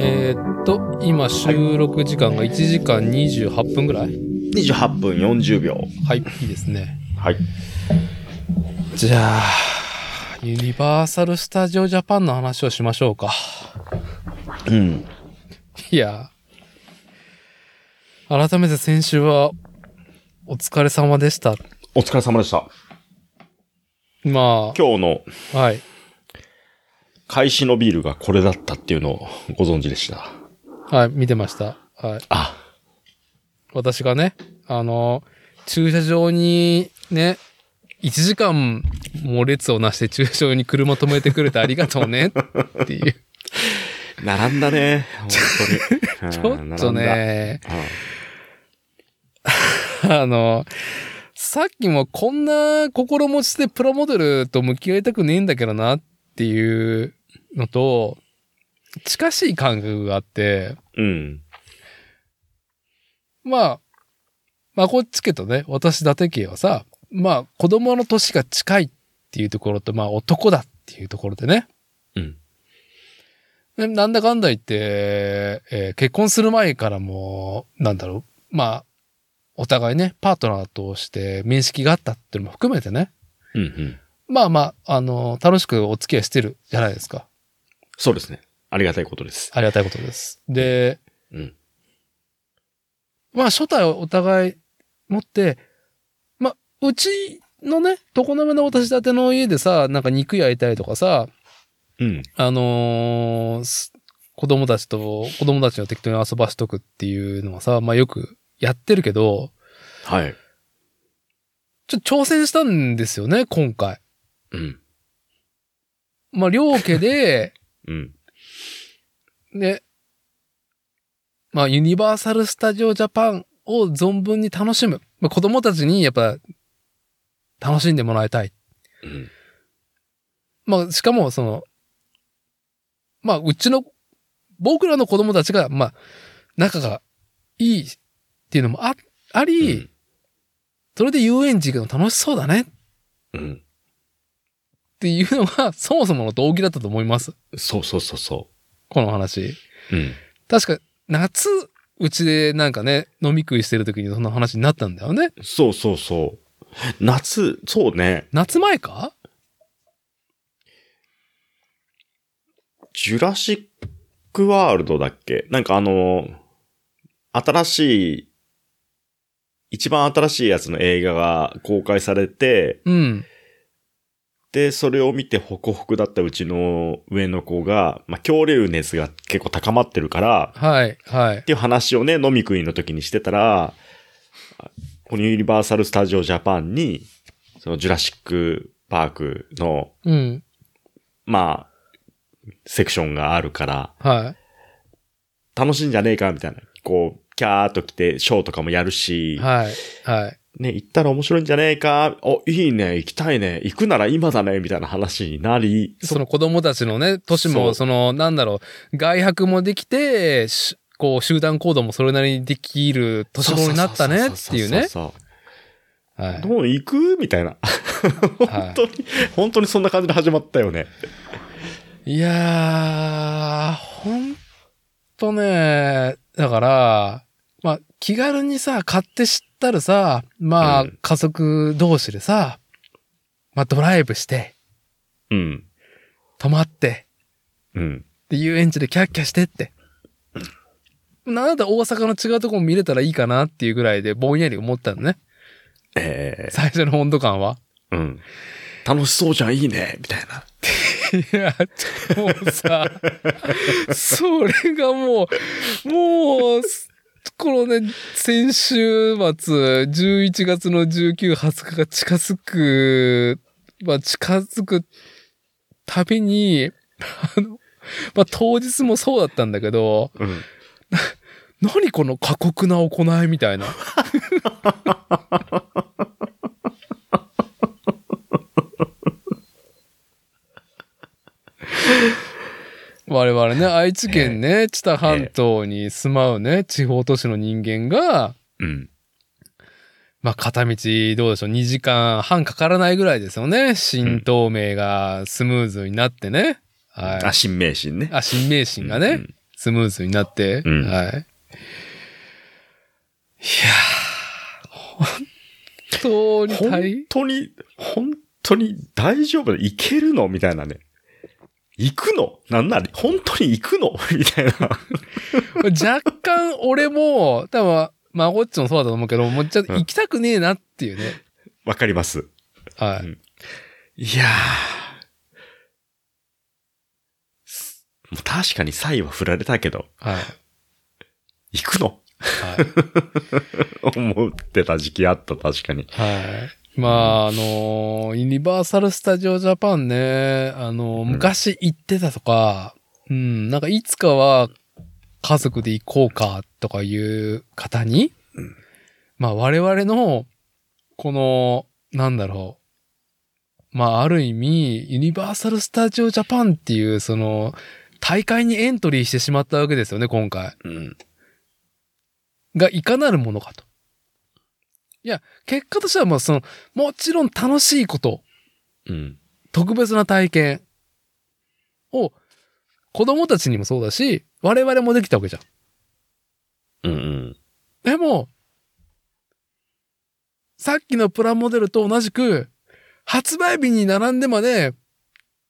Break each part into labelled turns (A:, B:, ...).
A: えーっと、今収録時間が1時間28分ぐらい
B: 28分40秒。
A: はい、いいですね。
B: はい。
A: じゃあ、ユニバーサル・スタジオ・ジャパンの話をしましょうか。
B: うん。
A: いや、改めて先週は、お疲れ様でした。
B: お疲れ様でした。
A: ま
B: 今日の
A: あ、はい。
B: 開始のビールがこれだったっていうのをご存知でした。
A: はい、見てました。はい。
B: あ、
A: 私がね、あの、駐車場にね、1時間も列をなして駐車場に車止めてくれてありがとうねっていう。
B: 並んだね。 本当に。
A: ちょ
B: うん
A: っと。ね、
B: 並ん だ
A: あの、さっきもこんな心持ちでプラモデルと向き合いたくねえんだけどなっていうのと、近しい感覚があって、
B: うん。うん
A: まあ、まあこっち家とね、私伊達家はさ、まあ子供の年が近いっていうところと、まあ男だっていうところでね。
B: うん。
A: でなんだかんだ言って、えー結婚する前からも、なんだろう、まあ、お互いね、パートナーとして面識があったっていうのも含めてね、
B: うんうん。
A: まあまあ、あの、楽しくお付き合いしてるじゃないですか。
B: そうですね。ありがたいことです。
A: ありがたいことです。で、
B: うん。
A: まあ、初代をお互い持って、まあ、うちのね、床の間の私立ての家でさ、なんか肉焼いたりとかさ、
B: うん。
A: あのーす子供たちと、子供たちを適当に遊ばしとくっていうのはさ、まあよくやってるけど、
B: はい。
A: ちょっと挑戦したんですよね、今回。
B: うん。
A: まあ、両家で、
B: うん。
A: ね、まあ、ユニバーサル・スタジオ・ジャパンを存分に楽しむ。まあ、子供たちにやっぱ、楽しんでもらいたい。
B: うん。
A: まあ、しかも、その、まあ、うちの、僕らの子供たちが、まあ、仲がいいっていうのもあ、あり、それで遊園地行くの楽しそうだねっ
B: うん。
A: ていうのが、 そもそもの動機だったと思います。
B: そうそうそうそ
A: この話。
B: う。うん。
A: 確か、夏、うちでなんかね、飲み食いしてる時にそんな話になったんだよね。
B: そうそうそう。夏、そうね。
A: 夏前か
B: ジュラシックワールドだっけなんかあの、新しい、一番新しいやつの映画が公開されて、
A: うん。
B: で、それを見てホクホクだったうちの上の子が、まあ、恐竜熱が結構高まってるから、
A: はい、はい
B: っ。ていう話をね、飲み食いの時にしてたら、このユニバーサル・スタジオ・ジャパンに、そのジュラシック・パークの、
A: うん。
B: まあ、セクションがあるから、
A: は
B: 楽しいんじゃねえかみたいな。こう、キャーっと来て、ショーとかもやる
A: い、
B: し、
A: はい、はい。
B: ね、行ったら面白いんじゃねえかお、いいね、行きたいね、行くなら今だね、みたいな話になり、
A: その子供たちのね、年も、
B: そ
A: その、なんだろう、外泊もできて、しこう、集団行動もそれなりにできる年頃になったねっていうね。
B: そうそうそうそう
A: は
B: そう
A: い。
B: どう行くみたいな。
A: は
B: 本当に、本当にそんな感じで始まったよね。
A: い、いやー、ほんとね、だから、まあ、気軽にさ、買って知ったらさ、まあ、
B: うん
A: 家族同士でさ、まあ、ドライブして、
B: うん。
A: 泊まって、
B: うん。
A: で、遊園地でキャッキャしてって。なんだ大阪の違うとこも見れたらいいかなっていうぐらいでぼんやり思ったのね。
B: ええ
A: 最初の温度感は。
B: うん。楽しそうじゃん、いいね、みたいな。
A: いや、もうさ、それがもう、もう、このね、先週末、11月の19、20日が近づく、まあ近づくたびに、あの、まあ当日もそうだったんだけど、
B: うん。
A: 何この過酷な行いみ たいな。我々ね、愛知県ね、知多半島に住まうね、地方都市の人間が、
B: うん。
A: まあ、片道どうでしょう、2時間半かからないぐらいですよね。新東名がスムーズになってね。はい。
B: あ、新名神ね。
A: あ、新名神がね。
B: うん
A: スムーズになって、
B: うん
A: はい。いやー、本当に
B: 本
A: 大
B: 当に、本当に大丈夫だ。いけるのみたいなね。行くのなんなり本当に行くの みたいな。
A: 若干俺も、多分、まごっちもそうだと思うけど、もうちょっと行きたくねえなっていうね。
B: わかります。
A: は
B: うん
A: い。
B: いやー。もう確かにサイは振られたけど、
A: はい。
B: 行くの
A: はい。
B: 思ってた時期あった、確かに。
A: はい。まあ、あのーユニバーサル・スタジオ・ジャパンね、あのー
B: ん
A: 昔行ってたとか、うん、なんかいつかは家族で行こうかとかいう方に、
B: うん
A: まあ我々の、この、なんだろう。まあある意味、ユニバーサル・スタジオ・ジャパンっていう、その、大会にエントリーしてしまったわけですよね、今回。
B: うん。
A: がいかなるものかと。いや、結果としてはまあその、もちろん楽しいこと、
B: うん。
A: 特別な体験を子供たちにもそうだし、我々もできたわけじゃん。
B: うんうん。
A: でも、さっきのプラモデルと同じく、発売日に並んでまで、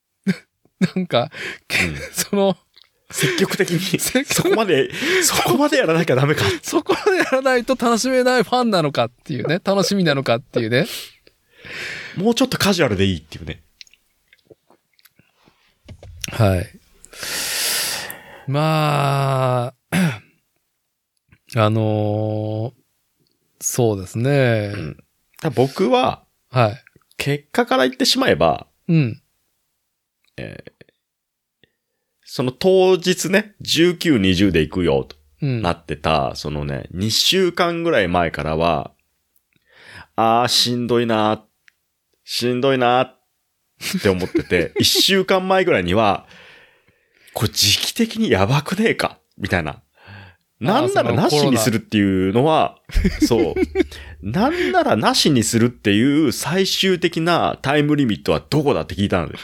A: なんか、け
B: うん
A: その、
B: 積極的に、
A: 積極
B: そこまで、そこまでやらなきゃダメか。
A: そこまでやらないと楽しめないファンなのかっていうね、楽しみなのかっていうね。
B: もうちょっとカジュアルでいいっていうね。
A: はい。ま あ、あのーそうですね。
B: うんただ僕は、
A: はい。
B: 結果から言ってしまえば、
A: うん。
B: その当日ね、19、20で行くよと
A: うん。
B: なってた、そのね、2週間ぐらい前からは、あー、しんどいなー、しんどいなーって思って て、1週間前ぐらいには、これ時期的にやばくねえかみたいな。なんなら
A: その
B: なしにするっていうのは、 そう。なんならなしにするっていう最終的なタイムリミットはどこだって聞いたので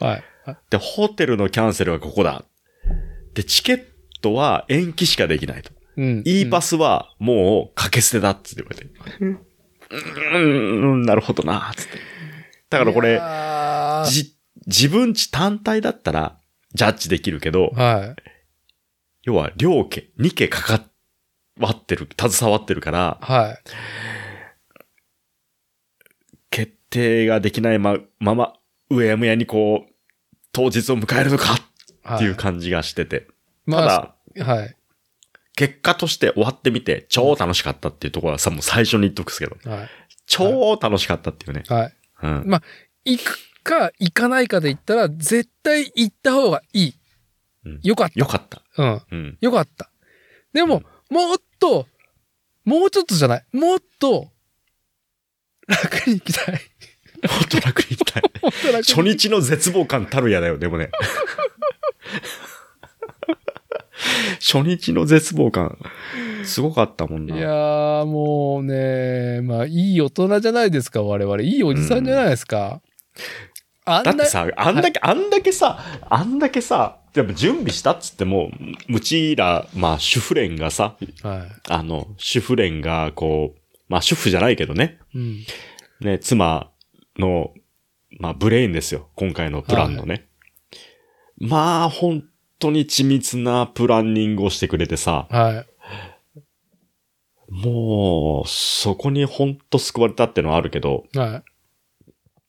A: はい。はい
B: で、ホテルのキャンセルはここだ。で、チケットは延期しかできないと。
A: うん。
B: E パ
A: ス。
B: スはもう掛け捨てだっつって言われて。うん、うん、なるほどな、つって。だからこ
A: い
B: れ、
A: やー
B: じ、自分ち単体だったらジャッジできるけど、
A: は
B: 要は両家、二家かかわってる、携わってるから
A: い。、はい。
B: 決定ができないままま、うやむやにこう、当日を迎えるのか
A: は
B: っていう感じがしてて。
A: ま
B: ただ、
A: あ、はい。
B: 結果として終わってみて、超楽しかったっていうところはさ、もう最初に言っとくっすけど、
A: は
B: 超楽しかったっていうね。
A: い。は
B: うん。
A: い。行くか、行かないかで言ったら、絶対行った方がいい
B: うん。
A: よかっ
B: よかった。
A: た。うん。
B: うん。
A: よかった。でも、もっと、もうちょっとじゃない。もっと、楽に行きたい。
B: ほんと楽に行きたい。
A: もっと楽に
B: 初日の絶望感たるやだよ、でもね。初日の絶望感、すごかったもん
A: い
B: な。
A: やー、もうね、まあ、いい大人じゃないですか、我々。いいおじさんじゃないですか。あん
B: だ
A: な
B: ってさ、あんだけ、あんだけさ、あんだけさ、やっぱ準備したっつっても、うちら、まあ、主婦連がさ、
A: は
B: あの、主婦連が、こう、まあ、主婦じゃないけどね、
A: い。うん。
B: ね、妻の、まあ、ブレインですよ。今回のプランのね。まあ、本当に緻密なプランニングをしてくれてさ、
A: はい。
B: もう、そこに本当救われたってのはあるけど、
A: は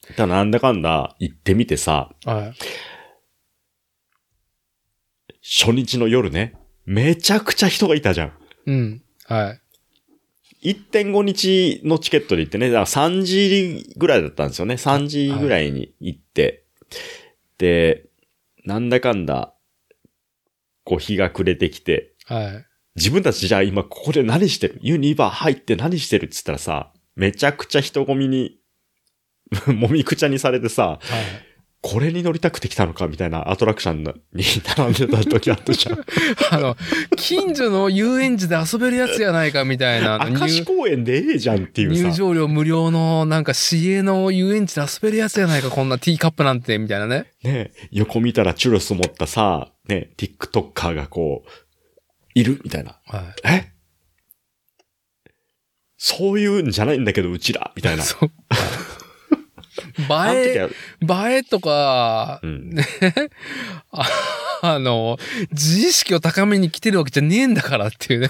B: ただなんだかんだ行ってみてさ、
A: い。はい。
B: 初日の夜ね、めちゃくちゃ人がいたじゃん。
A: うん。はい。
B: 1.5日のチケットで行ってね、だから3時ぐらいだったんですよね。3時ぐらいに行って。で、なんだかんだ、こう日が暮れてきて、
A: はい。
B: 自分たちじゃあ今ここで何してるユニバー入って何してるっつったら さ、めちゃくちゃ人混みに、もみくちゃにされてさ、
A: はい。
B: これに乗りたくて来たのかみたいなアトラクションに並んでた時あったじゃん。
A: あの、近所の遊園地で遊べるやつやないかみたいな。あの
B: 明石
A: 入
B: 公園でええじゃんっていう
A: 入
B: さ。
A: 場料無料の、なんか市営の遊園地で遊べるやつやないか、こんなティーカップなんて、みたいなね。
B: ね、横見たらチュロス持ったさ、ね、TikToker がこう、いるみたいな。
A: は
B: えそういうんじゃないんだけど、うちらみたい
A: い。
B: な。
A: そう。
B: あの
A: 映
B: 時
A: え、
B: は、
A: 映えとか
B: う、ん。
A: ああの、自意識を高めに来てるわけじゃねえんだからっていうね。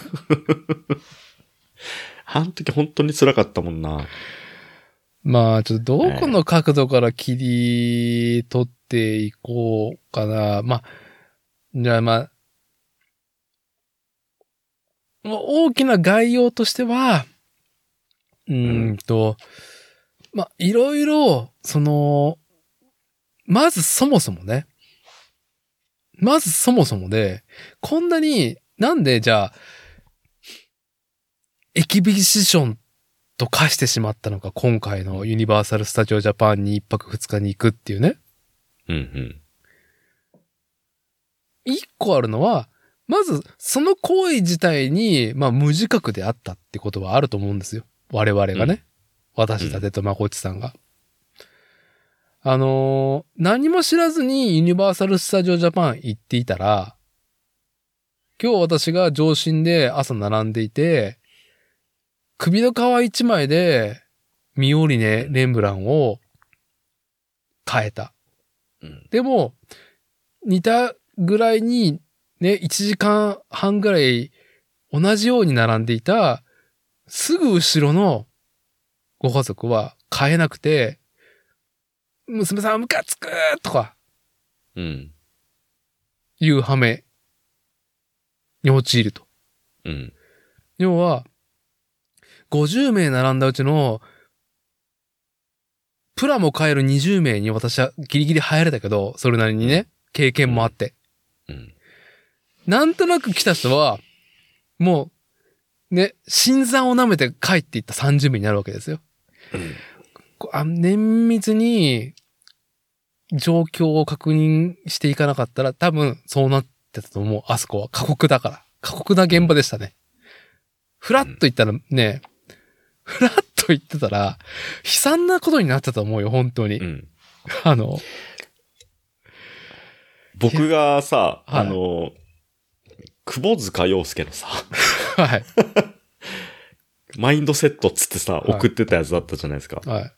B: あの時本当に辛かったもんな。
A: まあ、ちょっとどこの角度から切り取っていこうかな。まあ、じゃあまあ、まあ大きな概要としては、うーんと、まあ、いろいろ、その、まずそもそもね、まずそもそもで、こんなに、なんでじゃあ、エキビシションと化してしまったのが今回のユニバーサル・スタジオ・ジャパンに一泊二日に行くっていうね。
B: うんうん。
A: 一個あるのは、まずその行為自体に、まあ無自覚であったってことはあると思うんですよ。我々がね。
B: うん
A: 私、伊達とまこっちさんが。あのー何も知らずにユニバーサル・スタジオ・ジャパン行っていたら、今日私が上心で朝並んでいて、首の皮一枚で、ミオリネ・レンブランを変えた。
B: うん
A: でも、似たぐらいに、ね、1時間半ぐらい同じように並んでいた、すぐ後ろのご家族は変えなくて、娘さんムカつくとか
B: うん。
A: いう羽目に陥ると。
B: うん。
A: 要は、50名並んだうちの、プラも買える20名に私はギリギリ入れたけど、それなりにね、経験もあって。
B: うん。
A: なんとなく来た人は、もう、ね、新参を舐めて帰っていった30名になるわけですよ。こうあ綿密に状況を確認していかなかったら多分そうなってたと思う。あそこは過酷だから。過酷な現場でしたね。フラッと行ったらね、フラッと行ってたら悲惨なことになってたと思うよ、本当に。
B: うん。
A: あの、
B: 僕がさ、
A: はい
B: あの、久保塚洋介のさ、
A: はい、
B: マインドセットっつってさ、
A: い
B: 送ってたやつだったじゃないですか。
A: はい、はい。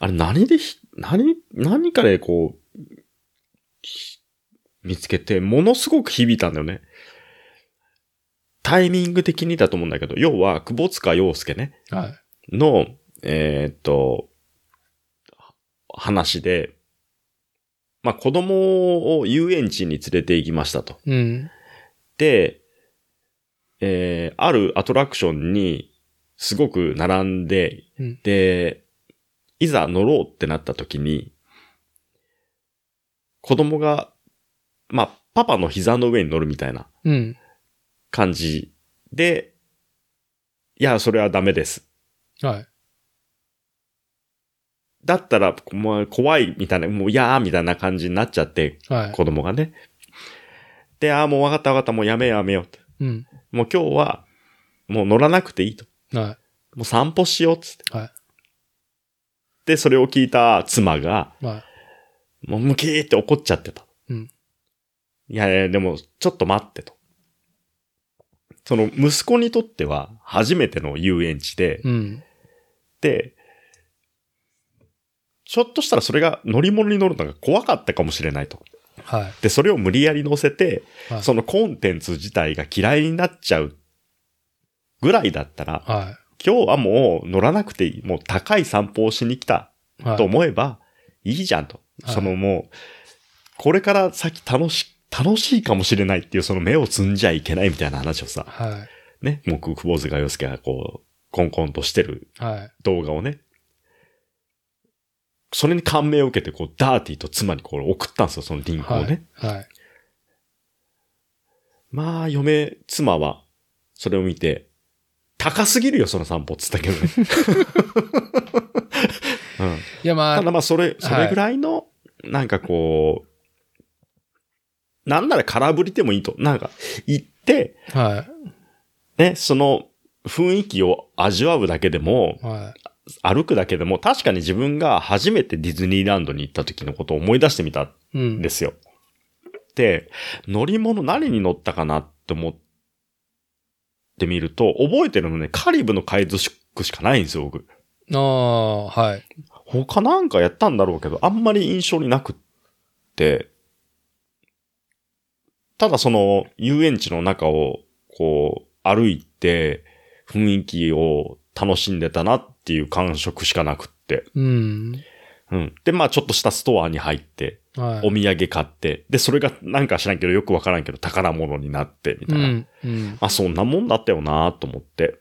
B: あれ何でひ、何、何かでこう、ひ見つけて、ものすごく響いたんだよね。タイミング的にだと思うんだけど、要は、久保塚洋介ね、
A: はい。
B: の、えーっと、話で、まあ、子供を遊園地に連れて行きましたと。
A: うん。
B: で、えー、あるアトラクションにすごく並んで、
A: うん
B: で、いざ乗ろうってなった時に、子供が、まあ、パパの膝の上に乗るみたいな
A: うん。
B: 感じで、いや、それはダメです。
A: はい。
B: だったら、もう怖いみたいな、もう、いやーみたいな感じになっちゃって、
A: はい。
B: 子供がね。で、ああ、もうわかったわかった、もうやめようやめようと。
A: うん。
B: もう今日は、もう乗らなくていいと。
A: は
B: もう散歩しようっつって。
A: はい
B: で、それを聞いた妻が、
A: い。はい。
B: もうムキーって怒っちゃってた。
A: うん
B: いやいや、でも、ちょっと待ってと。その、息子にとっては、初めての遊園地で、
A: うん。
B: で、ちょっとしたらそれが乗り物に乗るのが怖かったかもしれないと。
A: はい。
B: で、それを無理やり乗せて、
A: はい
B: そのコンテンツ自体が嫌いになっちゃうぐらいだったら、
A: は
B: 今日はもう乗らなくていい。もう高い散歩をしに来た
A: い。はい。
B: と思えば、いいじゃんと。
A: はい
B: そのもう、これから先楽し、楽しいかもしれないっていうその目をつんじゃいけないみたいな話をさ、
A: は
B: ね、もう久保塚洋介がこう、コンコンとしてる
A: い。はい。
B: 動画をね、それに感銘を受けて、こう、ダーティーと妻にこう送ったんですよ、そのリンクをね。
A: はい。はい。
B: まあ、嫁、妻は、それを見て、高すぎるよ、その散歩っつった けどね。うん
A: いや、ま
B: た
A: あ、
B: だまあ、それ、それぐらいの、なんかこう、なんなら空振りでもいいと。なんか、行って、
A: は
B: ね、その雰囲気を味わうだけでも、
A: い。は
B: 歩くだけでも、確かに自分が初めてディズニーランドに行った時のことを思い出してみた
A: い。うんん。
B: ですよ。で、乗り物何に乗ったかなって思ってみると、覚えてるのね、カリブの海賊しかないんですよ、僕。
A: ああ、はい。
B: 他なんかやったんだろうけど、あんまり印象になくって、ただその遊園地の中をこう歩いて雰囲気を楽しんでたなっていう感触しかなくって。
A: うん。
B: うん。で、まあちょっとしたストアに入って、
A: はい。
B: お土産買って、で、それがなんか知らんけどよくわからんけど宝物になって、みた
A: う
B: いな。
A: ん。うん。
B: あ、そんなもんだったよなと思って。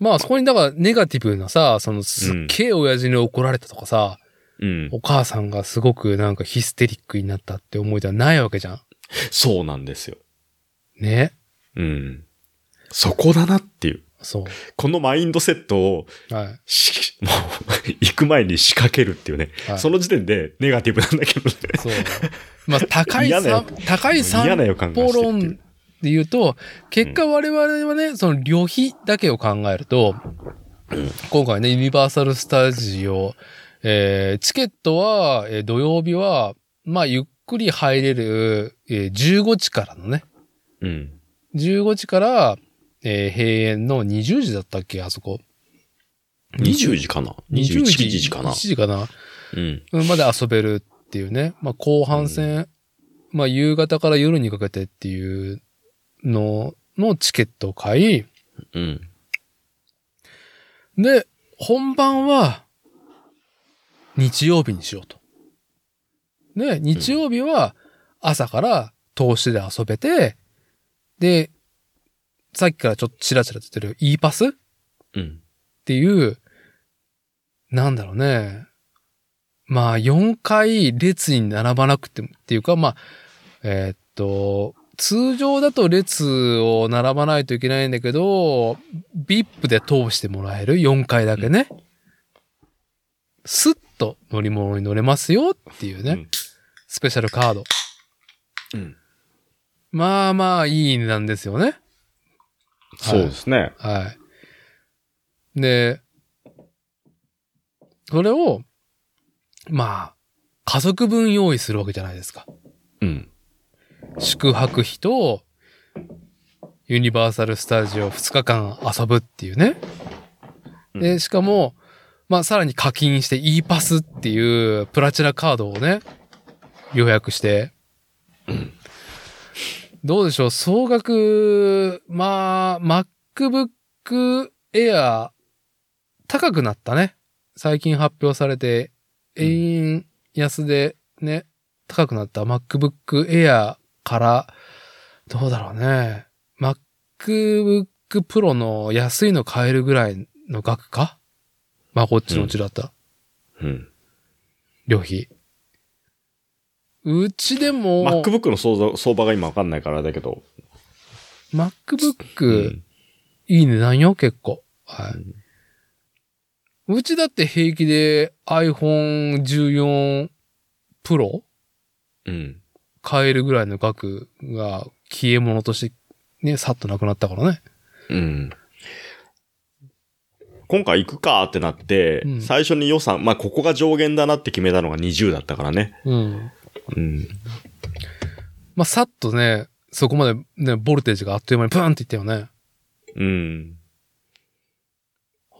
A: まあそこにだからネガティブなさ、そのすっげえ親父に怒られたとかさ、
B: うん。
A: お母さんがすごくなんかヒステリックになったって思いではないわけじゃん。
B: そうなんですよ。
A: ね。
B: うん。そこだなっていう。
A: そ
B: このマインドセットを
A: う。はい。
B: し、もう、行く前に仕掛けるっていうね。
A: はい、
B: その時点でネガティブなんだけどね。
A: そう。まあ、高い
B: 嫌な予
A: さ
B: 感、
A: 高い
B: 嫌な
A: 散
B: 予感が
A: 歩
B: してるっ
A: 論
B: てい
A: で
B: う。
A: 言うと、結果我々はね、その旅費だけを考えると、今回ね、ユニバーサルスタジオ、えーチケットは、えー土曜日は、まあ、ゆっくり入れる、えー15時からのね、
B: うん。
A: 15時から、えー閉園の20時だったっけ、あそこ。
B: 20時かな ?21 時かな
A: ?1 時かな
B: うん。
A: うんまで遊べるっていうね。まあ、後半戦、まあ、夕方から夜にかけてっていうののチケットを買い、
B: うん。
A: で、本番は、日曜日にしようと。で、日曜日は朝から投資で遊べて、で、さっきからちょっとチラチラ出てる E パス
B: うん。
A: っていう、なんだろうね。まあ、4回列に並ばなくてもっていうか、まあ、えーっと、通常だと列を並ばないといけないんだけど、VIP で通してもらえる4回だけね。スッと乗り物に乗れますよっていうね、
B: うん
A: スペシャルカード。
B: うん
A: まあまあいい値段ですよね。
B: そうですね。
A: はい。で、それを、まあ、家族分用意するわけじゃないですか。
B: うん。
A: 宿泊費と、ユニバーサル・スタジオ2日間遊ぶっていうね。
B: う
A: で、
B: ん
A: しかも、まあ、さらに課金して E パスっていうプラチナカードをね、予約して。どうでしょう総額、まあ、MacBook Air 高くなったね。最近発表されて、
B: うん
A: 円安でね、高くなった MacBook Air から、どうだろうね。MacBook Pro の安いの買えるぐらいの額かまあ、こっちのうちだった。
B: うん。
A: 旅費。うちでも、
B: MacBook の相場相場が今わかんないからだけど。
A: MacBook、
B: うん。
A: いい値段よ、結構。はい。うちだって平気で iPhone14 Pro
B: うん。
A: 買えるぐらいの額が消え物としてね、さっとなくなったからね。
B: うん。今回行くかってなって、
A: うん
B: 最初に予算、まあ、ここが上限だなって決めたのが20だったからね。
A: うん。
B: うん。
A: まあ、さっとね、そこまでね、ボルテージがあっという間にプーンっていったよね。
B: うん。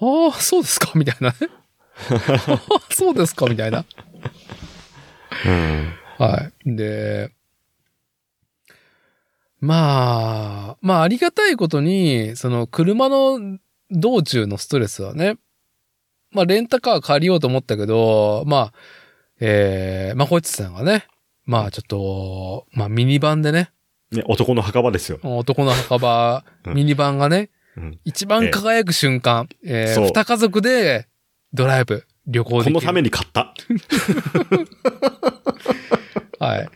A: ああ、そうですかみたい なね。ああそうですかみたいな。
B: うん。
A: はい。で、まあ、まあありがたいことに、その車の道中のストレスはね、まあレンタカー借りようと思ったけど、まあ、えー、まあこいつさんがね、まあちょっと、まあミニバンでね、
B: ね、男の墓場ですよ。
A: 男の墓場、
B: うん
A: ミニバンがね、
B: うん
A: 一番輝く瞬間、えー
B: そう
A: 二家族でドライブ、旅行でき
B: こ
A: る。
B: のために 買った。
A: はい。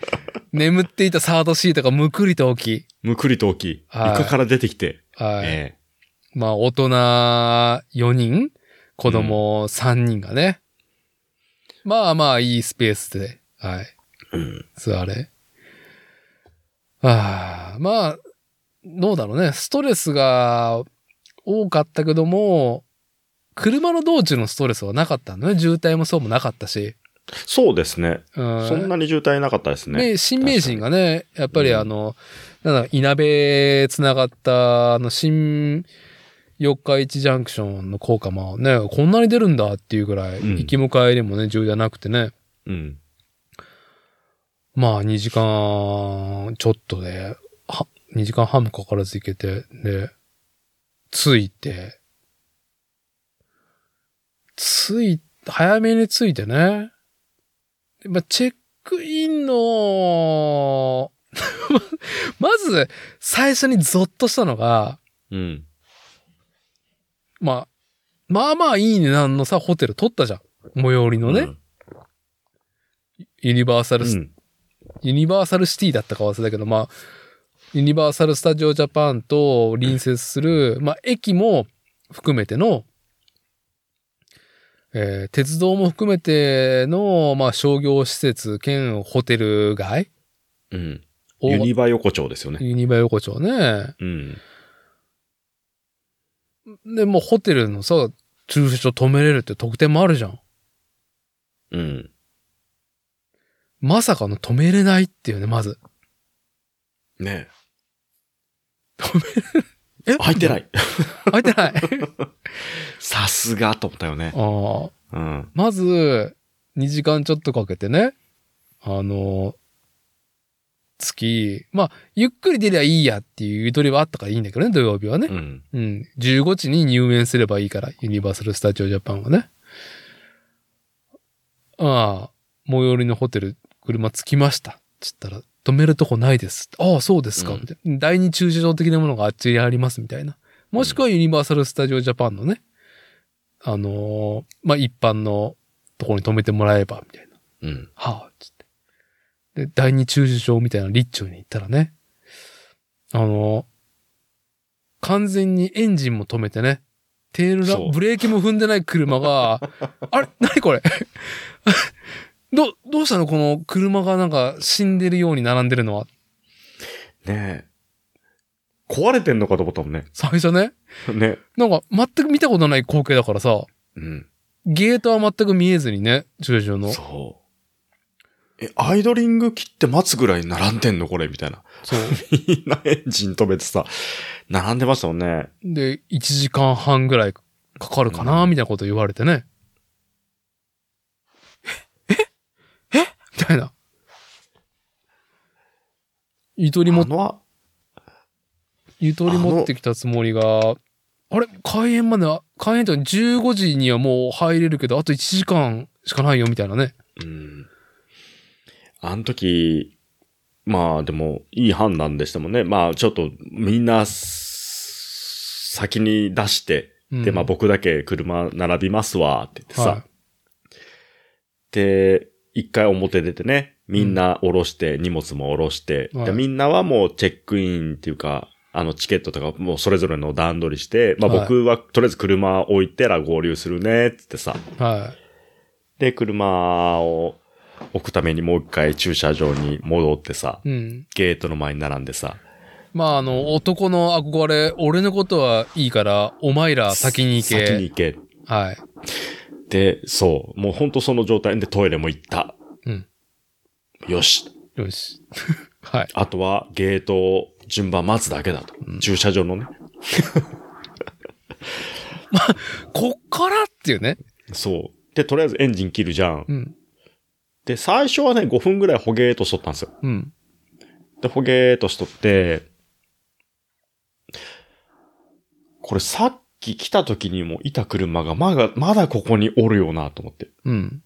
A: 眠っていたサードシートがむくりと起き、
B: むくりと大きい。
A: はい
B: 床から出てきて。
A: はい。
B: え
A: まあ、大人4人、子供3人がね、
B: え
A: まあまあいいスペースで、はい。
B: うん。
A: 座れ。ああ、まあ、どうだろうね。ストレスが多かったけども、車の道中のストレスはなかったのね。渋滞もそうもなかったし。
B: そうですね。
A: うん
B: そんなに渋滞なかったですね。
A: ね、新名神がね、やっぱりあの、なんだ、稲部つながった、あの、新四日市ジャンクションの効果もね、こんなに出るんだっていうぐらい、
B: うん
A: 行きも帰りもね、重要なくてね、
B: うん。
A: まあ2時間ちょっとで、は、2時間半もかからず行けて、で、着いて、着い、早めに着いてね。でまあ、チェックインの、 ままず、最初にゾッとしたのが、
B: うん。
A: まあ、まあまあいい値段のさ、ホテル取ったじゃん。最寄りのね、
B: うん
A: ユニバーサルス
B: うん。
A: ユニバーサルシティだったか忘れたけど、まあ、ユニバーサル・スタジオ・ジャパンと隣接する、まあ、駅も含めての、えー鉄道も含めての、まあ、商業施設兼ホテル街
B: うん。
A: を
B: ユニバ横丁ですよね。
A: ユニバ横丁ね。
B: うん。
A: で、もうホテルのさ、駐車場止めれるって特典もあるじゃん。
B: うん。
A: まさかの止めれないっていうね、まず。
B: ね
A: え。
B: 入ってない い。
A: 入って ない。
B: さすがと思ったよね。
A: ああ。
B: うん。
A: まず、2時間ちょっとかけてね、あの、月、まあ、ゆっくり出りゃいいやっていうゆとりはあったからいいんだけどね、土曜日はね
B: う。ん。
A: うん。15時に入園すればいいから、ユニバーサル・スタジオ・ジャパンはね。ああ、最寄りのホテル、車着きました。つったら、止めるとこないです。ああ、そうですか。
B: うん
A: みたいな第二駐車場的なものがあっちにあります、みたいな。もしくはユニバーサル・スタジオ・ジャパンのね、あのーまあ、一般のところに止めてもらえば、みたいな。
B: うん。
A: はあ、つって。で、第二駐車場みたいな立地に行ったらね、あの、完全にエンジンも止めてね、テールラ
B: そう
A: ブレーキも踏んでない車 が、あれ何これ ど、どうしたのこの車がなんか死んでるように並んでるのは。
B: ねえ。壊れてんのかと思ったもんね。
A: 最初ね。
B: ね。
A: なんか全く見たことない光景だからさ、
B: うん。
A: ゲートは全く見えずにね、駐車場の。
B: そう。え、アイドリング切って待つぐらい並んでんのこれみたい な。
A: そう。
B: みんなエンジン止めてさ、並んでましたもんね。
A: で、1時間半ぐらいかかるかな、
B: うん
A: みたいなこと言われてね。えええみたいな。ゆとりも
B: あ、のは、
A: ゆとり持ってきたつもりが、あれ開園までは、開園とか15時にはもう入れるけど、あと1時間しかないよ、みたいなね。
B: うん。あの時、まあでも、いい判断でしたもんね。まあちょっと、みんな、す先に出して、
A: うん、
B: で、まあ僕だけ車並びますわ、って言ってさ。
A: はい
B: で、一回表出てね、みんな降ろして、荷物も降ろして、
A: はい
B: で、みんなはもうチェックインっていうか、あのチケットとかもうそれぞれの段取りして、まあ
A: はい
B: 僕はとりあえず車置いてら合流するね、つってさ。
A: は
B: で、車を置くためにもう一回駐車場に戻ってさ、
A: い。うん。
B: ゲートの前に並んでさ、
A: まあ、あの、男の憧れ、俺のことはいいから、お前ら先に行け。
B: 先に行け。
A: はい。
B: で、そう、もうほんとその状態でトイレも行った。
A: うん。
B: よし。
A: よし。 はい。
B: あとはゲートを順番待つだけだと。駐車場のね。
A: こっからっていうね。
B: そう。で、とりあえずエンジン切るじゃん。
A: うん。
B: で、最初はね、5分ぐらいほげーっとしとったんですよ。
A: うん。
B: で、ほげーっとしとって、これさっき来た時にもいた車がまだ、まだここにおるよなと思って。
A: うん。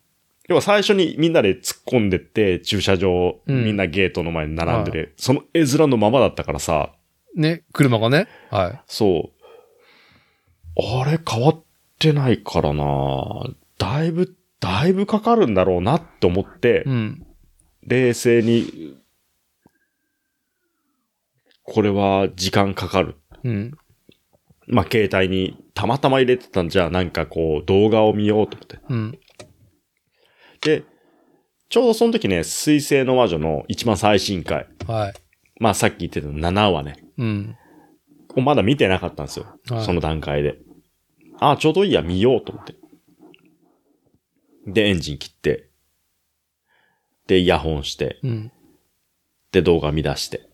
B: 要は最初にみんなで突っ込んでって、駐車場、
A: うん
B: みんなゲートの前に並んでて、その絵面のままだったからさ、
A: ね、車がね。は
B: そう。あれ変わってないからなだいぶ、だいぶかかるんだろうなって思って、
A: い。うん。
B: 冷静に、これは時間かかる。
A: うん。
B: まあ、携帯にたまたま入れてたんじゃ、なんかこう動画を見ようと思って。
A: うん。
B: で、ちょうどその時ね、水星の魔女の一番最新回。
A: はい。
B: まあさっき言ってた7話ね。
A: うん。
B: これまだ見てなかったんですよ。
A: はい
B: その段階で。ああ、ちょうどいいや、見ようと思って。で、エンジン切って。で、イヤホンして。
A: うん。
B: で、動画見出して。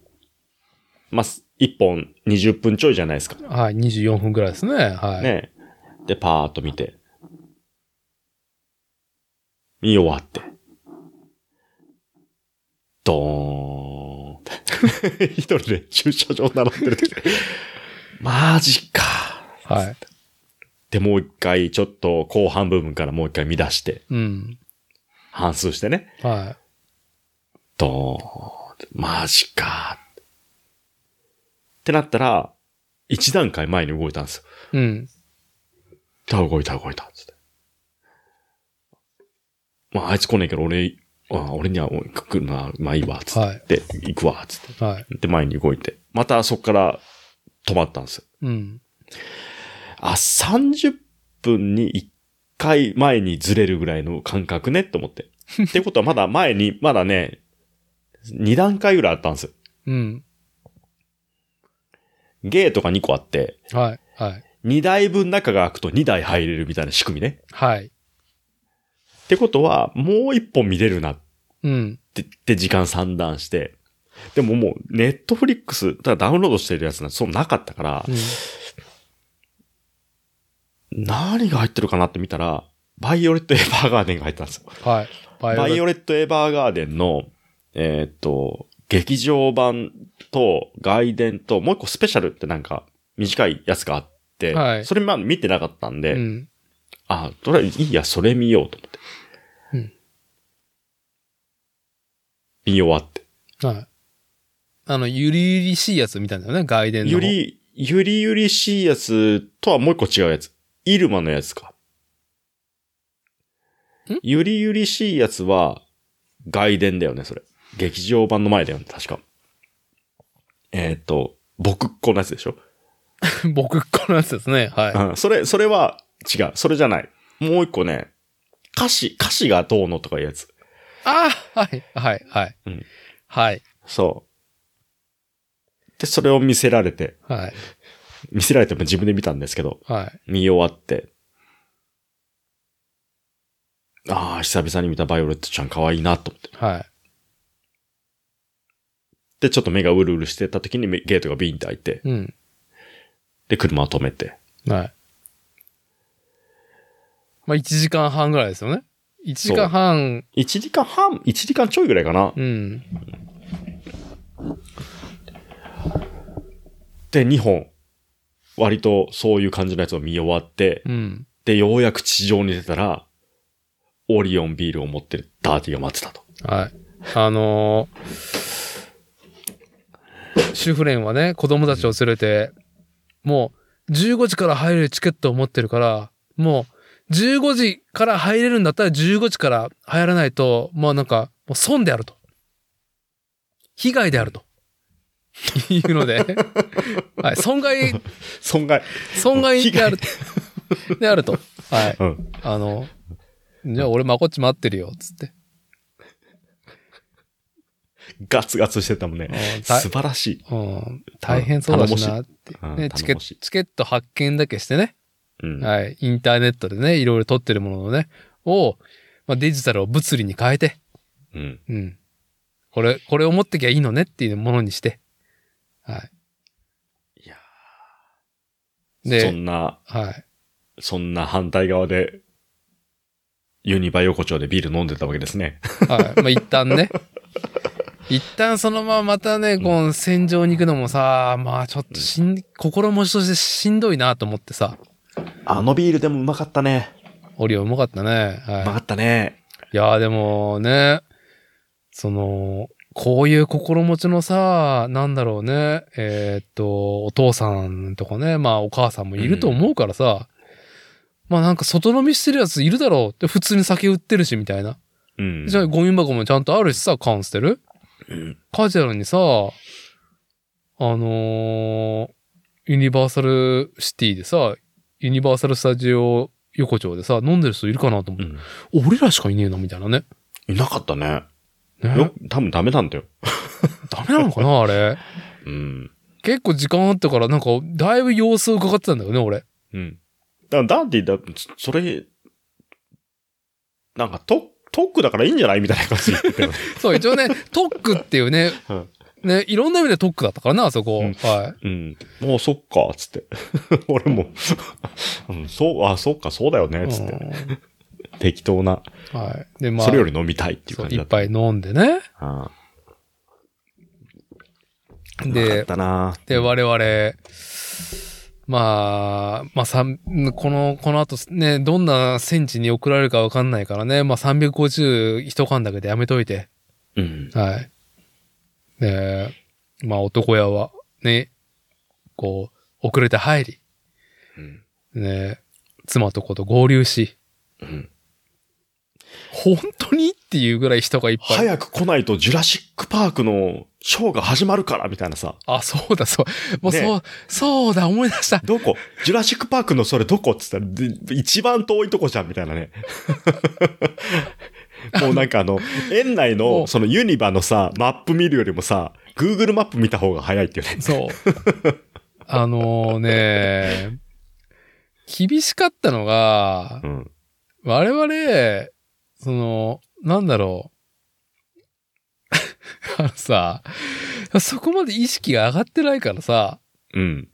B: まあ、す1本20分ちょいじゃないですか。
A: はい。24分くらいですね。はい。
B: ね。で、パーッと見て。見終わって。ドーン って。一人で駐車場並んで る時。マジか。
A: はい。
B: で、もう一回、ちょっと後半部分からもう一回見出して、
A: うん。
B: 反数してね。
A: は
B: ドーンって。マジか。ってなったら、一段階前に動いたんですよ。
A: い。うん。
B: た、動いた、動いた、つって。まあ、あいつ来ねえけど、俺、あ俺にはおい来るな、まあいいわ、つって。
A: はい。
B: で、行くわ、つっ
A: はい。
B: て。で、前に動いて。またそっから止まったんですよ。
A: うん。
B: あ、30分に1回前にずれるぐらいの感覚ね、と思って。ってことはまだ前に、まだね、2段階ぐらいあったんですよ。
A: うん。
B: ゲートが2個あって、
A: はい。はい。
B: 2台分中が開くと2台入れるみたいな仕組みね。
A: はい。
B: ってことは、もう1本見れるな
A: うん。
B: って、で、時間算段して。でももう、ネットフリックス、ただダウンロードしてるやつなんてそうなかったから、
A: うん。
B: 何が入ってるかなって見たら、バイオレット・エヴァーガーデンが入ってたんですよ。
A: はい。バ
B: バイ
A: オ
B: オレット・エヴァーガーデンの、えーっと、劇場版と外伝と、もう一個スペシャルってなんか短いやつがあって、
A: はい
B: それまあ見てなかったんで、
A: うん。
B: あ、とりあえずいいや、それ見ようと思って。
A: うん
B: 見終わって。
A: はい。あの、ゆりゆりしいやつ見たんだよね、外伝の。
B: ゆ。り、ゆりゆりしいやつとはもう一個違うやつ。イルマのやつか
A: ん。
B: ゆりゆりしいやつは外伝だよね、それ。劇場版の前だよね、確か。えっ、と、僕っ子のやつでしょ、
A: 僕っ子のやつですね。はい。
B: うん、それ、それは違う。それじゃない。もう一個ね、歌詞、歌詞がどうのとかいうやつ。
A: ああはい。はい。はい。
B: うん
A: はい。
B: そう。で、それを見せられて、
A: はい。
B: 見せられても自分で見たんですけど、
A: はい。
B: 見終わって。ああ、久々に見たバイオレットちゃん可愛いなと思って。
A: はい。
B: で、ちょっと目がうるうるしてた時にめゲートがビーンって開いて、
A: うん。
B: で、車を止めて。
A: はい。まあ、1時間半ぐらいですよね。1時間半、
B: 1時間半、1時間ちょいぐらいかな。
A: うん。
B: で、2本。割とそういう感じのやつを見終わって、
A: うん。
B: で、ようやく地上に出たら、オリオンビールを持ってるダーティが待ってたと。
A: はい。あのー主婦連はね、子供たちを連れて、もう15時から入れるチケットを持ってるから、もう15時から入れるんだったら15時から入らないと、まあなんか、もう損であると。被害であると。いうの で、はい、損害、
B: 損害。
A: 損害である、であると。はい。
B: うん。
A: あの、じゃあ俺まこっち待ってるよ、つって。
B: ガツガツしてたもんね。
A: うんた
B: 素晴らしい。
A: うん、大変そうだしなって
B: 頼もしい
A: ね、
B: うん。
A: チケ
B: 頼もしい
A: チケット発見だけしてね、
B: うん。
A: はい、インターネットでね、いろいろ撮ってるものをね、を、まあ、デジタルを物理に変えて、
B: うん。
A: うん。これ、これを持ってきゃいいのねっていうものにして、はい
B: や。そ
A: で、
B: んな
A: はい。
B: そんな反対側で、ユニバ横丁でビール飲んでたわけですね。
A: はい。まあ、一旦 ね。一旦そのまままたね、この戦場に行くのもさ、まあちょっとしん、心持ちとしてしんどいなと思ってさ、
B: あのビールでもうまかったね。
A: オリオンうまかったね。は
B: う
A: い
B: ま。かったね。
A: いやーでもね、その、こういう心持ちのさ、なんだろうね、えーっと、お父さんとかね、まあお母さんもいると思うからさ、まあなんか外飲みしてるやついるだろうって普通に酒売ってるしみたいな。
B: うん。
A: じゃあゴミ箱もちゃんとあるしさ、缶捨てる
B: うん
A: カジュアルにさ、あのーユニバーサルシティでさ、ユニバーサルスタジオ横丁でさ、飲んでる人いるかなと思
B: う
A: って、
B: ん。
A: 俺らしかいねえな、みたいなね。
B: いなかったね。
A: ね
B: よ、多分ダメなんだよ。
A: ダメなのかな、あれ。
B: うん。
A: 結構時間あったから、なんか、だいぶ様子を伺ってたんだよね、俺。
B: うん。だからダンディだ、そそれ、なんかト、トックだからいいんじゃないみたいな感じで言ってた よね
A: そう、一応 ね、トックっていうね、
B: うん
A: ね、いろんな意味でトックだったからな、あそこ。
B: うん
A: は
B: うん。もうそっか、つって。 俺も、うん、そう、あ、そっか、そうだよね、
A: い。
B: つって。
A: うん
B: 適当な、
A: はい。で、まあ、
B: それより飲みたいっていう
A: そう
B: 感じ
A: い
B: だ
A: っ
B: った。
A: ぱい飲んでね。
B: ああうまかっ
A: で、
B: たな
A: で、我々、まあ、まあ、さんこの、この後ね、どんな戦地に送られるかわかんないからね、まあ350一缶だけでやめといて、
B: うん。
A: はい。で、まあ男屋は、ね、こう、遅れて入り、
B: うん
A: ね、妻と子と合流し、
B: うん
A: 本当にっていうぐらい人がいっぱい。
B: 早く来ないとジュラシックパークのショーが始まるから、みたいなさ。
A: あ、そうだ、そう。もう
B: ね
A: そう、そうだ、思い出した。
B: どこジュラシックパークのそれどこっつったら、で一番遠いとこじゃんみたいな ね。もうなんかあの、園内
A: も
B: の
A: う
B: そのユニバのさ、マップ見るよりもさ、Google マップ見た方が早いっていうね。
A: そう。あのね、厳しかったのが
B: う、ん。
A: 我々、その、なんだろう。あ のさ、そこまで意識が上がってないからさ、
B: うん。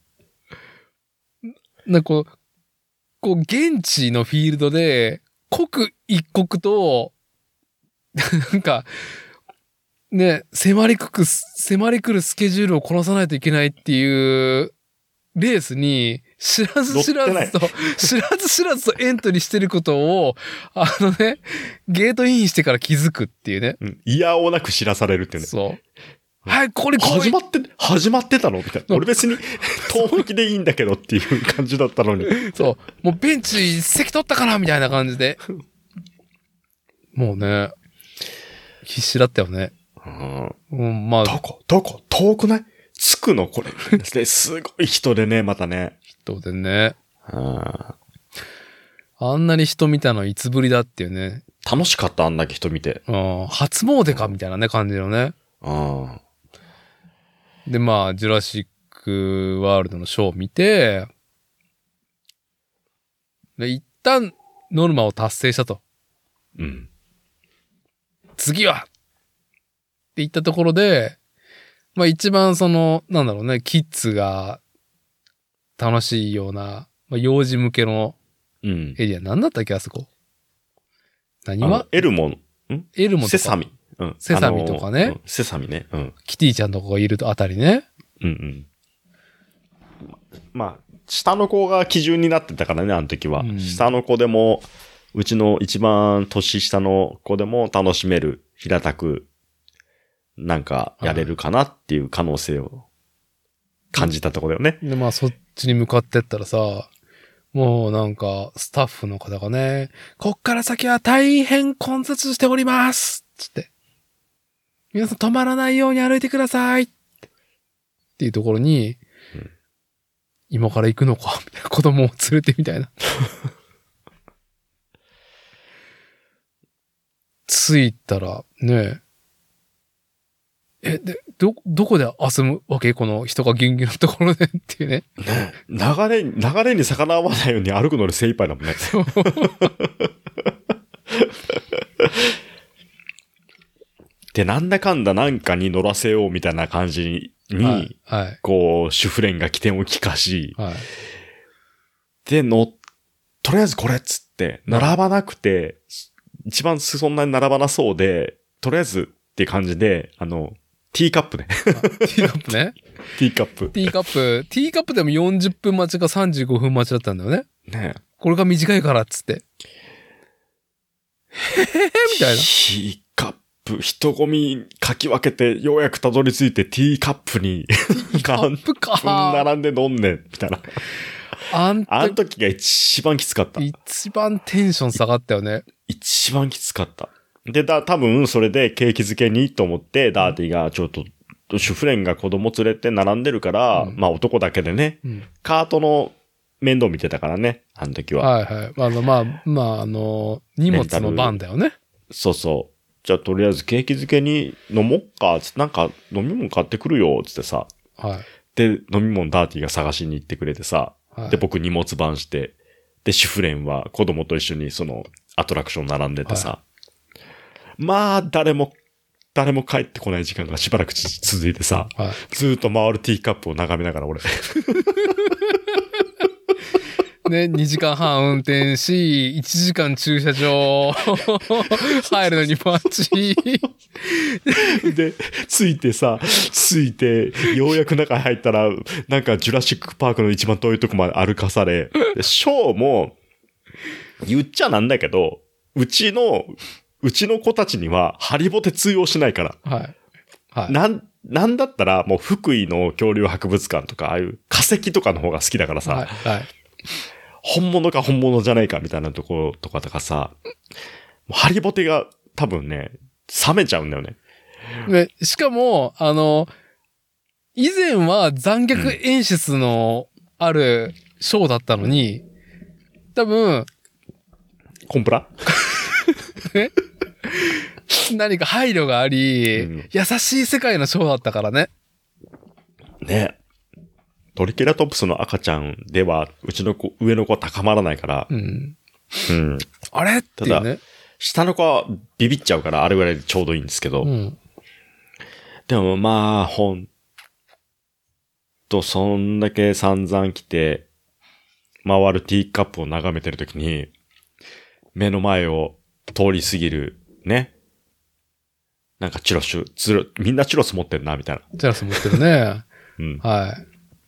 A: なんかこう、こう、現地のフィールドで、刻一刻と、なんか、ね、迫りくくす、迫りくるスケジュールをこなさないといけないっていう、レースに、知らず知らずと、 知らず知らずとエントリーしてることを、あのね、ゲートインしてから気づくっていうね。
B: うん。いやおうなく知らされるっていうね。
A: そう。はい、これ、これ
B: 始まって、始まってたのみたいな。俺別に、 遠巻きでいいんだけどっていう感じだったのに。
A: そう。もうベンチ席取ったかなみたいな感じで。もうね、必死だったよね。
B: うん
A: うん、まあ、
B: どこどこ遠くないつくのこれ。ですねすごい人でね、またね。
A: 人でね。
B: うん
A: あんなに人見たのいつぶりだっていうね。
B: 楽しかった、あんだけ人見て。
A: うん、初詣かみたいなね、感じのね。
B: うん。
A: で、まあ、ジュラシックワールドのショーを見て、で、一旦ノルマを達成したと。
B: うん。
A: 次はって言ったところで、まあ一番その、なんだろうね、キッズが楽しいような、まあ幼児向けの
B: うん。
A: エリア、なんだったっけ、あそこ。何
B: あ
A: は
B: のエルモ
A: エルモと
B: の、
A: か
B: セサミ。うん。
A: セサミとかね
B: あのうんセサミね。うん。
A: キティちゃんとかがいるあたりね。
B: うんうん。まあ、下の子が基準になってたからね、あの時は。
A: うん
B: 下の子でも、うちの一番年下の子でも楽しめる、平たく、なんかやれるかなっていう可能性を感じたところだよね。
A: で、まあそっちに向かってったらさ、もうなんか、スタッフの方がね、こっから先は大変混雑しておりますつって。皆さん止まらないように歩いてくださいっていうところに、
B: うん
A: 今から行くのかみたいな子供を連れてみたい な。着いたら、ねえ、で、ど、どこで遊ぶわけこの人がギュンギュンのところでっていうね。
B: 流れ、流れに逆らわないように歩くのに精一杯だ もんね。で、なんだかんだなんかに乗らせようみたいな感じに、
A: はい。はい。
B: こう、主婦連が起点を利かし、
A: はい。
B: で、の、とりあえずこれっつって、並ばなくて、一番そんなに並ばなそうで、とりあえずって感じで、あの、ティーカップね。
A: ティーカップね。
B: ティーカップ。
A: ティーカップ、ティーカップでも40分待ちか35分待ちだったんだよね。
B: ね
A: これが短いからっつって。へへへみたいな。
B: ティーカップ、人混みかき分けて、ようやくたどり着いてティーカップに、
A: カップか。
B: 並んで飲んで、みたいな。
A: あん
B: あ
A: た
B: の、時が一番きつかった。
A: 一番テンション下がったよね。
B: 一番きつかった。で、だ、多分それで景気づけにと思って、ダーティがちょっと、主婦連が子供連れて並んでるから、
A: うん
B: まあ男だけでね、
A: うん。
B: カートの面倒見てたからね、あの時は。
A: はいはい。あの、まあ、まあ、あの、荷物の番だよね。
B: そうそう。じゃあとりあえずケーキ漬けに飲もっか、つってなんか飲み物買ってくるよ、つってさ。
A: は
B: で、飲み物ダーティが探しに行ってくれてさ。
A: い。はい、
B: で、僕荷物番して。で、主婦連は子供と一緒にそのアトラクション並んでてさ。まあ、誰も、誰も帰ってこない時間がしばらくち続いてさ。
A: はい、
B: ずーっと回るティーカップを眺めなが ら俺。
A: ね、2時間半運転し、1時間駐車 場入るのに待ち。
B: で、ついてさ、ついて、ようやく中入ったら、なんかジュラシックパークの一番遠いとこまで歩かされ、でショーも、言っちゃなんだけど、うちの、うちの子たちにはハリボテ通用しないから。
A: はい。はい。
B: なん、なんだったらもう福井の恐竜博物館とか、ああいう化石とかの方が好きだからさ、
A: はい。はい。
B: 本物か本物じゃないかみたいなところとかとかさ、もうハリボテが多分ね、冷めちゃうんだよね。
A: で、しかも、あの、以前は残虐演出のあるショーだったのに、多分、
B: コンプラ
A: 何か配慮があり、
B: うん
A: 優しい世界のショーだったからね。
B: ね。トリケラトプスの赤ちゃんでは、うちの子、上の子は高まらないから、
A: うん。
B: うん。
A: あれっていうね。
B: 下の子はビビっちゃうから、あれぐらいでちょうどいいんですけど、
A: うん。
B: でもまあ、ほんと、そんだけ散々来て、回るティーカップを眺めてるときに、目の前を通り過ぎる、ね。なんかチュロス、チュロみんなチュロス持ってんな、みたいな。
A: チャラス持ってるね。
B: うん。
A: はい。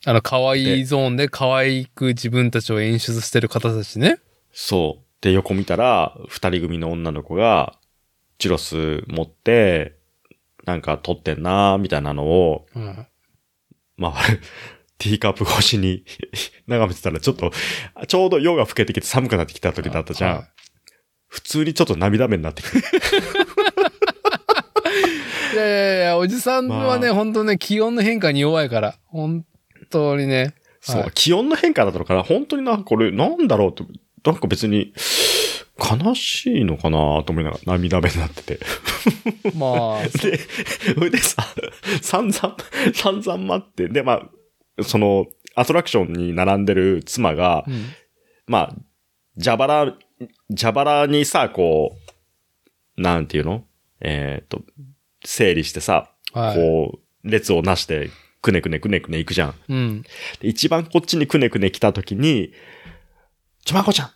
A: あの、可愛いゾーンで可愛く自分たちを演出してる方たちね。
B: そう。で、横見たら、二人組の女の子が、チュロス持って、なんか撮ってんなーみたいなのを、
A: うん。
B: まあ、 ティーカップ越しに 眺めてたら、ちょっと、ちょうど夜が更けてきて寒くなってきた時だったじゃん。
A: はい
B: 普通にちょっと涙目になってきて。
A: いやいやいや、おじさんはね、
B: ま
A: 本当ね、気温の変化に弱いから。本当にね。
B: そう、
A: はい
B: 気温の変化だったのかな本当にな、これなんだろうって、なんか別に、悲しいのかなと思いながら涙目になってて。
A: まあ、
B: で、それでさ、散々、散々待って、で、まあ、その、アトラクションに並んでる妻が、
A: うん。
B: まあ、蛇腹、蛇腹にさ、こう、なんていうのえっ、と、整理してさ、
A: はい。
B: こう、列をなして、くねくねくねくね行くじゃん。
A: うん。
B: で一番こっちにくねくね来た時に、ちょまこちゃん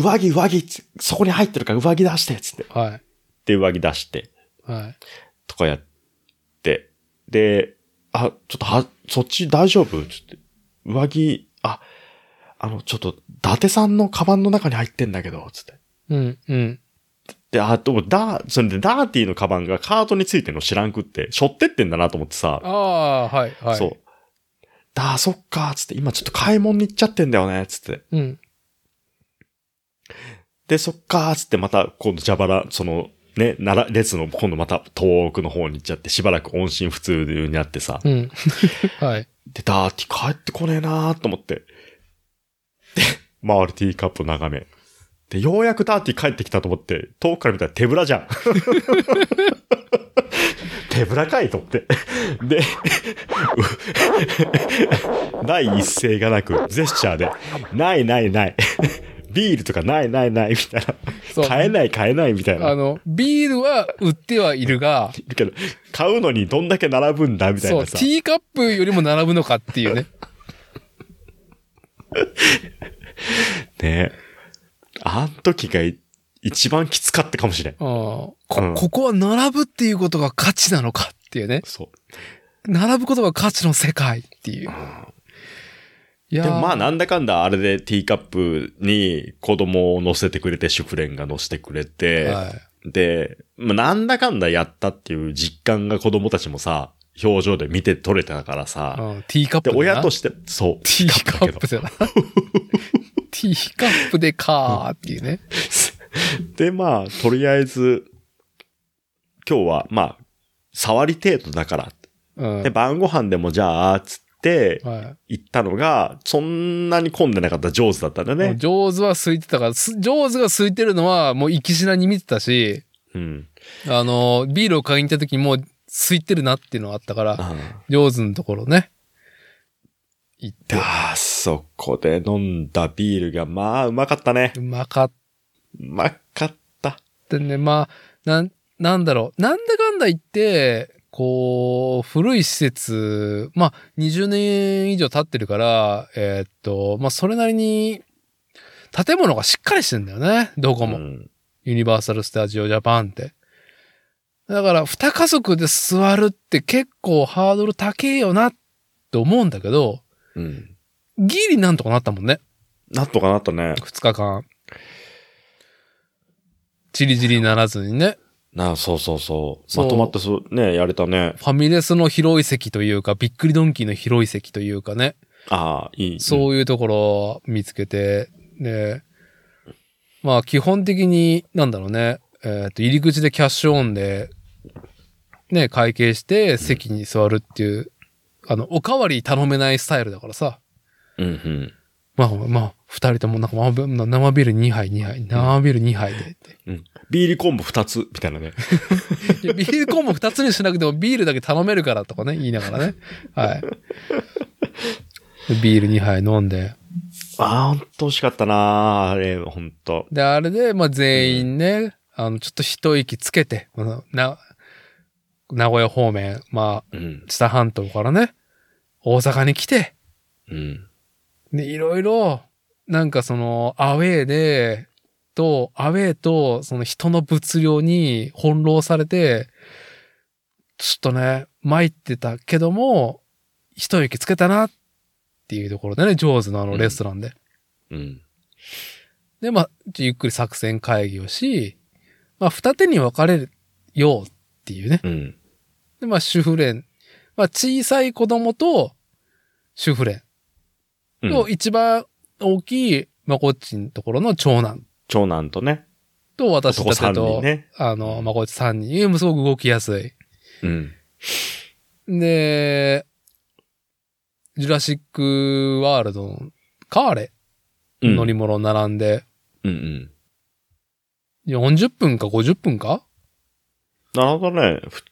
B: 上着上着つそこに入ってるから上着出してつって。
A: はい。
B: で、上着出して。
A: はい。
B: とかやって、で、あ、ちょっとは、そっち大丈夫つって、上着、あ、あの、ちょっと、伊達さんのカバンの中に入ってんだけど、つって。
A: うん、うん。
B: で、あ、でも、ダー、それで、ダーティーのカバンがカートについてんの知らんくって、背負ってってんだなと思ってさ、
A: ああ、はい、はい。
B: そう。だ、そっか、つって、今ちょっと買い物に行っちゃってんだよね、つって。
A: う。うん。
B: で、そっか、つって、また、今度、蛇腹、その、ね、なら、列の、今度また遠くの方に行っちゃって、しばらく音信不通になってさ、
A: うん。 はい。
B: で、ダーティー帰ってこねえなーと思って。で、回るティーカップを眺め。で、ようやくダーティー帰ってきたと思って、遠くから見たら手ぶらじゃん。 手ぶらかいと思って。で、 う第一声がなく、ジェスチャーで、ないないない。ビールとかないないないみたい
A: そう
B: な。買えない買えないみたいな。
A: あの、ビールは売ってはいるが、
B: いるけど、買うのにどんだけ並ぶんだみたい
A: そう、
B: な
A: テ
B: さ。
A: ィーカップよりも並ぶのかっていうね。
B: ねあん時がい一番きつかったかもしれん。
A: うんこ、
B: うん
A: ここは並ぶっていうことが価値なのかっていうね。
B: そう。
A: 並ぶことが価値の世界っていう。いや
B: で
A: ー
B: もまあなんだかんだあれでティーカップに子供を乗せてくれて、主婦連が乗せてくれて、
A: はい
B: で、まあ、なんだかんだやったっていう実感が子供たちもさ、表情で見て取れたからさ、
A: うん、ティーカップ
B: で、
A: だな
B: 親として、そう、
A: ティーカップじゃな。テ ィーカップでかーっていうね。
B: で、まあ、とりあえず、今日は、まあ、触り程度だから。
A: うん
B: で、。晩ご飯でもじゃあ、つっって、
A: は
B: 行ったのが、そんなに混んでなかった上手だったんだ
A: い。もう
B: ね。
A: ジョーズは空いてたから、すジョーズが空いてるのはもう行きしなに見てたし、
B: うん。
A: あの、ビールを買いに行った時にもう空いてるなっていうのがあったから、
B: あ
A: ジョーズのところね。行って。
B: あそこで飲んだビールが、まあ、うまかったね。
A: うまかっ
B: うまかった。
A: たね。まあ、なん、なんだろう。なんだかんだ言って、こう、古い施設、まあ、20年以上経ってるから、えーっと、まあ、それなりに、建物がしっかりしてんだよね。どこも。
B: うん
A: ユニバーサル・スタジオ・ジャパンって。だから、二家族で座るって結構ハードル高えよなって思うんだけど、
B: うん。
A: ギリなんとかなったもんね。
B: なんとかなったね。
A: 二日間。チリチリならずにね。
B: なあ、そうそうそう。
A: そう
B: まとまってそう、ね、やれたね。
A: ファミレスの広い席というか、びっくりドンキーの広い席というかね。
B: ああ、いい。
A: そういうところを見つけて、で、まあ基本的に、なんだろうね、えっ、と、入り口でキャッシュオンで、ね、会計して席に座るっていう、あの、おかわり頼めないスタイルだからさ、
B: うん。うんうん。
A: まあまあ、二人ともなんかまあ生ビール2杯、2杯、生ビール2杯でって。
B: うん。ビールコンボ2つ、みたいなね。
A: いやビールコンボ2つにしなくてもビールだけ頼めるからとかね、言いながらね。はい。でビール2杯飲んで。
B: ああ、ほんと美味しかったなあれ、ほんと。
A: で、あれで、まあ、全員ね、あの、ちょっと一息つけて、この、な、名古屋方面、ま
B: うん
A: あ、。知多半島からね、大阪に来て、
B: うん。
A: で、いろいろ、なんかその、アウェーで、と、アウェーと、その人の物量に翻弄されて、ちょっとね、参ってたけども、一息つけたなっていうところでね、ジョーズのあのレストランで。
B: うん。
A: で、まあ、ゆっくり作戦会議をし、まあ、二手に分かれようっていうね。
B: うん。
A: で、まあ、主婦連。まあ、小さい子供と主婦連。
B: うん
A: と、一番大きい、まこっちのところの長男
B: 長男とね。
A: と私
B: 男
A: た
B: 3
A: ち
B: 人
A: と、
B: ね。
A: あの、まこっち三人。もうすごく動きやすい。
B: うん。
A: で、ジュラシックワールドのカーレ
B: うん
A: 乗り物並んで、
B: うんうん。
A: 40分か50分か
B: なるほどね。ふ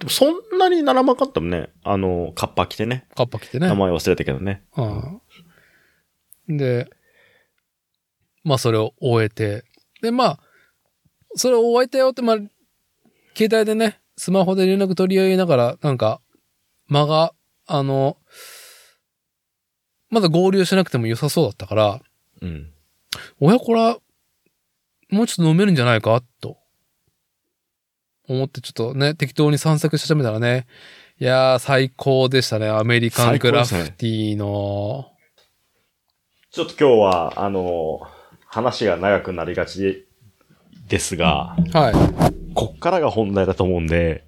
B: でもそんなにならなかったもんね。あの、カッパ着てね。
A: カッパ来てね。
B: 名前忘れたけどね。
A: うん。で、まあそれを終えて、で、まあ、それを終えたよって、まあ、携帯でね、スマホで連絡取り合いながら、なんか、間が、あの、まだ合流しなくても良さそうだったから、
B: うん。
A: おやこら、もうちょっと飲めるんじゃないかと。思ってちょっとね、適当に散策し始めたらね、いやー、最高でしたね。アメリカンクラフティーの、
B: ちょっと今日は、あの、話が長くなりがちでですが、
A: はい。
B: こっからが本題だと思うんで、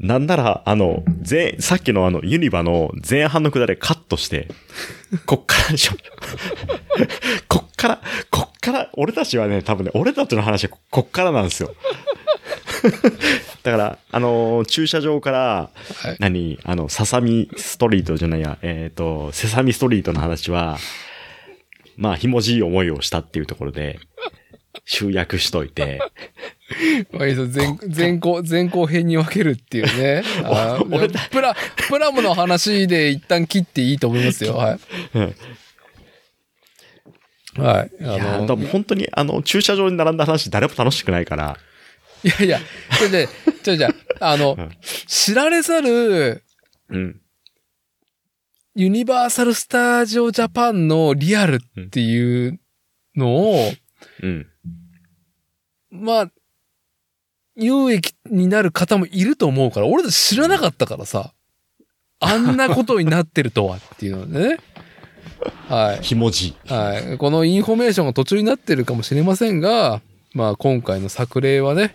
B: なんなら、あの、前、さっきのあの、ユニバの前半のくだりカットして、こっからにしよう。 こっから、こっから、俺たちはね、多分ね、俺たちの話はここっからなんですよ。 だから、あのー駐車場から、
A: はい。
B: 何あの、ササミストリートじゃないや、えっ、と、セサミストリートの話は、まあ、ひもじい思いをしたっていうところで、集約しといて、
A: まあいいですよ前前後、前後編に分けるっていう ね。あー
B: 俺た
A: プラ、プラムの話で一旦切っていいと思い ますよ。はい。はい。
B: いや
A: あ
B: で
A: の、
B: も本当にあの駐車場に並んだ話誰も楽しくないから、
A: いやいや、それで、じゃじゃあの
B: うん、
A: 知られざる
B: うん、
A: ユニバーサル・スタジオ・ジャパンのリアルっていうのを、
B: うん、
A: まあ、有益になる方もいると思うから、俺たち知らなかったからさ、あんなことになってるとはっていうのでね。はい。
B: ひもじい。
A: はい。このインフォメーションが途中になってるかもしれませんが、まあ今回の作例はね、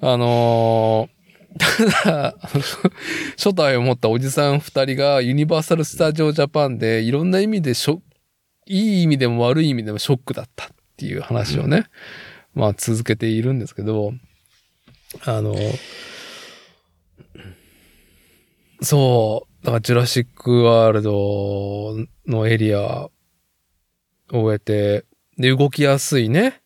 A: あのー ただ、あの初代を持ったおじさん二人がユニバーサル・スタジオ・ジャパンでいろんな意味でしょ、いい意味でも悪い意味でもショックだったっていう話をね、まあ続けているんですけど、あの、そだからジュラシックワールドのエリアを終えて、で、動きやすいね。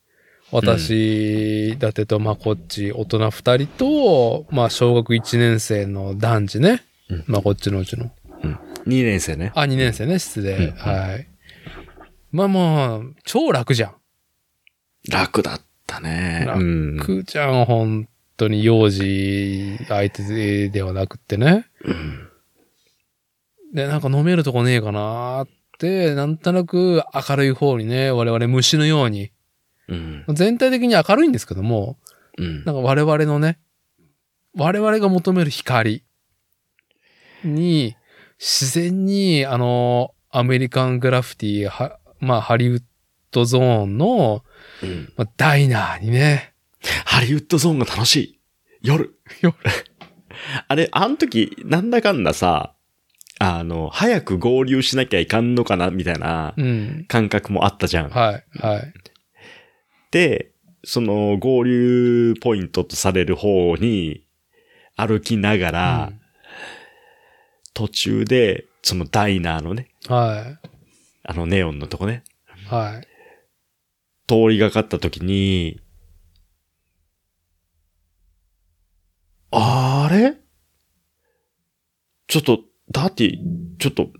A: 私、伊達とまこっち、大人二人と、まあ、小学一年生の男児ね
B: うん。
A: まこっちのうちの。
B: 2年生ね。
A: あ、二年生ね、室
B: うん
A: で。はい。まあまあ、超楽じゃん。
B: 楽だったね。
A: 楽
B: うん
A: くーちゃんは本当に幼児相手ではなくってね。で、なんか飲めるとこねえかなーって、なんとなく明るい方にね、我々虫のように、
B: うん。
A: 全体的に明るいんですけども、
B: うん
A: なんか我々のね、我々が求める光に、自然に、あの、アメリカングラフィティ、はまあ、ハリウッドゾーンの、
B: うん
A: まあ、ダイナーにね、
B: ハリウッドゾーンが楽しい。夜。
A: 夜。
B: あれ、あの時、なんだかんださ、あの、早く合流しなきゃいかんのかな、みたいな
A: うん、
B: 感覚もあったじゃん。
A: はい、はい。
B: で、その合流ポイントとされる方に歩きながら、途中で、そのダイナーのね、
A: うんは
B: あのネオンのとこね、
A: い。はい。
B: 通りがかった時に、あれちょっと、ダーティ、ちょっと、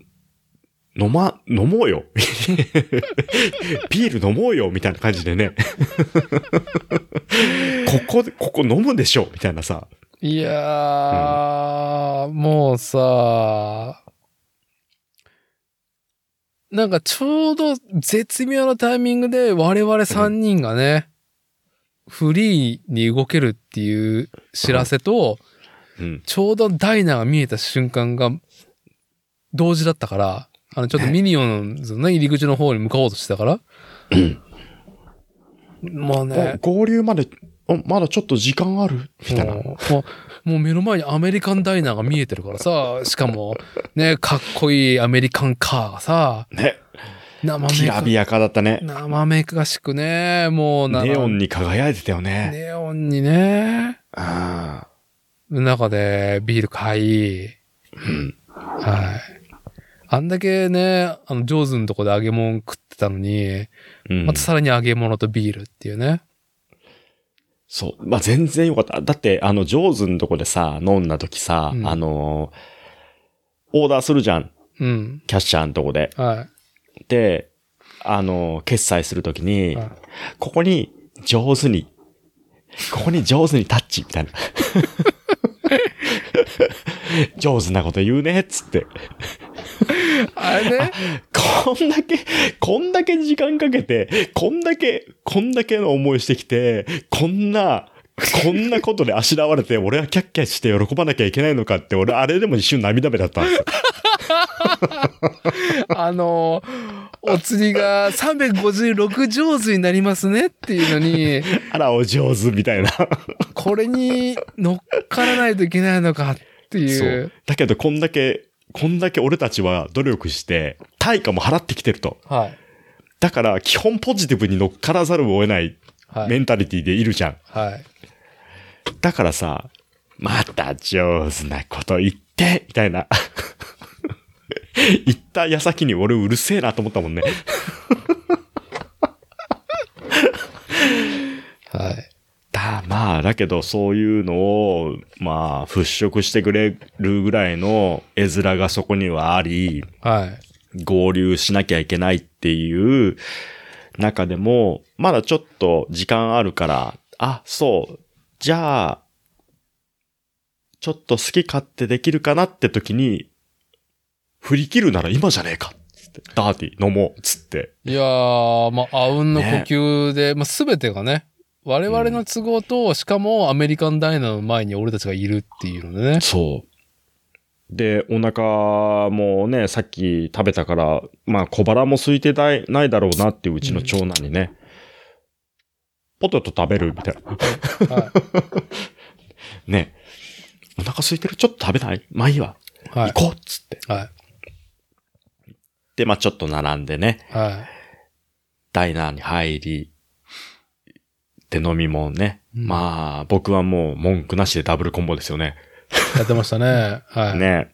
B: 飲ま、飲もうよ。 ビール飲もうよ、みたいな感じでね。 ここ、ここ飲むでしょ、みたいなさ。
A: いやー、もうさ、なんかちょうど絶妙なタイミングで我々3人がね、フリーに動けるっていう知らせと、
B: うん。
A: ちょうどダイナーが見えた瞬間が同時だったから、あのちょっとミニオンズのね、入り口の方に向かおうとしてたから。もうね。
B: お合流まで、おまだちょっと時間あるみたいな。
A: もうもうもう目の前にアメリカンダイナーが見えてるからさ、しかも、ね、かっこいいアメリカンカーがさ、
B: ね。
A: 生
B: き
A: め
B: ら
A: か
B: びやかだったね。
A: 生めかしくね、もうな
B: ネオンに輝いてたよね。
A: ネオンにね、
B: ああ。
A: 中でビール買い、
B: うん。
A: はい。あんだけね、あの、上手のとこで揚げ物食ってたのに、
B: うん
A: またさらに揚げ物とビールっていうね。
B: そう。まあ、全然よかった。だって、あの、ジョーズのとこでさ、飲んだ時さ、
A: うん
B: あのーオーダーするじゃん。
A: うん。
B: キャッシャーのとこで。
A: は
B: で、あのー決済するときに、
A: い。はい
B: ここに上手に、ここに上手にタッチ、み たいな。上手なこと言うね、っつって。
A: あれね、
B: こんだけ、こんだけ時間かけて、こんだけ、こんだけの思いしてきて、こんな、こんなことであしらわれて、俺はキャッキャして喜ばなきゃいけないのかって、俺、あれでも一瞬涙目だったんです よ。
A: あの、お釣りが356上手になりますねっていうのに、
B: あら、お上手みたいな。
A: これに乗っからないといけないのかってい
B: そうう。。だけど、こんだけ、こんだけ俺たちは努力して、対価も払ってきてると。
A: はい。
B: だから、基本ポジティブに乗っからざるを得ない
A: は
B: メ
A: い。
B: ンタリティでいるじゃん。
A: はい。
B: だからさ、また上手なこと言って、みたいな。 言った矢先に俺うるせえなと思ったもんね。
A: はい。
B: だ、まあ、だけどそういうのを、まあ、払拭してくれるぐらいの絵面がそこにはあり、
A: はい。
B: 合流しなきゃいけないっていう中でも、まだちょっと時間あるから、あ、そう、じゃあ、ちょっと好き勝手できるかなって時に、振り切るなら今じゃねえかつってダーティー飲もうつって。
A: いやー、まあ、あうんの呼吸で、まあ、すべてがね、我々の都合と、しかもアメリカンダイナーの前に俺たちがいるっていうのでね。
B: そう。で、お腹もね、さっき食べたから、まあ小腹も空いてないないだろうなっていううちの長男にね、ポテト食べるみたいな。
A: は
B: ね、お腹空いてるちょっと食べないまあいいわ。
A: い。はい。
B: 行こうっつって。
A: はい。
B: で、まあちょっと並んでね、
A: は
B: ダイナーに入り、で飲み物ね。
A: うん
B: まあ、僕はもう文句なしでダブルコンボですよね。
A: い。やってましたね。はい。
B: ね。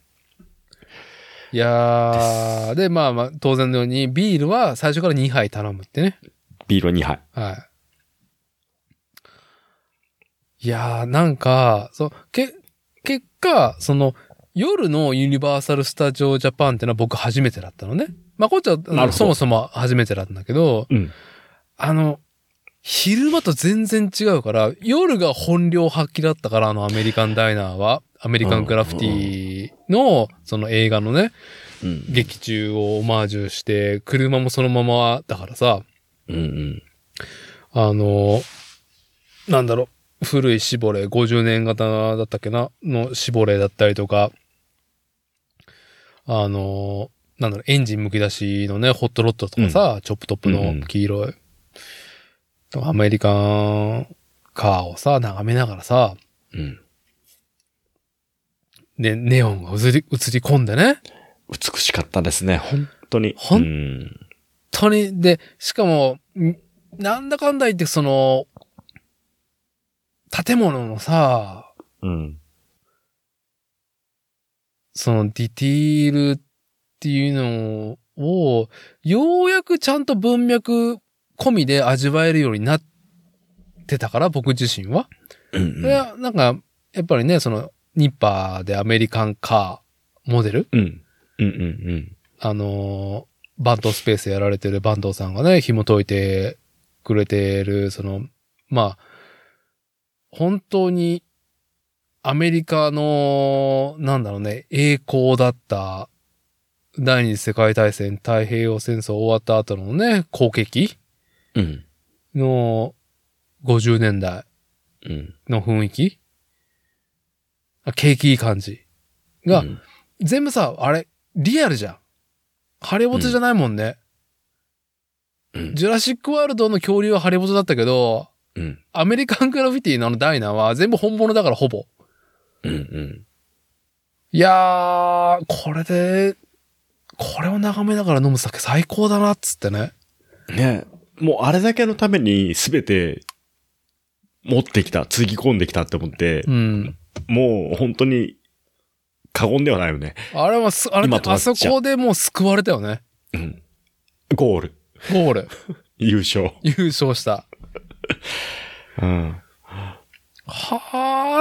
A: いやー、で、まあまあ、当然のように、ビールは最初から2杯頼むってね。
B: ビールは2杯。
A: はい。いやー、なんか、そう、け、結果、その、夜のユニバーサル・スタジオ・ジャパンってのは僕初めてだったのね。まあ、こっちはあ
B: なる
A: の、
B: ほど
A: そもそも初めてだったんだけど、
B: うん
A: あの、昼間と全然違うから、夜が本領発揮だったから、あの、アメリカンダイナーは、アメリカングラフィティの、その映画のね、
B: うん。
A: 劇中をオマージュして、車もそのままだからさ、
B: うんうん。
A: あの、なんだろう、古いシボレー、50年型だったっけな、のシボレーだったりとか、あの、なんだろう、エンジンむき出しのね、ホットロッドとかさ、チョップトップ
B: うんうん
A: の黄色い、アメリカンカーをさ、眺めながらさ、
B: うん。
A: ね、ネオンが映り、映り込んでね、
B: 美しかったですね、本当に。
A: ほん
B: うん
A: 本当に、で、しかも、んなんだかんだ言って、その、建物のさ、
B: うん。
A: そのディティールっていうのを、ようやくちゃんと文脈込みで味わえるようになってたから、僕自身は。
B: うん
A: い
B: うん。
A: や、なんか、やっぱりね、その、ニッパーでアメリカンカーモデル
B: うん。うんうん
A: あのー、バンドスペースやられてるバンドさんがね、紐解いてくれてる、その、まあ、本当にアメリカの、なんだろうね、栄光だった第二次世界大戦、太平洋戦争終わった後のね、攻撃
B: うん。うん。
A: の50年代
B: うん。
A: の雰囲気あ景気いい感じが、
B: うん、
A: 全部さ、あれ、リアルじゃん。ハリボテじゃないもんね。
B: うん
A: ジュラシックワールドの恐竜はハリボテだったけど、
B: うん。
A: アメリカングラフィティのあのダイナーは全部本物だからほぼ。
B: うん。うん。
A: いやー、これで、これを眺めながら飲む酒最高だなっつってね。
B: ねもうあれだけのために全て持ってきた、つぎ込んできたって思って
A: う、ん。
B: もう本当に過言ではないよね。
A: あれはす、あれ
B: 今とな
A: あ
B: っちゃ
A: そうこでもう救われたよね。
B: うん。ゴール。
A: ゴール。
B: 優勝。
A: 優勝した。
B: うん。
A: は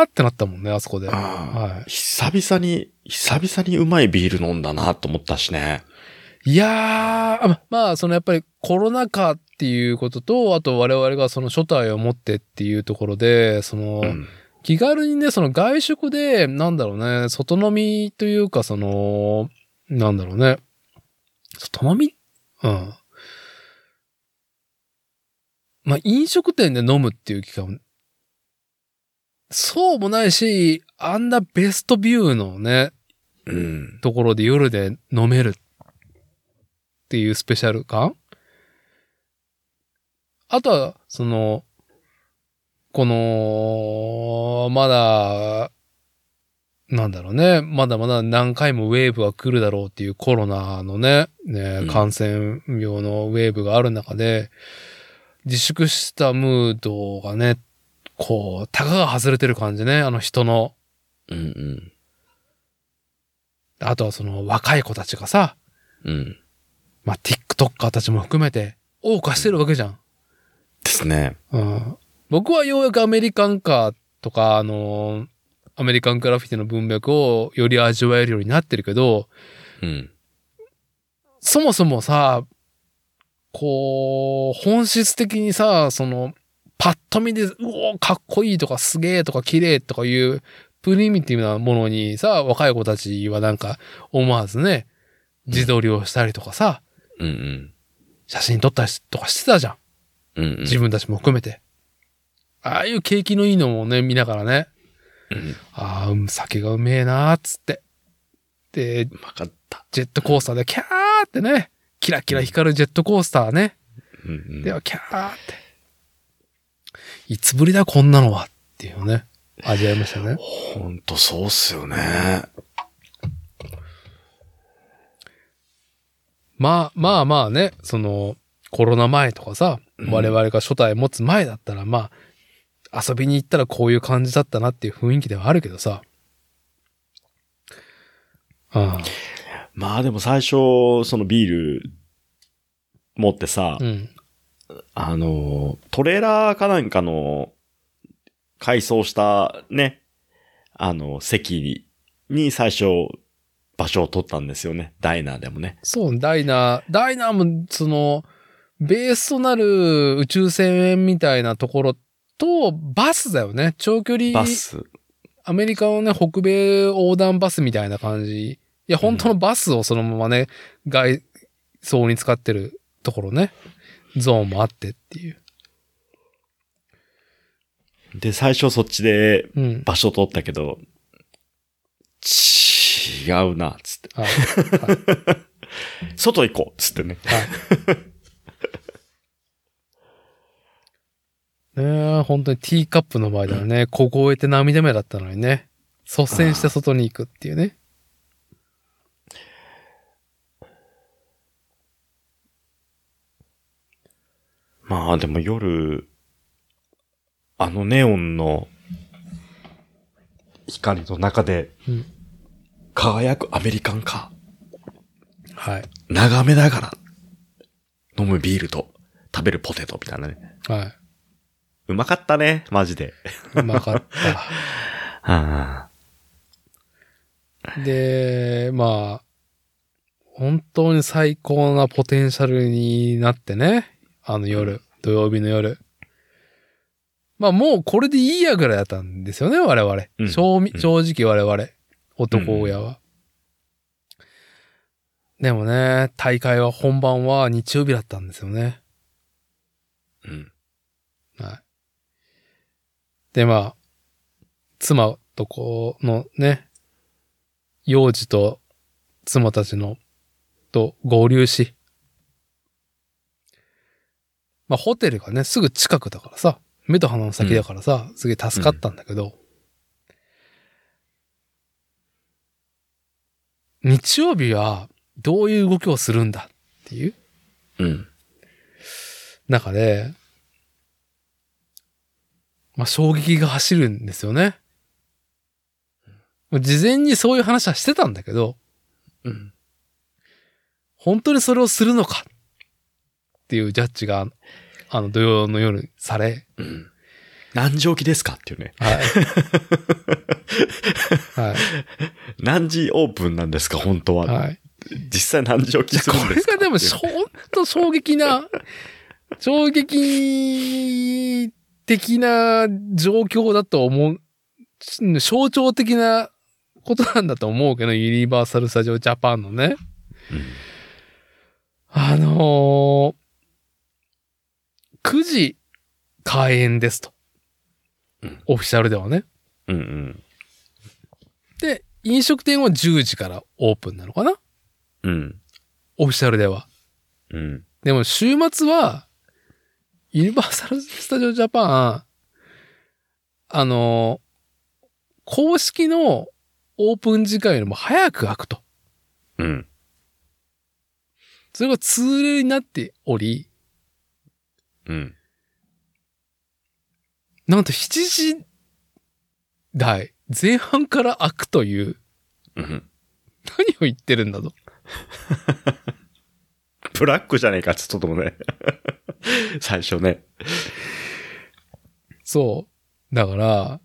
A: ーってなったもんね、あそこで。は
B: 久々に、久々にうまいビール飲んだなと思ったしね。
A: いやー、あままあ、そのやっぱりコロナ禍っていうことと、あと我々がその初体を持ってっていうところで、その、
B: うん。
A: 気軽にね、その外食で、なんだろうね、外飲みというか、その、なんだろうね、外飲みうん。まあ、飲食店で飲むっていう機会も、そうもないし、あんなベストビューのね、
B: うん。
A: ところで夜で飲めるっていうスペシャル感あとは、その、この、まだ、なんだろうね。まだまだ何回もウェーブが来るだろうっていうコロナのね、
B: う
A: ね
B: ん
A: 感染病のウェーブがある中で、自粛したムードがね、こう、たかが外れてる感じね。あの人の
B: うんうん。
A: あとはその若い子たちがさ、
B: うん。
A: まあ、TikToker たちも含めて、謳歌してるわけじゃん。
B: ですね。
A: うん。僕はようやくアメリカンカーとか、あのーアメリカングラフィティの文脈をより味わえるようになってるけど、
B: うん。
A: そもそもさ、こう、本質的にさ、その、パッと見で、うおーかっこいいとかすげえとか綺麗とかいう、プリミティブなものにさ、若い子たちはなんか、思わずね、自撮りをしたりとかさ、
B: うんうん。
A: 写真撮ったりとかしてたじゃん。
B: うんうん。
A: 自分たちも含めて。ああいう景気のいいのもね、見ながらね、
B: うん
A: ああ、うん酒がうめえなーっつって。で、
B: うまかった。
A: ジェットコースターでキャーってね、キラキラ光るジェットコースターね。
B: うんうん。
A: では、キャーって。いつぶりだ、こんなのは。っていうね、味わいましたね。
B: ほんとそうっすよね。
A: まあまあまあね、そのコロナ前とかさ、
B: うん
A: 我々が初代持つ前だったらまあ、遊びに行ったらこういう感じだったなっていう雰囲気ではあるけどさ。ああ
B: まあでも最初、そのビール持ってさ、
A: うん。
B: あの、トレーラーかなんかの改装したね、あの、席にに最初場所を取ったんですよね。ダイナーでもね。
A: そう、ダイナー、ダイナーも、その、ベースとなる宇宙船みたいなところと、バスだよね。長距離、
B: バス。
A: アメリカのね、北米横断バスみたいな感じ。いや、本当のバスをそのままね、外装に使ってるところね。ゾーンもあってっていう。
B: で、最初そっちで
A: うん。
B: 場所取ったけど、違うな、つって。
A: はい。はい
B: 外行こう、つってね。
A: ねえ、本当にティーカップの場合だよね。凍えて涙目だったのにね。率先して外に行くっていうね。
B: まあでも夜、あのネオンの光の中で
A: うん、
B: 輝くアメリカンか。
A: はい。
B: 眺めながら、飲むビールと食べるポテトみたいなね。
A: は
B: うまかったね、マジで。
A: い。うまかっ
B: あ
A: た。で、まあ、本当に最高なポテンシャルになってね。あの夜、土曜日の夜。まあもうこれでいいやぐらいだったんですよね、我々。
B: うん
A: 正味
B: うん
A: 正直我々、男親は。でもね、大会は本番は日曜日だったんですよね。
B: ーうん。
A: はい。で、まあ、妻とこのね、幼児と妻たちの、と合流し、まあ、ホテルがね、すぐ近くだからさ、目と鼻の先だからさ、すげえ助かったんだけど、日曜日はどういう動きをするんだっていう
B: うん。
A: 中で、まあ、衝撃が走るんですよね。事前にそういう話はしてたんだけど、
B: うん。
A: 本当にそれをするのかっていうジャッジが、あの、土曜の夜にされ、
B: うん。何時起きですかっていうね。
A: はい。はい。
B: 何時オープンなんですか、本当は。
A: はい。
B: 実際何時起きす
A: こ
B: るんで
A: れ
B: すか
A: がでも、
B: っていう
A: ほんと衝撃 な、衝撃的な状況だと思う、象徴的なことなんだと思うけど、ユニバーサル・スタジオ・ジャパンのね。あのー、9時開演ですと
B: うん。
A: オフィシャルではね。
B: うんうん
A: で、飲食店は10時からオープンなのかな
B: うん。うん。
A: オフィシャルでは。
B: うん。
A: でも週末は、ユニバーサル・スタジオ・ジャパン、あの、公式のオープン時間よりも早く開くと。
B: うん。
A: それが通例になっており、
B: うん。
A: なんと7時台前半から開くという、
B: うん。
A: 何を言ってるんだと。
B: ブラックじゃねえか、ちょっとも ね。最初ね。
A: そう。だから、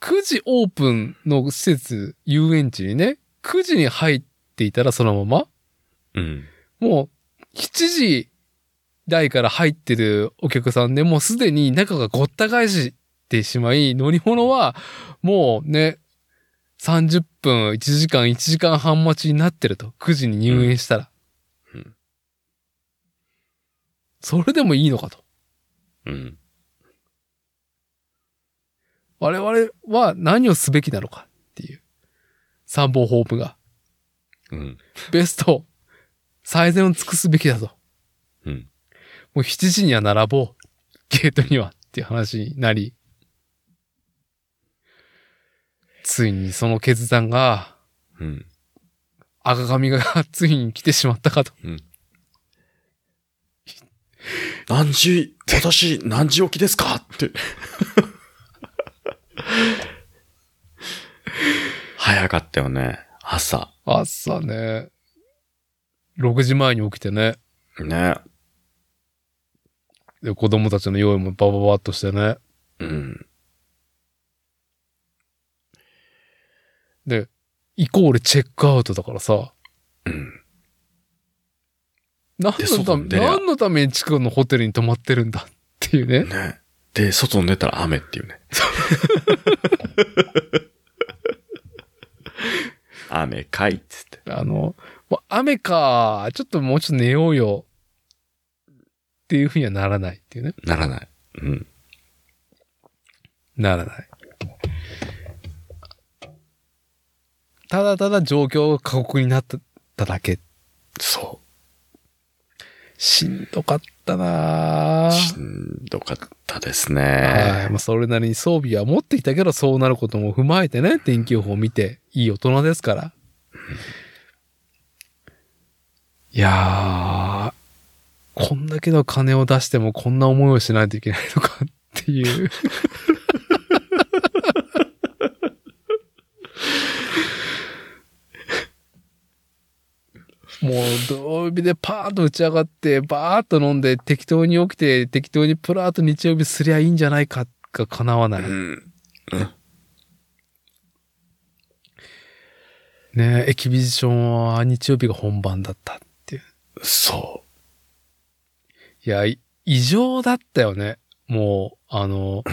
A: 9時オープンの施設、遊園地にね、9時に入っていたらそのまま、
B: うん。
A: もう、7時台から入ってるお客さんでもうすでに中がごった返してしまい、乗り物はもうね、30分、1時間、1時間半待ちになってると。9時に入園したら。
B: うんうん
A: それでもいいのかと。
B: うん。
A: 我々は何をすべきなのかっていう。参謀ホープが。
B: うん。
A: ベスト、最善を尽くすべきだと。
B: うん。
A: もう7時には並ぼう。ゲートにはっていう話になり。ついにその決断が、
B: うん。
A: 赤髪が ついに来てしまったかと。
B: 何時、私、何時起きですか って。早かったよね。朝。
A: 朝ね。6時前に起きてね。
B: ね。
A: で、子供たちの用意もバババッとしてね。
B: うん。
A: で、イコールチェックアウトだからさ。
B: うん。
A: 何のため、
B: でそうだね
A: 何のために近くのホテルに泊まってるんだっていうね。
B: ね。で、外に出たら雨っていう ね。雨かいっつって。
A: あの、ま雨か、ちょっともうちょっと寝ようよ。っていうふうにはならないっていうね。
B: ならない。うん。
A: ならない。ただただ状況が過酷になっただけ。
B: そ
A: しんどかったな
B: う。
A: ぁ
B: しんどかったですね。
A: はい。まあ、それなりに装備は持ってきたけど、そうなることも踏まえてね、天気予報を見て、いい大人ですから。いやー、こんだけの金を出してもこんな思いをしないといけないのかっていう。もう、土曜日でパーンと打ち上がって、バーッと飲んで、適当に起きて、適当にプラーと日曜日すりゃいいんじゃないかが叶わない。
B: うん。
A: ねエキビジションは日曜日が本番だったっていう。
B: そ
A: いや、い異常だったよね。もう、あ の、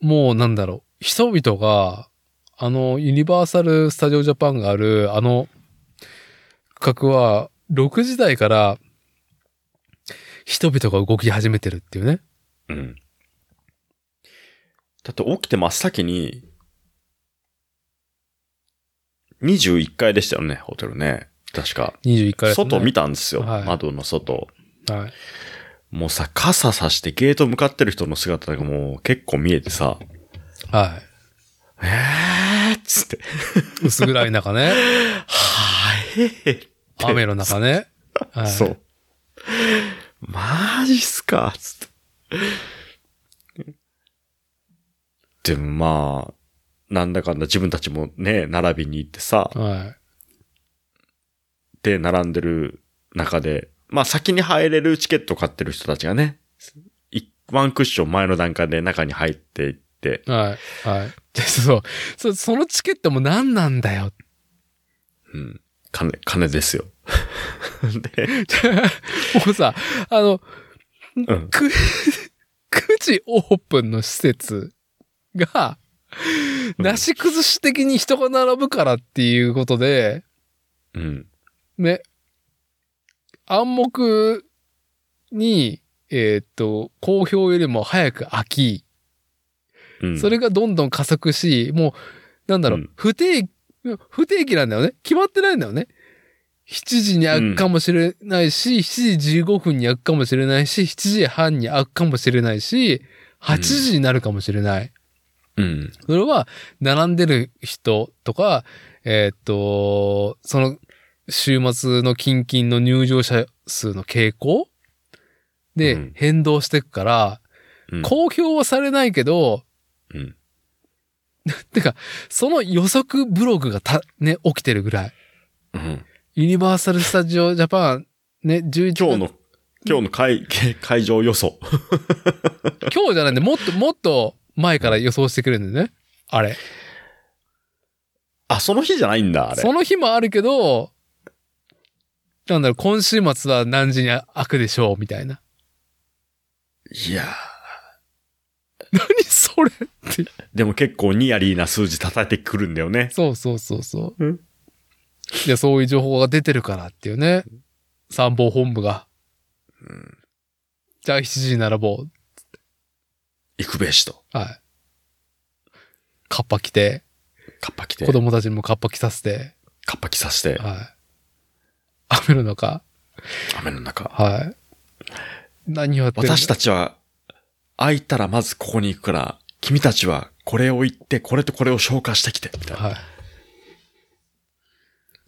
A: もうなんだろう。人々が、あの、ユニバーサル・スタジオ・ジャパンがある、あの、区画は、6時台から、人々が動き始めてるっていうね。
B: う。うん。だって起きて真っ先に、21階でしたよね、ホテルね。確か。
A: 21回、ね、
B: 外見たんですよ。
A: はい
B: 窓の外。
A: はい。
B: もうさ、傘さしてゲート向かってる人の姿がもう結構見えてさ、
A: は
B: えーっつって、
A: い。薄暗い中 ね。
B: はーい、
A: 雨の中ね。はい、
B: そう。マジっすか、つって。でもまあ、なんだかんだ自分たちもね、並びに行ってさ、
A: はい。
B: で、並んでる中で、まあ先に入れるチケットを買ってる人たちがね、一ワンクッション前の段階で中に入っていって、
A: はい。はい。で、そう。そそのチケットも何なんだよ。
B: うん、金、金ですよ。 で、
A: もうさ、あの、
B: うん、
A: く、9時オープンの施設が、
B: うん
A: なし崩し的に人が並ぶからっていうことで、
B: うん、
A: ね、暗黙に、えーっと、公表よりも早く飽き、
B: うん。
A: それがどんどん加速し、もう、なんだろう、
B: うん
A: 不定、不定期なんだよね。決まってないんだよね。7時に開くかもしれないし、7時15分に開くかもしれないし、7時半に開くかもしれないし、8時になるかもしれない。
B: うん、
A: それは、並んでる人とか、えーっと、その、週末の近々の入場者数の傾向
B: う
A: で
B: ん
A: 変動していくから、
B: うん
A: 公表はされないけど、
B: うん。
A: てか、その予測ブログがた、ね、起きてるぐらい。
B: うん。
A: ユニバーサル・スタジオ・ジャパン、ね、11
B: 今日の、今日の会、会場予想。
A: 今日じゃないんで、もっと、もっと前から予想してくれるんだよね。あれ。
B: あ、その日じゃないんだ、あれ。
A: その日もあるけど、なんだろう、今週末は何時に開くでしょう、みたいな。
B: いや
A: 何それ
B: ーでも結構ニヤリーな数字叩いてくるんだよね。。
A: そうそうそうそううんいや、そういう情報が出てるからっていうね。参謀本部が。
B: うん。
A: じゃあ7時に並ぼう。
B: 行くべしと。
A: はい。カッパ着て、
B: カッパ着て
A: 子、供たちにもカッパ着させて。
B: カッパ着させて、
A: はい。雨の中。
B: 雨の中。
A: はい。何をやってるの
B: 私たちは、開いたらまずここに行くから、君たちはこれを言って、これとこれを消化してきて、みたいな。
A: はい。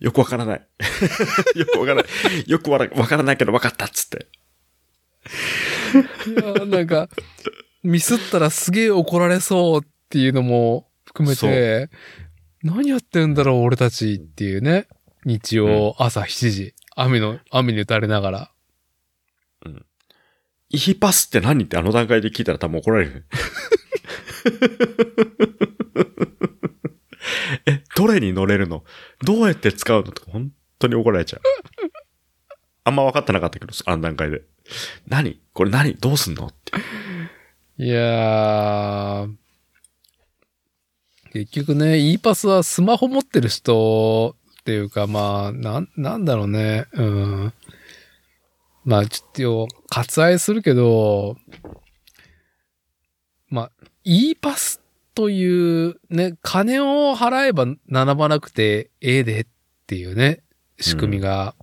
B: よくわからない。 よくわからない。よくわらわからないけどわかったっつって。
A: いやーなんか、ミスったらすげえ怒られそうっていうのも含めて、何やってんだろう、俺たちっていうね。日曜朝7時、雨の、雨に打たれながら。
B: イヒパスって何ってあの段階で聞いたら多分怒られる。 え、どれに乗れるのどうやって使うのとか本当に怒られちゃう。あんま分かってなかったけど、あの段階で。何これ何どうすんのって。
A: いやー。結局ね、E パスはスマホ持ってる人っていうか、まあ、なん、なんだろうね。うん。まあ、ちょっとよ、割愛するけど、まあ、E パスという、ね、金を払えば並ばなくて、ええでっていうね、仕組みが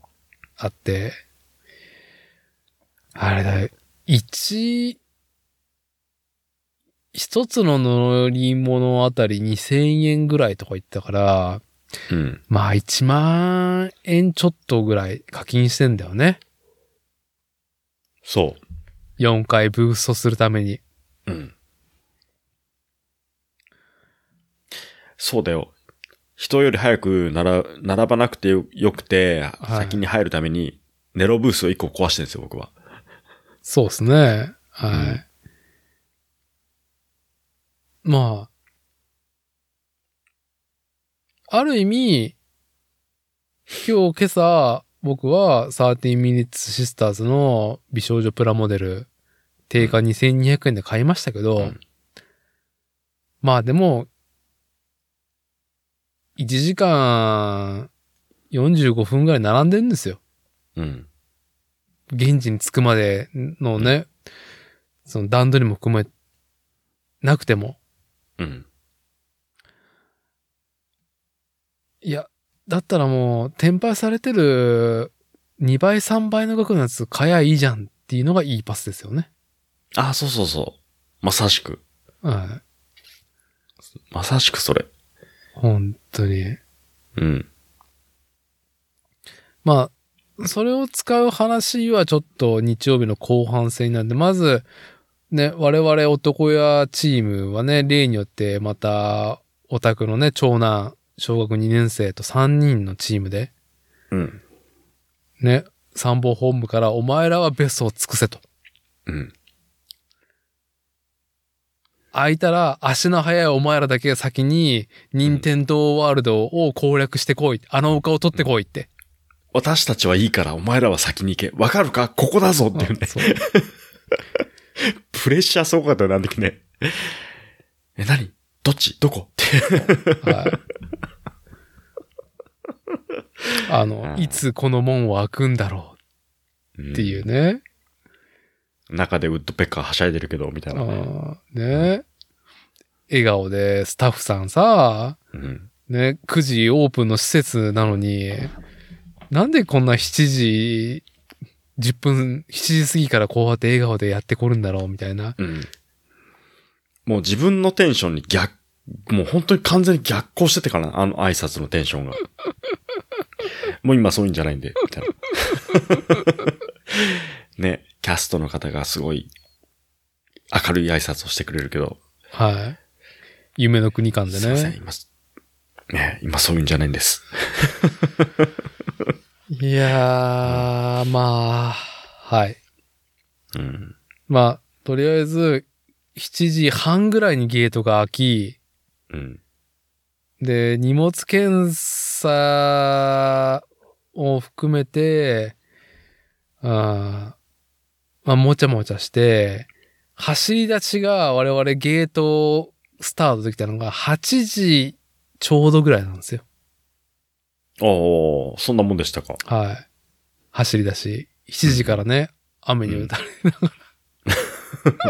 A: あって、あれだ、一、一つの乗り物あたり2000円ぐらいとか言ってたから、
B: うん。
A: まあ1万円ちょっとぐらい課金してんだよね。
B: そ
A: 4回ブーストするために。
B: う。うん。そうだよ。人より早くなら、並ばなくてよよくて、
A: はい
B: 先に入るために、ネロブースを1個壊してるんですよ、僕は。
A: そうですね。はい。まあ、ある意味、今日今朝、僕は13 minutes sisters の美少女プラモデル、定価2200円で買いましたけど、
B: うん
A: まあでも、1時間45分ぐらい並んでるんですよ。
B: うん。
A: 現地に着くまでのね、その段取りも含めなくても、
B: うん。
A: いや、だったらもう、転売されてる2倍3倍の額のやつ買えばいいじゃんっていうのがいいパスですよね。
B: あ、そうそうそう。まさしく。
A: はい。
B: まさしくそれ。
A: 本当に。
B: うん。
A: まあ、それを使う話はちょっと日曜日の後半戦なんで、まず、ね、我々男やチームはね、例によってまた、オタクのね、長男、小学2年生と3人のチームで、
B: うん。
A: ね、参謀本部からお前らはベストを尽くせと。
B: うん。
A: 空いたら足の速いお前らだけが先に任天堂ワールドを攻略してこい。あの丘を取ってこいって。
B: 私たちはいいから、お前らは先に行け。わかるかここだぞっていうね。
A: そう
B: プレッシャーすごかったよなんだっけね。え、何どっちどこって。
A: はい。あの、いつこの門を開くんだろうっていうね。
B: 中でウッドペッカーはしゃいでるけど、みたいなね。
A: あーね。笑顔でスタッフさんさ、
B: うん。
A: ね、9時オープンの施設なのに、なんでこんな7時、10分、7時過ぎからこうやって笑顔でやってこるんだろうみたいな。
B: うん。もう自分のテンションに逆、もう本当に完全に逆行しててかな、あの挨拶のテンションが。 もう今そういうんじゃないんで、みたいな。 ね、キャストの方がすごい明るい挨拶をしてくれるけど、
A: はい。夢の国感です
B: いません、
A: ね。
B: 今、ね、今そういうんじゃないんです。
A: いやー、まあ、はい。
B: うん。
A: まあ、とりあえず、7時半ぐらいにゲートが開き、
B: うん。
A: で、荷物検査を含めて、あーまあ、もちゃもちゃして、走り出しが我々ゲートスタートできたのが8時ちょうどぐらいなんですよ。
B: おー、そんなもんでしたか。
A: はい。走り出し。7時からね、雨に打たれ、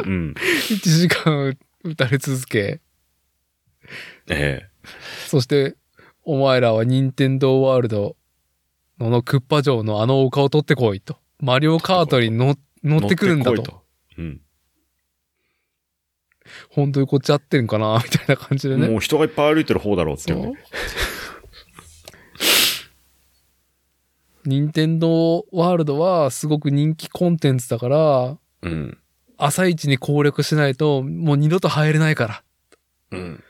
B: うん。
A: 1時間打たれ続け、
B: え
A: そして、お前らは任天堂ワールドのクッパ城のあの丘を取ってこいと。マリオカートに乗
B: え
A: 乗ってくるんだ
B: 乗
A: と
B: っ。てこいと。うん。
A: 本当にこっち合ってんかなみたいな感じでね。
B: もう人がいっぱい歩いてる方だろうっていうね。
A: 任天堂ワールドはすごく人気コンテンツだから、
B: うん。
A: 朝一に攻略しないともう二度と入れないから。
B: うん。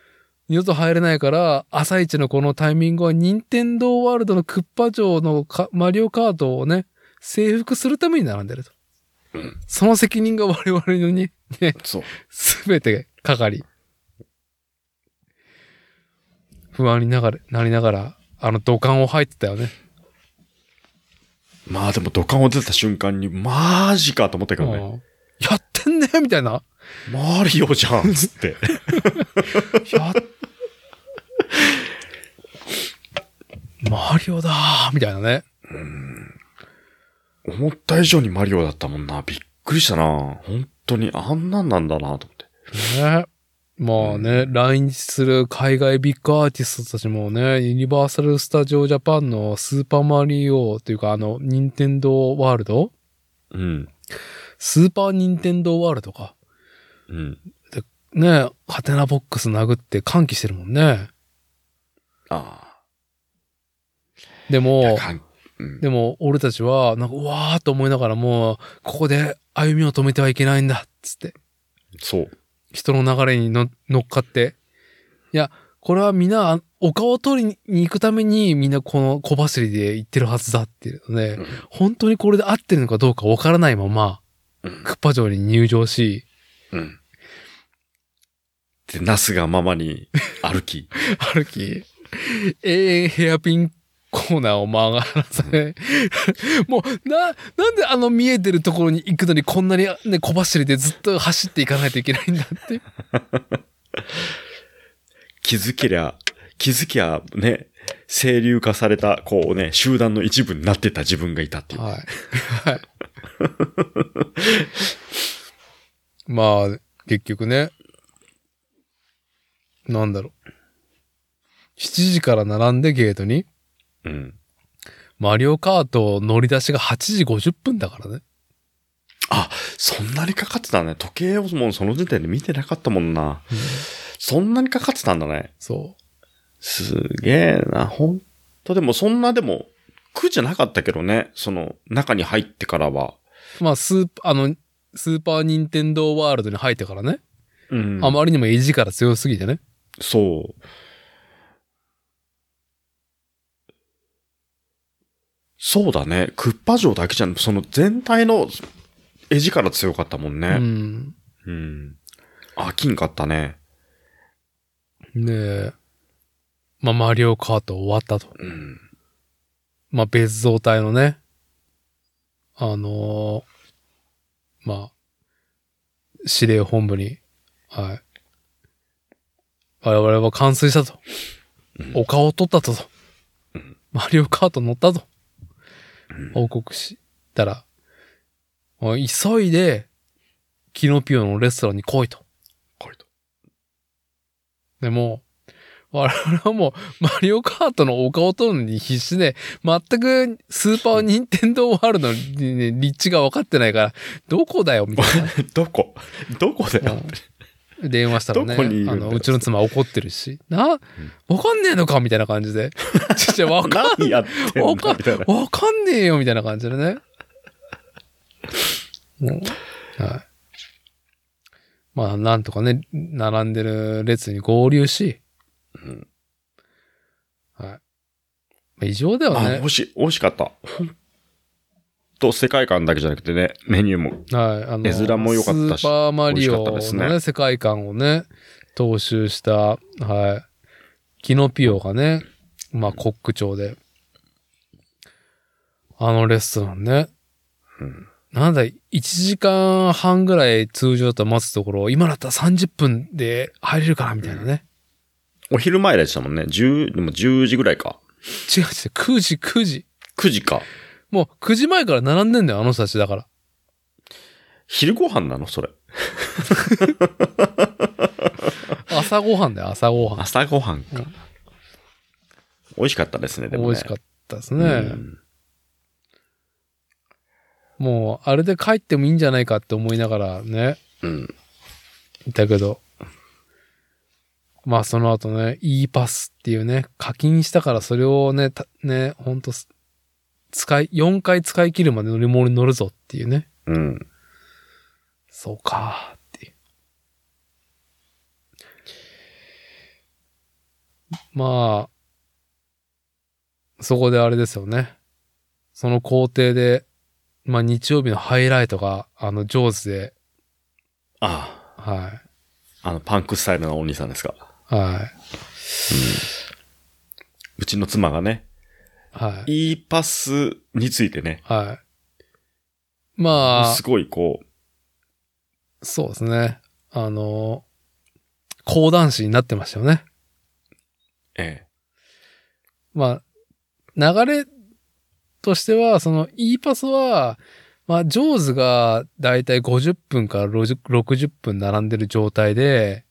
A: 二度と入れないから、朝一のこのタイミングは、任天堂ワールドのクッパ城のかマリオカートをね、征服するために並んでると。
B: うん
A: その責任が我々のに、
B: そう。
A: すべてかかり。不安にながらなりながら、あの土管を入ってたよね。
B: まあでも土管を出た瞬間に、マジかと思ったけど
A: う
B: ね。
A: んやってんねみたいな。
B: マリオじゃんつって。
A: やマリオだーみたいなね。
B: 思った以上にマリオだったもんな。びっくりしたな。本当に、あんなんなんだなと思って。
A: ね。まあね、来日する海外ビッグアーティストたちもね、ユニバーサル・スタジオ・ジャパンのスーパーマリオというかあの、ニンテンドー・ワールド
B: うん。
A: スーパー・ニンテンドー・ワールドか。
B: うん。
A: ね、ハテナボックス殴って歓喜してるもんね。
B: あ
A: で
B: あ。いや
A: も、
B: かんうん
A: でも俺たちは、なんか、うわーっと思いながらもう、ここで歩みを止めてはいけないんだ、つって。
B: そう。
A: 人の流れにの乗っかって。いや、これはみんな、あお顔を取りに行くためにみんなこの小走りで行ってるはずだっていうので、
B: うん
A: 本当にこれで合ってるのかどうかわからないまま、
B: うん
A: クッパ城に入場し、
B: うん。で、ナスがママに歩き。
A: 歩き、永遠ヘアピンコーナーを曲がらせ、もう、な、なんであの見えてるところに行くのにこんなにね、小走りでずっと走っていかないといけないんだっていう。
B: 気づけりゃ、気づきゃね、清流化された、こうね、集団の一部になってた自分がいたっていう。
A: はい。はい。まあ、結局ね。なんだろう。7時から並んでゲートに、
B: うん。
A: マリオカート乗り出しが8時50分だからね。
B: そんなにかかってたね。時計をもうその時点で見てなかったもんな。そんなにかかってたんだね。
A: そ
B: すげえな。ほんとでもそんなでも、苦じゃなかったけどね。その、中に入ってからは。
A: う。まあ、スーパー、あの、スーパーニンテンドーワールドに入ってからね。
B: うん
A: あまりにも意地から強すぎてね。
B: そう。そうだね。クッパ城だけじゃん。その全体の絵力強かったもん
A: う
B: ね。
A: ん。
B: うん。飽きんかったね。
A: で、まあ、マリオカート終わったと。
B: うん。
A: まあ、別造体のね、あのーまあ、指令本部に、はい。我々は完遂したと。
B: うん
A: お顔を取ったとと。マリオカート乗ったと。報告したら、おい急いで、キノピオのレストランに来いと。
B: これと。
A: でも、我々はもう、マ リオカートのお顔を取るのに必死で、全くスーパーニンテンドーワールドに、ね、立地が分かってないから、どこだよ、みたい
B: どこどこだ
A: な
B: よ。
A: うん。電話したらね、
B: どこにいるんだ
A: あ
B: よ
A: の、うちの妻怒ってるし、な、分かんねえのかみたいな感じで。ちっちゃい、分かん、
B: 何やってんの
A: わ
B: み
A: か
B: たいな。
A: わかんねえよ、みたいな感じでね。もう、はい。まあ、なんとかね、並んでる列に合流し、
B: うん
A: はい。まあ、異常だよ
B: あ、
A: ね
B: 惜。しい、惜しかった。ほんと、世界観だけじゃなくてね、メニューも。
A: はい。あの、
B: 絵面も良かったし
A: スーパーマリオ
B: 美味しかった
A: の
B: です
A: ね、世界観をね、踏襲した、はい。キノピオがね、まあ、コック長で、あのレストランね、
B: うん
A: なんだ、1時間半ぐらい通常だと待つところ、今だったら30分で入れるかなみたいなね。
B: お昼前でしたもんね。10、でも10時ぐらいか。
A: 違う違う、9時、9時。
B: 9時か。
A: もう9時前から並んでんだよ、あの人たちだから。
B: 昼ご飯なのそれ。
A: 朝ごはんだよ、朝ごはん。
B: 朝ごはんか。
A: うん
B: 美味しかったですね、で
A: 美
B: も、ね。
A: 味しかったですね。
B: うん
A: もう、あれで帰ってもいいんじゃないかって思いながらね、
B: うん。
A: いたけど。まあ、その後ね、e パスっていうね、課金したからそれをね、たね、ほんとす、使い、4回使い切るまで乗り物に乗るぞっていうね。
B: うん。
A: そうかーっていう。まあ、そこであれですよね。その工程で、まあ日曜日のハイライトが、あの、上手で、
B: あ
A: はい。
B: あ、あの、パンクスタイルのお兄さんですか。
A: はい。
B: うちの妻がね、
A: はい。
B: E パスについてね、
A: はい。まあ
B: す、ごいこう、
A: そうですね。あの、講談師になってましたよね。
B: え
A: まあ、流れとしては、その E パスは、まあ、ジョーズがだいたい50分から60 60分並んでる状態で、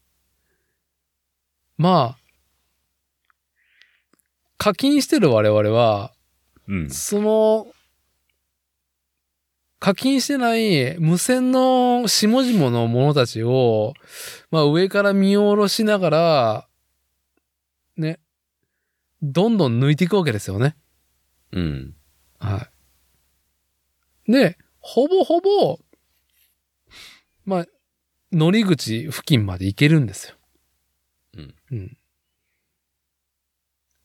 A: まあ、課金してる我々は、
B: え。うん。
A: その、課金してない無線の下々の者たちを、まあ上から見下ろしながら、ね、どんどん抜いていくわけですよね。
B: うん。
A: はい。で、ほぼほぼ、まあ、乗り口付近まで行けるんですよ。
B: うん。
A: うん。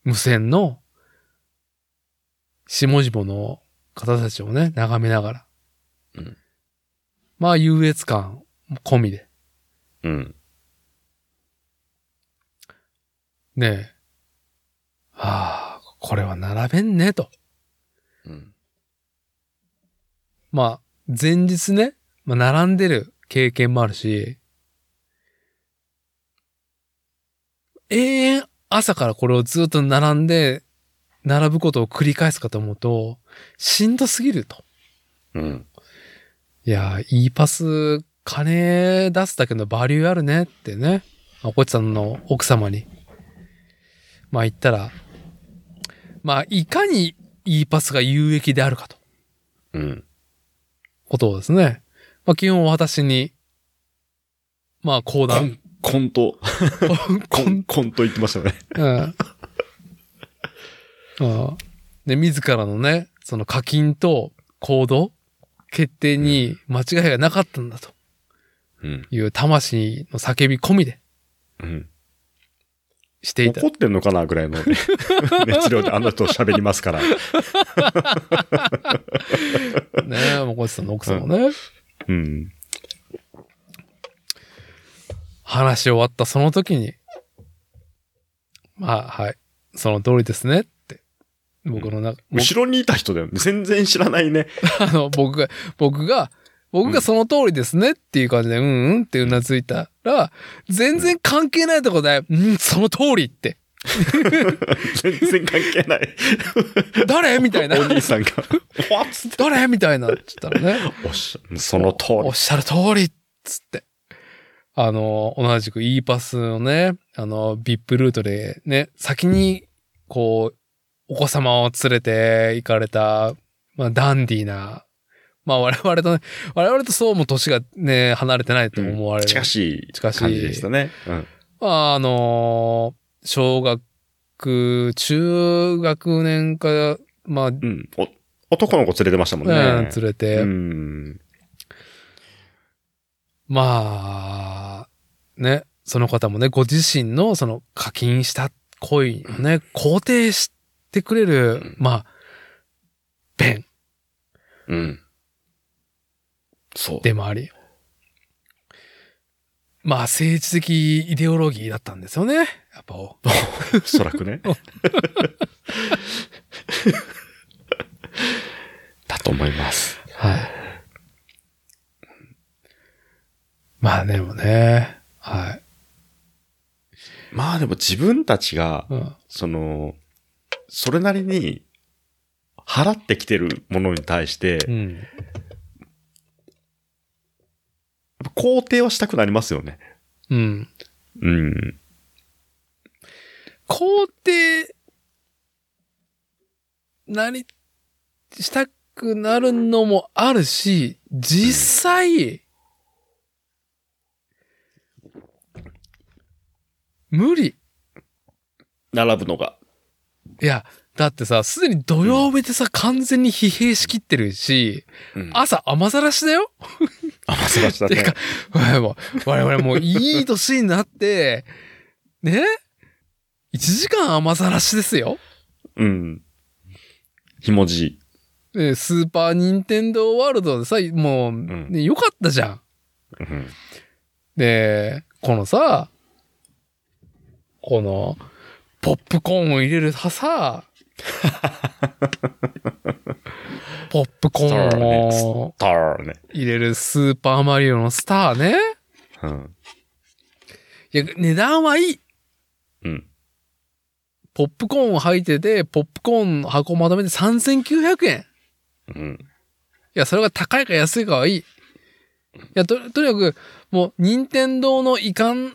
A: 無線の、下々の方たちをね、眺めながら。
B: うん。
A: まあ、優越感込みで。
B: うん。
A: ねえ。ああ、これは並べんね、と。
B: うん。
A: まあ、前日ね、まあ、並んでる経験もあるし、永遠朝からこれをずっと並んで、並ぶことを繰り返すかと思うと、しんどすぎると。
B: うん。
A: いやー、E パス、金出すだけのバリューあるねってね、まあこっちさんの奥様に。まあ言ったら、まあいかに E パスが有益であるかと。
B: うん。
A: ことをですね。まあ、基本私に、まあ、講
B: コ
A: 談。
B: ン、コント、コ
A: こん
B: ン、コント言ってましたね。
A: うん。うんで、自らのね、その課金と行動、決定に間違いがなかったんだと
B: うん。
A: いう魂の叫び込みで
B: うん。
A: していた
B: 怒。ってんのかなぐら いのね熱量であの人と喋りますから。
A: ねえ、もうこいつさんの奥さんもね。
B: うん。
A: 話し終わったその時に、まあ、はい。その通りですねって。僕の中、僕
B: 後ろにいた人だよね。全然知らないね。
A: あの、僕が、僕が、僕がその通りですねっていう感じで、うんうんってうなずいたら、全然関係ないとこで、うん、その通りって。
B: 全然関係ない。
A: 誰みた いな。
B: お 兄さんが、わっつって。
A: 誰みたいな。つったら ね。
B: おっしゃ、その通
A: おっしゃる通りっつって。あの、同じく E パスのね、あの、VIP ルートでね、先に、こう、お子様を連れて行かれた、まあ、ダンディーな、まあ、我々とね、我々とそうも年がね、離れてないと
B: り。うん
A: 思われる。
B: 近しい
A: 近
B: 感
A: しい
B: じでしたね。うん。
A: まあ、あのー小学、中学年か、まあ、ね
B: うん。お男の子連れてましたもんね。
A: 連れて、
B: うん。
A: まあ、ね、その方もね、ご自身のその課金した行為をね、肯定してくれる、まあ、弁
B: うん。そう。
A: でもあり、まあ、政治的イデオロギーだったんですよね。やっぱ、
B: おそらく ね。だと思います。
A: はい。まあでもね、はい。
B: まあでも自分たちが、
A: うん、
B: その、それなりに払ってきてるものに対して、
A: う
B: やっ
A: ん。
B: ぱ肯定はしたくなりますよね。
A: うん。
B: うん。
A: 肯定、なり、したくなるのもあるし、実際、無理。
B: 並ぶのが。
A: いや、だってさ、すでに土曜日でさ、完全に疲弊しきってるし、
B: うん、
A: 朝雨ざらしだ よ
B: 甘さがした
A: て
B: ね
A: か。我々も、我々もういい年になって、ね1時間雨ざらしですよ。
B: うん。ひもじい。
A: でスーパーニンテンドーワールドでさ、もう、
B: ん
A: ね、良かったじゃん。
B: うん。
A: で、このさ、この、ポップコーンを入れるはさ、ポップコ
B: スター
A: ーン
B: ね。
A: を
B: スターね。
A: 入れるスーパーマリオのスターね。
B: うん。
A: いや、値段はいい。
B: うん。
A: ポップコーンを履いてて、ポップコーンの箱をまとめて3900円。
B: うん。
A: いや、それが高いか安いかはいい。いや、と、とにかく、もう、任天堂の遺憾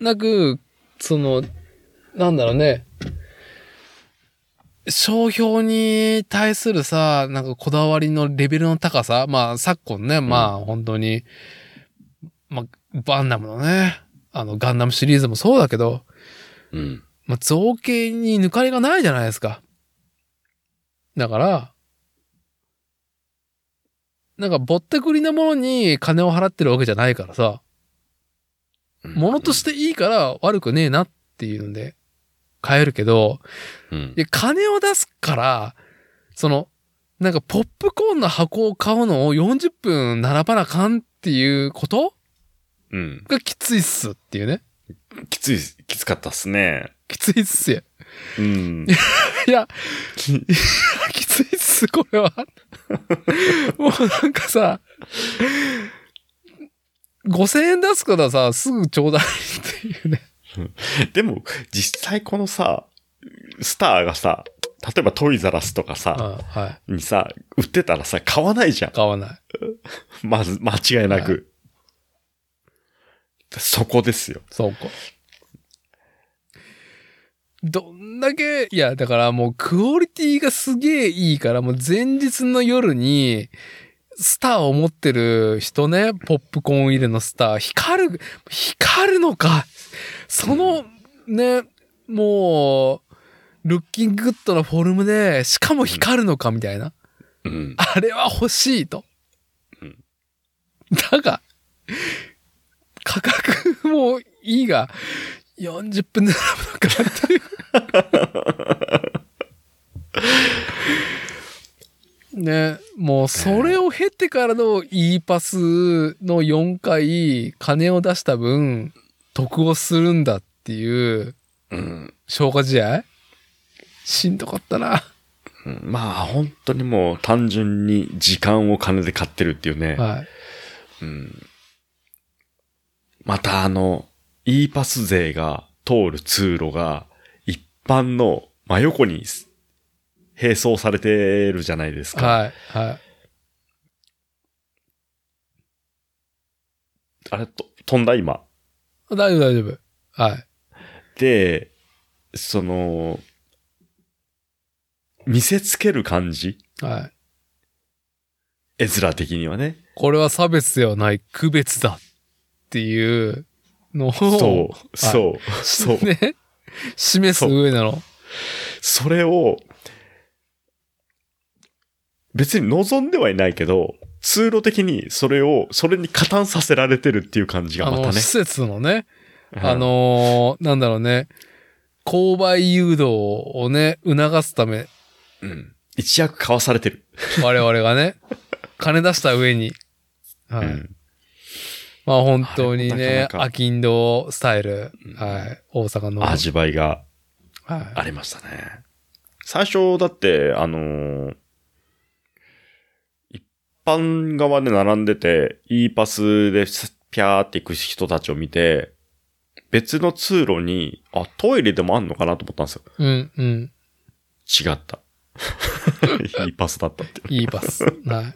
A: なく、その、なんだろうね、商標に対するさ、なんかこだわりのレベルの高さ、まあ、昨今ね、まあ、本当に、まあ、バンダムのね、あの、ガンダムシリーズもそうだけど、
B: うん。
A: まあ、造形に抜かりがないじゃないですか。だから、なんかぼったくりなものに金を払ってるわけじゃないからさ、ものとしていいから悪くねえなっていうんで買えるけど、
B: うん
A: い。や金を出すから、その、なんかポップコーンの箱を買うのを40分並ばなあかんっていうこと
B: うん。
A: がきついっすっていうね。
B: きついっす、きつかったっすね。
A: きついっすよ。
B: うん。
A: いや、きついっす、これは。もうなんかさ、5000円出すからさ、すぐちょうだいっていうね。
B: でも、実際このさ、スターがさ、例えばトイザラスと
A: う
B: か
A: ん、
B: さ、
A: は
B: にさ、売ってたらさ、買わないじゃ
A: い。買わない。
B: ん。まず、間違いな
A: は
B: く。そこですよ。
A: そうか。どんだけ、いや、だからもうクオリティがすげえいいから、もう前日の夜に、スターを持ってる人ね、ポップコーン入れのスター、光る、光るのか。その、ね、もう、ルッキンググッドのフォルムで、しかも光るのか、みたいな。
B: うん。
A: あれは欲しいと
B: うん。
A: だが、価格もいいが、40分並ぶのかなっていう。 ね、もうそれを経てからの E パスの4回金を出した分得をするんだっていう
B: うん。
A: 消化試合しんどかったな。
B: うんまあ、本当にもう単純に時間を金で買ってるっていうね。
A: はい。
B: うん。またあの、E パス税が通る通路が一般の真横にす並走されてるじゃないですか。
A: はい。はい。
B: あれと、飛んだ今。
A: 大丈夫、大丈夫。はい。
B: で、その、見せつける感じ
A: はい。
B: 絵面的にはね。
A: これは差別ではない、区別だっていうのを、
B: そう、そう、そう。
A: ね、示す上なの。
B: それを、別に望んではいないけど、通路的にそれを、それに加担させられてるっていう感じが
A: あ
B: また
A: の、
B: ね
A: 施。設のね、
B: うん
A: あ、のーなんだろうね、購買誘導をね、促すため、
B: うん。一役買わされてる。
A: 我々が ね、金出した上に、はい。
B: うん
A: まあ本当に
B: あれも
A: ね
B: な、かなか
A: アキンドスタイル、
B: うん
A: はい。大阪の。
B: 味わいが
A: はい
B: ありましたね。最初、だって、あのー一般側で並んでて、E パスでピャーって行く人たちを見て、別の通路に、あ、トイレでもあんのかなと思ったんですよ。
A: うん、うん。
B: 違 った。いいパスだったって。
A: いいパス。は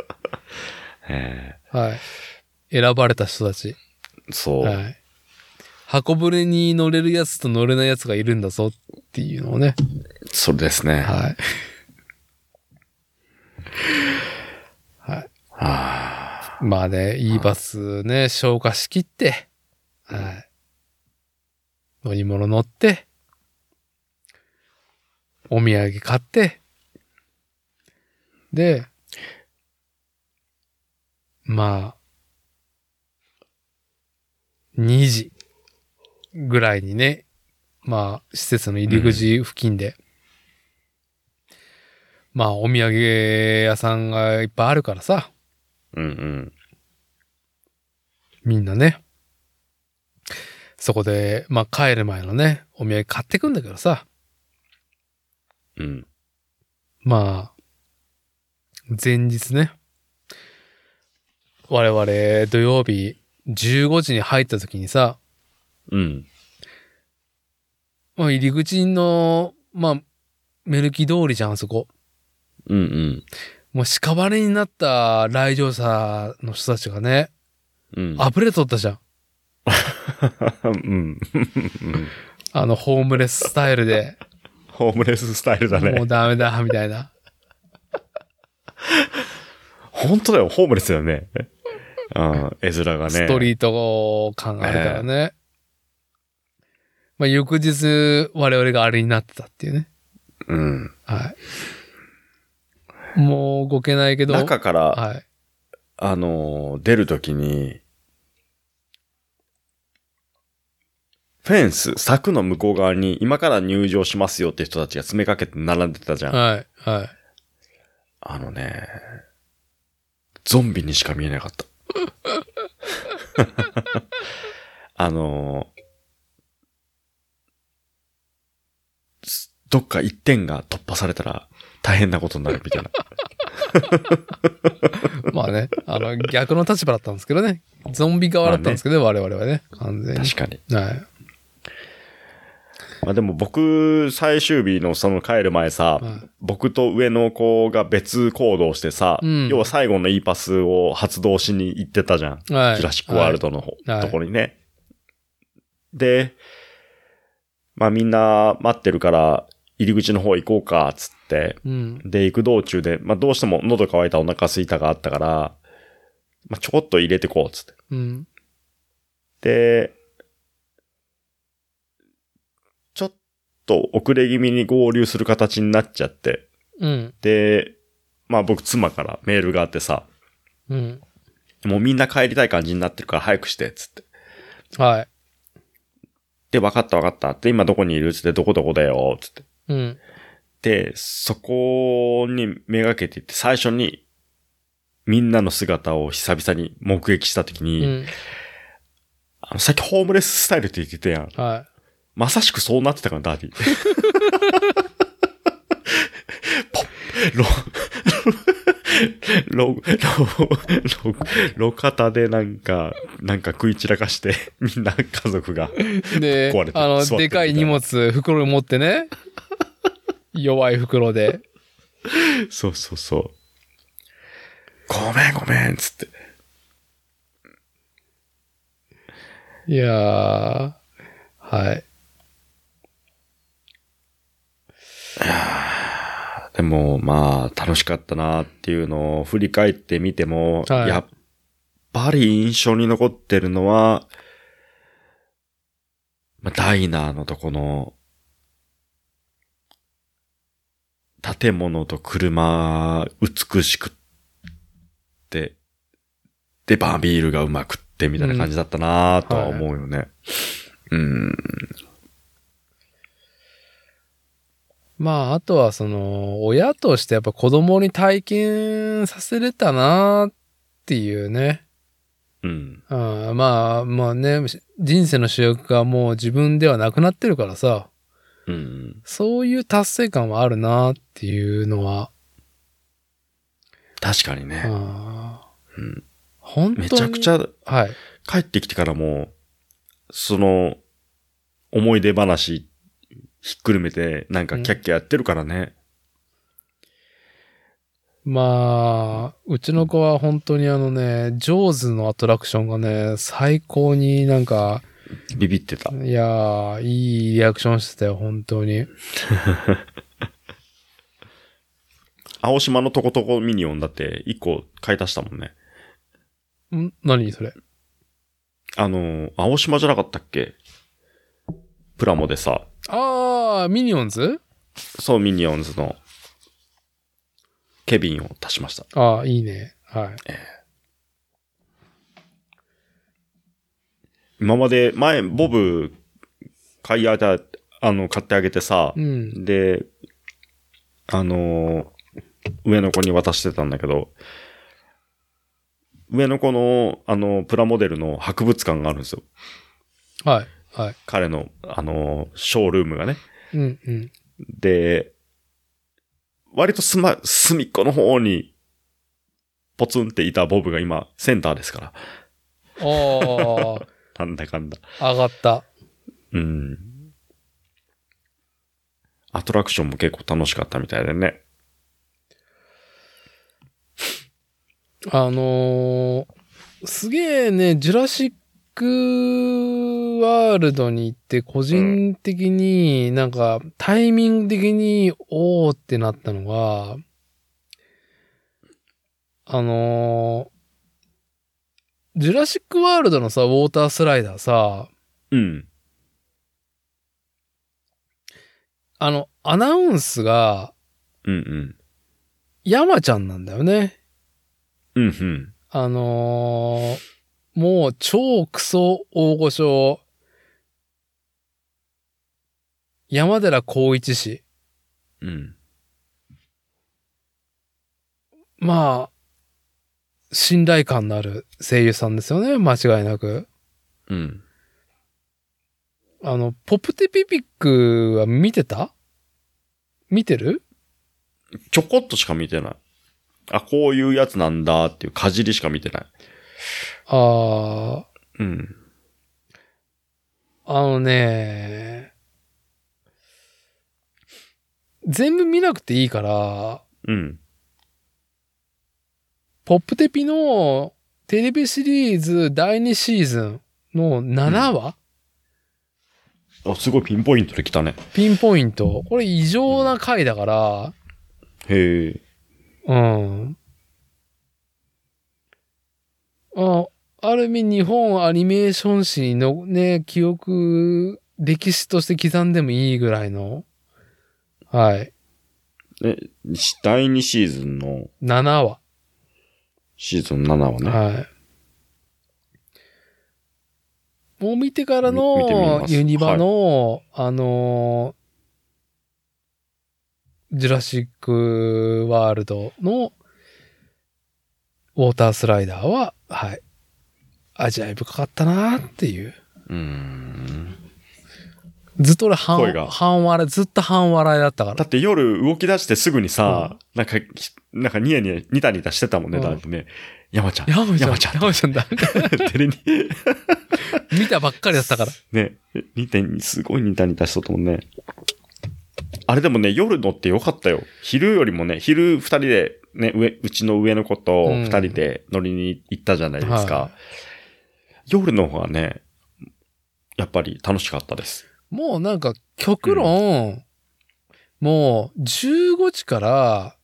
B: え
A: い。はい。選ばれた人たち。
B: ーそう、
A: はい。箱舟に乗れるやつと乗れないやつがいるんだぞっていうのをね。
B: それですね。は
A: はい。はい。
B: あ
A: まあね、いいバスね、消化しきって、はい。乗り物乗って、お土産買って、で、まあ、2時ぐらいにね、まあ、施設の入り口付近で。まあ、お土産屋さんがいっぱいあるからさ、
B: うんうん。
A: みんなね。そこで、まあ、帰る前のね、お土産買ってくんだけどさ、
B: うん。
A: まあ、前日ね。我々土曜日15時に入った時にさ、
B: うん。
A: まあ、入り口の、まあ、メルキ通りじゃん、あそこ。
B: うんうん。
A: もう屍になった来場者の人たちがね、
B: うん。
A: 溢れとったじゃん。
B: うん。うん
A: あの、ホームレススタイルで。
B: ホームレススタイル だ
A: も
B: ね
A: う。ダメだ、みたいな。
B: 本当だよ、ホームレスだよね。うん、絵面がね。
A: ストリート感があるからね。まあ、翌日、我々があれになってたっていうね。
B: うん。
A: はい。もう動けないけど。
B: 中から、
A: はい。
B: あのー、出るときに、フェンス、柵の向こう側に、今から入場しますよって人たちが詰めかけて並んでたじゃん。
A: はい。はい。
B: あのね、ゾンビにしか見えなかった。 あのーすどっか一点が突破されたら大変なことになるみた いな。
A: まあね、あの、逆の立場だったんですけどね。ゾンビ側だったんですけど、我々はね。完全に
B: 確。かに。
A: はい。
B: まあでも僕、最終日のその帰る前さ、
A: はい
B: 僕と上の子が別行動してさ、
A: うん
B: 要は最後のいいパスを発動しに行ってたじゃん。
A: はい。
B: ジュラシックワールドの方、
A: はい
B: ところにね。で、まあみんな待ってるから、入り口の方行こうか、つって。
A: うん。
B: で、行く道中で、まあどうしても喉乾いたお腹空いたがあったから、まあちょこっと入れてこう、つって。
A: うん。
B: で、ちょっと遅れ気味に合流する形になっちゃって、
A: うん。
B: で、まあ僕妻からメールがあってさ、
A: うん。
B: もうみんな帰りたい感じになってるから早くして、つって。
A: はい。
B: で、分かった分かったって、今どこにいるつって、どこどこだよ、つって。
A: うん。
B: で、そこにめがけていって、最初に、みんなの姿を久々に目撃したとき
A: う
B: に、
A: ん。
B: あの、さっきホームレススタイルって言ってたやん。
A: は
B: まさしくそうなってたから、ダーディ。ポッ、ロ、ロ、ロ、ロ、ロ肩でなんか、なんか食い散らかして、みんな家族が。
A: い。で
B: 壊
A: あ
B: れ、て座ってるみた
A: の、
B: いな
A: でかい荷物、袋持ってね。弱い袋で。
B: そうそうそう。ごめんごめん、つって。
A: いやー。はい。
B: でも、まあ、楽しかったなっていうのを振り返ってみても、
A: はい
B: やっぱり印象に残ってるのは、まあ、ダイナーのとこの、建物と車、美しくって、で、バービールがうまくって、みたいな感じだったなとは思うよね。うん。
A: まあ、あとはその、親としてやっぱ子供に体験させれたなーっていうね。
B: うん。
A: ああまあまあねし人生の主役がもう自分ではなくなってるからさ
B: うん。
A: そういう達成感はあるなっていうのは
B: 確かにね。
A: ああ
B: うん
A: 本当に
B: めちゃくちゃ、
A: はい
B: 帰ってきてからも、その、思い出話、ひっくるめて、なんかキャッキャやってるからね。
A: まあうちの子は本当にあのねジョーズのアトラクションがね最高になんか
B: ビビってた。
A: いやーいいリアクションしてたよ本当に
B: 青島のとことこミニオンだって、一個買い足したもんね。
A: ん何それ
B: あの、青島じゃなかったっけプラモでさ、
A: ああミニオンズ
B: そうミニオンズの、ケビンを足しました。
A: ああいいねはい
B: 今まで、前、ボブ、買い当て、あの、買ってあげてさ、
A: うん。
B: で、あのー上の子に渡してたんだけど、上の子の、あの、プラモデルの博物館があるんですよ。
A: はい。はい。
B: 彼の、あのーショールームがね。
A: うんうん。
B: で、割とすま、隅っこの方に、ポツンっていたボブが今、センターですから。
A: あ
B: なんだかんだ。
A: あ、上がった。
B: うん。アトラクションも結構楽しかったみたいでね。
A: あのーすげえね、ジュラシックワールドに行って、個人的になんかタイミング的に、おーってなったのが、あのージュラシックワールドのさ、ウォータースライダーさ、
B: うん。
A: あの、アナウンスが、
B: うんうん。
A: 山ちゃんなんだよね。
B: うんうん。
A: あのーもう超クソ大御所、山寺宏一氏。
B: うん。
A: まあ、信頼感のある声優さんですよね、間違いなく。
B: うん。
A: あの、ポプテピピックは見てた見てる
B: ちょこっとしか見てない。あ、こういうやつなんだっていうかじりしか見てない。
A: あー、
B: うん。
A: あのね全部見なくていいから、
B: うん。
A: ポップテピのテレビシリーズ第2シーズンの7話、
B: あ、すごいピンポイントで来たね。
A: ピンポイント。これ異常な回だから、
B: へえ。
A: うん。あある意味日本アニメーション史のね、記憶、歴史として刻んでもいいぐらいの、はい、
B: し第2シーズンの
A: 7話。
B: シーズン7はね。
A: はい。もう見てから
B: み見てみ
A: の
B: ます
A: ユニバの、あのージュラシックワールドのウォータースライダーは、はい。味わい深かったなーっていう。
B: うーん。
A: ずっと俺半
B: 声が、
A: 半笑い、ずっと半笑いだったから
B: だ。って夜動き出してすぐにさ、なんか、きなんかニヤニヤ、ニタニタしてたもんね、
A: うん
B: だってね。山ちゃん。
A: 山ちゃん、
B: 山ちゃん。
A: 山ちゃんだ。
B: テレに。
A: 見たばっかりだったから。
B: ね、ニタニすごいニタニタしとったもんね。あれでもね、夜のってよかったよ。昼よりもね、昼二人で、ね、上、うちの上の子と
A: うん
B: 二人で乗りに行ったじゃないですか。
A: は
B: 夜の方がね、やっぱり楽しかったです。
A: もうなんか極論、もう15時から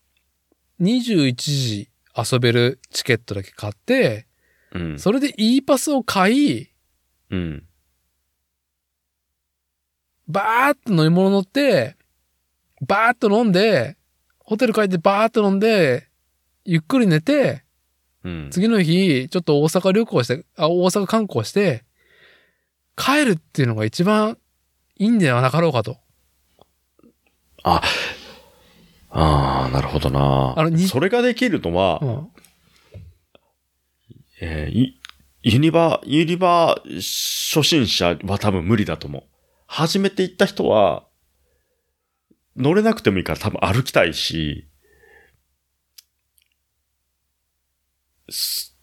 A: 21時遊べるチケットだけ買って、
B: うん。
A: それで E パスを買い、
B: うん。
A: バーっと乗り物乗って、バーっと飲んで、ホテル帰ってバーっと飲んで、ゆっくり寝て、
B: うん。
A: 次の日、ちょっと大阪旅行して、あ、大阪観光して、帰るっていうのが一番いいんではなかろうかと。
B: あ、ああ、なるほどな。
A: あのに
B: それができるのは、
A: うん。
B: えーいユニバ、ユニバ初心者は多分無理だと思う。初めて行った人は、乗れなくてもいいから多分歩きたいし、す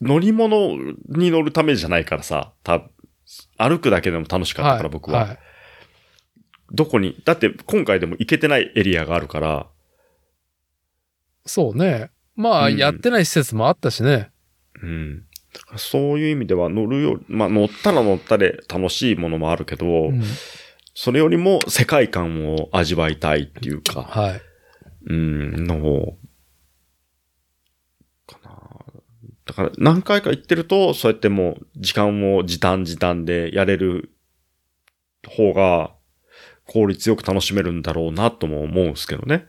B: 乗り物に乗るためじゃないからさ、た歩くだけでも楽しかったから、僕は。
A: い
B: どこに、だって今回でも行けてないエリアがあるから、
A: そうね。まあ、
B: うん
A: やってない施設もあったしね。
B: うん。そういう意味では乗るより、まあ乗ったら乗ったで楽しいものもあるけど、
A: うん
B: それよりも世界観を味わいたいっていうか、
A: はい。
B: うん、の方、かな。だから何回か行ってると、そうやってもう時間を時短時短でやれる方が効率よく楽しめるんだろうなとも思うんですけどね。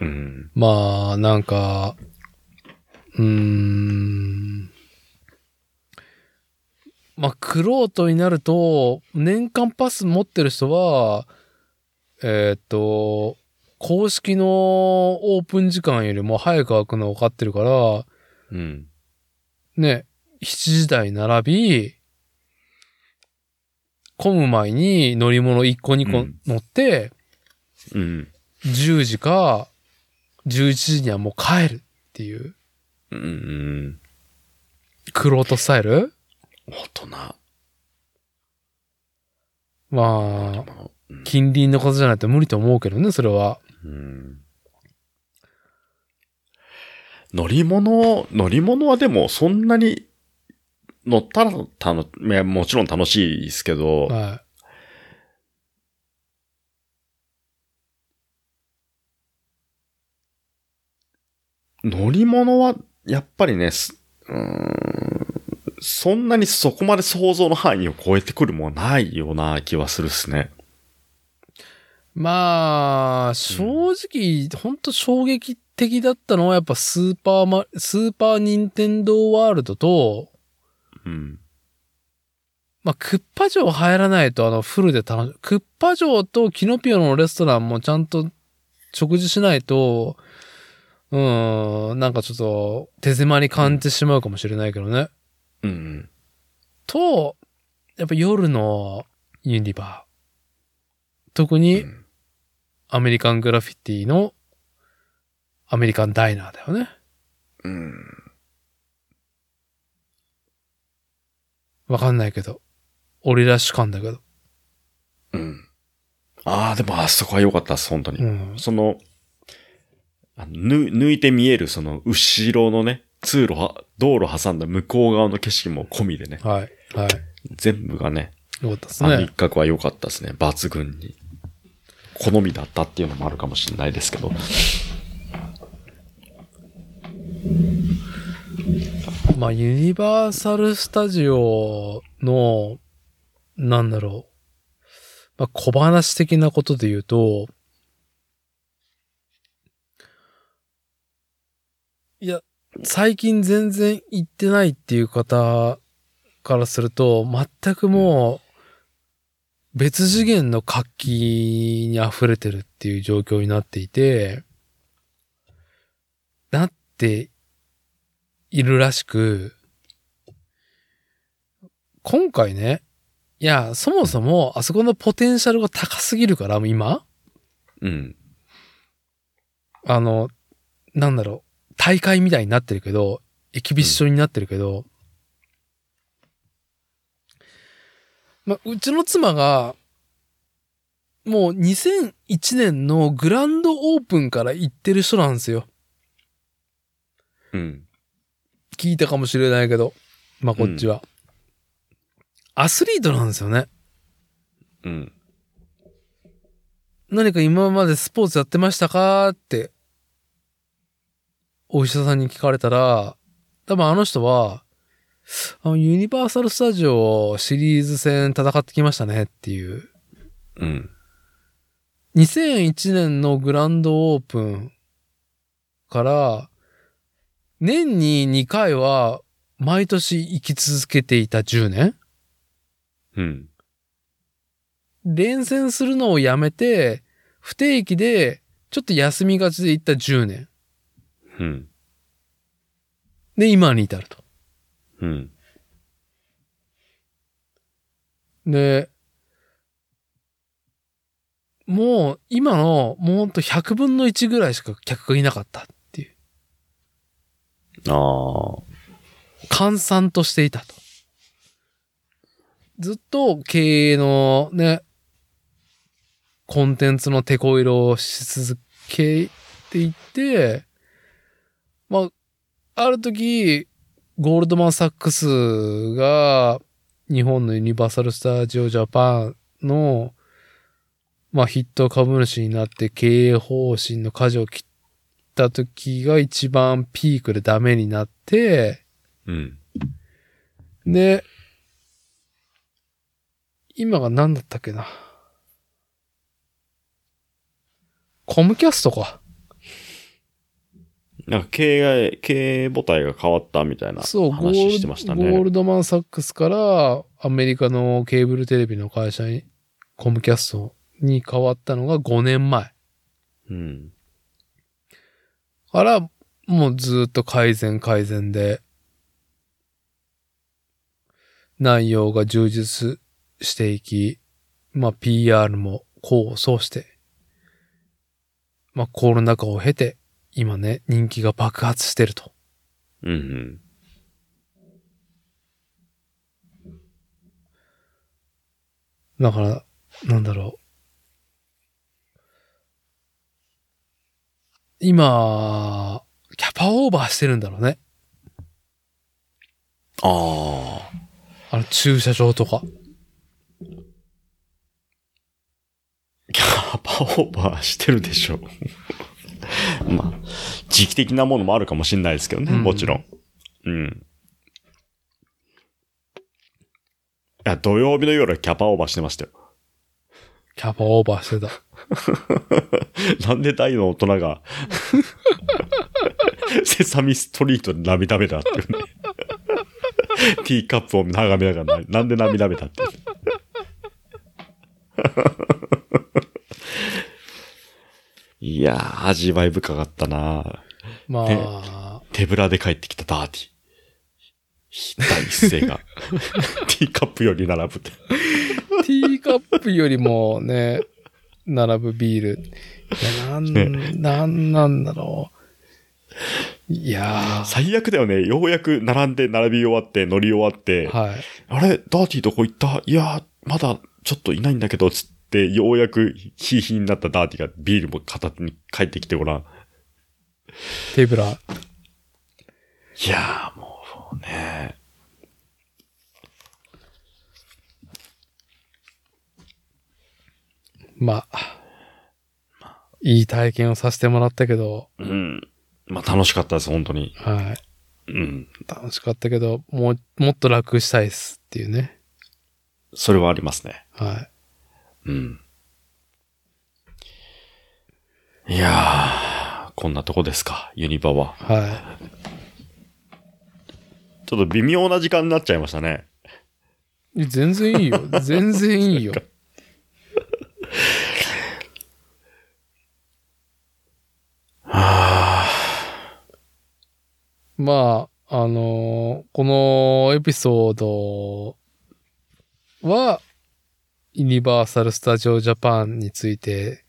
B: うん。
A: まあ、なんか、うーん。まあ、クロートになると、年間パス持ってる人は、えーっと、公式のオープン時間よりも早く開くの分かってるから、
B: うん。
A: ね、7時台並び、混む前に乗り物1個2
B: う
A: 個
B: ん
A: 乗って、
B: うん。
A: 10時か11時にはもう帰るっていう、
B: うんうん。
A: クロートスタイル
B: 大人。
A: まあ、
B: うん
A: 近隣のことじゃないと無理と思うけどね、それは。
B: うん乗り物、乗り物はでもそんなに乗ったらたの、いやもちろん楽しいですけど、
A: は
B: 乗り物はやっぱりね、すうーんそんなにそこまで想像の範囲を超えてくるもんはないような気はするっすね。
A: い。まあ、正直、ほんと衝撃的だったのはやっぱスーパーマ、スーパーニンテンドーワールドと、
B: うん。
A: まあ、クッパ城入らないとあのフルで楽しクッパ城とキノピオのレストランもちゃんと食事しないと、うーん、なんかちょっと手狭に感じてしまうかもしれないけどね。
B: うん。
A: と、やっぱ夜のユニバー。特
B: う
A: に
B: ん
A: アメリカングラフィティのアメリカンダイナーだよね。
B: うん。
A: わかんないけど。俺ら主観だけど。
B: うん。ああ、でもあそこは良かったっす、本当に
A: う。ん。
B: その、あぬ、抜いて見えるその後ろのね、通路は、道路挟んだ向こう側の景色も込みでね、
A: はい。はい。
B: 全部がね、
A: よかったです
B: あの一
A: ね。
B: 角は良かったですね、抜群に。好みだったっていうのもあるかもしれないですけど。
A: まあ、ユニバーサルスタジオの、なんだろう。まあ、小話的なことで言うと、いや、最近全然行ってないっていう方からすると、全くもう、別次元の活気に溢れてるっていう状況になっていて、なっているらしく、今回ね、いや、そもそもあそこのポテンシャルが高すぎるから、今、
B: うん。
A: あの、なんだろう、大会みたいになってるけど、エキビションになってるけど、ま、うちの妻が、もう2001年のグランドオープンから行ってる人なんですよ。
B: うん。
A: 聞いたかもしれないけど、まあ、こっちは。アスリートなんですよね。
B: うん。
A: 何か今までスポーツやってましたかって、お医者さんに聞かれたら、多分あの人は、あのユニバーサルスタジオシリーズ戦戦ってきましたねっていう。
B: うん。
A: 2001年のグランドオープンから、年に2回は毎年行き続けていた10年
B: うん。
A: 連戦するのをやめて、不定期で、ちょっと休みがちで行った10年。
B: うん。
A: で、今に至ると。
B: うん。
A: で、もう、今の、もうほんと100分の1ぐらいしか客がいなかったっていう。
B: ああ。
A: 閑散としていたと。ずっと経営のね、コンテンツの手こ入れをし続けていて、まあ、ある時、ゴールドマン・サックスが日本のユニバーサル・スタジオ・ジャパンの、まあ、筆頭株主になって経営方針の舵を切った時が一番ピークでダメになって、
B: うん。
A: で、今が何だったっけな。コムキャストか。
B: なんか経営、経営母体が変わったみたいな
A: そう、ゴ
B: 話
A: ー
B: して
A: ル
B: ました
A: ドゴー
B: ね。
A: ルドマン・サックスからアメリカのケーブルテレビの会社に、コムキャストに変わったのが5年前。
B: うん。
A: から、もうずっと改善改善で、内容が充実していき、まあ PR も功を奏して、まあコロナ禍を経て、今ね、人気が爆発してると。
B: うんうん。
A: だから、なんだろう。今、キャパオーバーしてるんだろうね。
B: ああ。
A: あの駐車場とか。
B: キャパオーバーしてるでしょ。まあ、時期的なものもあるかもしれないですけどね、
A: うん
B: もちろん。うん。いや、土曜日の夜はキャパオーバーしてましたよ。
A: キャパオーバーしてた。
B: なんで大の大人が、セサミストリートで涙目だっていうね。ティーカップを眺めながら、なんで涙目だっていう。いやー、味わい深かったな
A: まあ、
B: ね手ぶらで帰ってきたダーティ。第一声が、ティーカップより並ぶって。
A: ティーカップよりもね、並ぶビール。いや、なん、
B: ね
A: なんなんだろう。いや
B: 最悪だよね。ようやく並んで並び終わって、乗り終わって、
A: ー、はい。
B: あれダーティーどこ行ったいやー、まだちょっといないんだけど、つって、ようやくヒーヒーになったダーティーがビールも片手に帰ってきてごらん。
A: 手ぶら。
B: いやー、もうね。
A: まあ、いい体験をさせてもらったけど、
B: うん。まあ楽しかったです、本当に。
A: はい。
B: うん。
A: 楽しかったけど、もう、もっと楽したいっすっていうね。
B: それはありますね。
A: はい。
B: うん。いやー、こんなとこですか、ユニバは。
A: は
B: ちょっと微妙な時間になっちゃいましたね。
A: い。全然いいよ。全然いいよ。まあ、あのーこのエピソードは、ユニバーサル・スタジオ・ジャパンについて、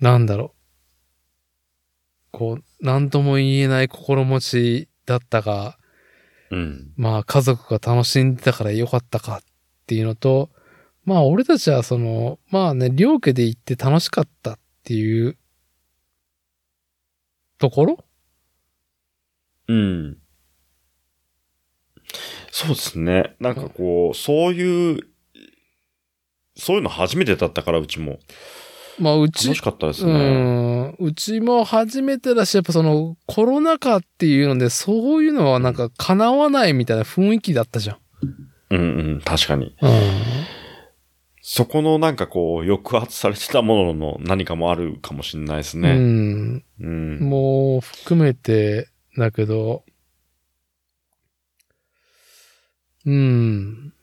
A: なんだろう。こう、なんとも言えない心持ちだったが、
B: うん。
A: まあ家族が楽しんでたから良かったかっていうのと、まあ俺たちはその、まあね、両家で行って楽しかったっていうところ
B: うん。そうですね。なんかこう、そういう、そういうの初めてだったから、うちも。
A: まあうち
B: 楽し、かったです
A: う
B: ね。
A: ん、うちも初めてだし、やっぱそのコロナ禍っていうので、そういうのはなんか叶わないみたいな雰囲気だったじゃん。
B: うん、うん、確かに。
A: う
B: そこのなんかこう、抑圧されてたものの何かもあるかもしれないです
A: ん。
B: ね。
A: うん。
B: うん。
A: もう含めてだけど、うん。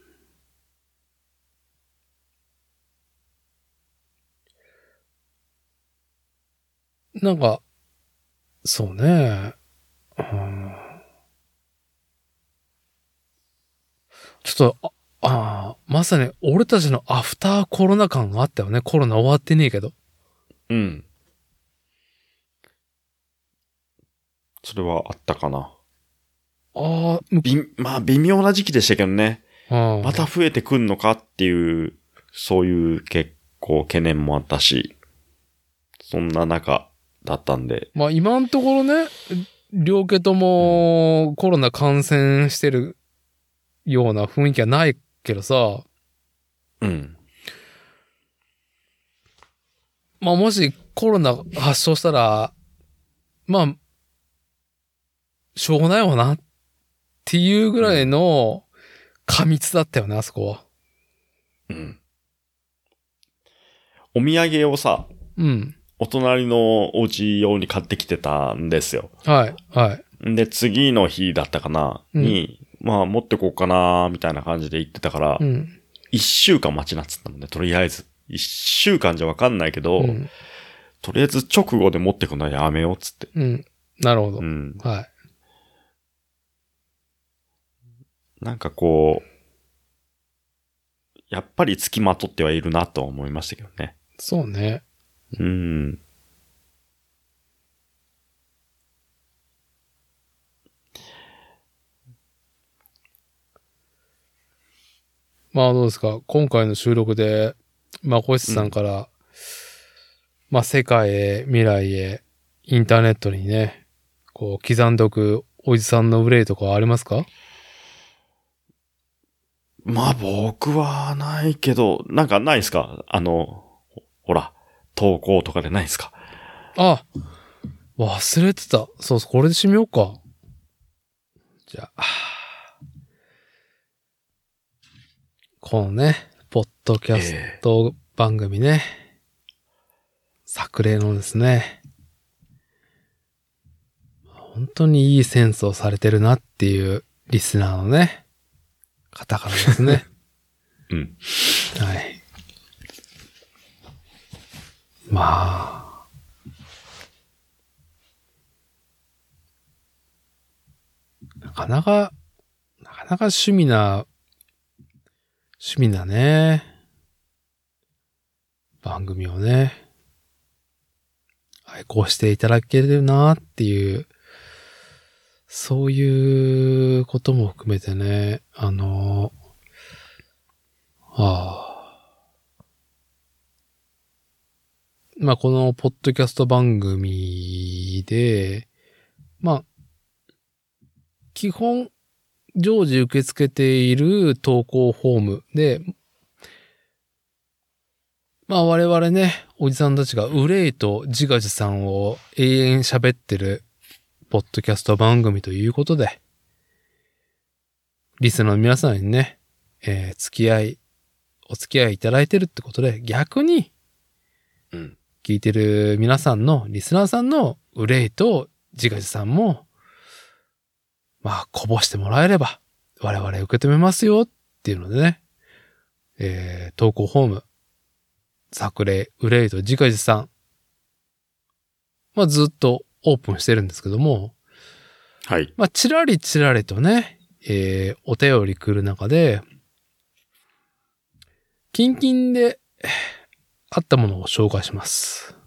A: なんか、そうね。うんちょっと、ああーまさに俺たちのアフターコロナ感があったよね。コロナ終わってねえけど。
B: うん。それはあったかな。
A: ああ、む
B: び、まあ、微妙な時期でしたけどね。
A: うん
B: また増えてくんのかっていう、そういう結構懸念もあったし、そんな中だったんで、
A: まあ今のところね、両家ともコロナ感染してるような雰囲気はないけどさ、
B: うん。
A: まあもしコロナ発症したら、まあ、しょうがないわなっていうぐらいの過密だったよね、あそこは。
B: うん。お土産をさ、
A: うん。
B: お隣のお家用に買ってきてたんですよ。
A: はい、はい。
B: で、次の日だったかな、
A: うん
B: に、まあ持ってこうかな、みたいな感じで言ってたから
A: う、ん。
B: 一、週間待ちなっつったもんね、とりあえず。一週間じゃわかんないけど、
A: うん。
B: とりあえず直後で持ってくのはやめようっつって。
A: うん。なるほど
B: う。ん。
A: は
B: なんかこう、やっぱり付きまとってはいるなとは思いましたけどね。
A: い。そうね。
B: うん。
A: まあどうですか。今回の収録で、まあ、小石さんから、まあ、世界へ、未来へ、インターネットにね、こう、刻んどくおじさんの憂いとかはありますか
B: まあ僕はないけど、なんかないですかあの、ほほら、投稿とかでないですか
A: あ忘れてた。そうそう、これで締めようか。じゃあ。このね、ポッドキャスト番組ね。作例のですね。本当にいいセンスをされてるなっていうリスナーのね、方からですね。
B: うん。
A: はい。まあ。なかなか、なかなか趣味な、趣味なね、番組をね、愛好していただけるなっていう、そういうことも含めてね、あの、ああ。まあ、このポッドキャスト番組で、まあ、基本、常時受け付けている投稿フォームで、まあ我々ね、おじさんたちが憂いと自画自賛を永遠喋ってるポッドキャスト番組ということで、リスナーの皆さんにね、えー付き合い、お付き合いいただいてるってことで、逆に
B: うん。
A: 聞いてる皆さんの、リスナーさんの憂いと自画自賛も、まあ、こぼしてもらえれば、我々受け止めますよっていうのでね、えー投稿ホーム、作例、憂いと自画自賛。まあ、ずっとオープンしてるんですけども、
B: はい。
A: まあ、ちらりちらりとね、えー、お便り来る中で、キンキンでえーあったものを紹介します。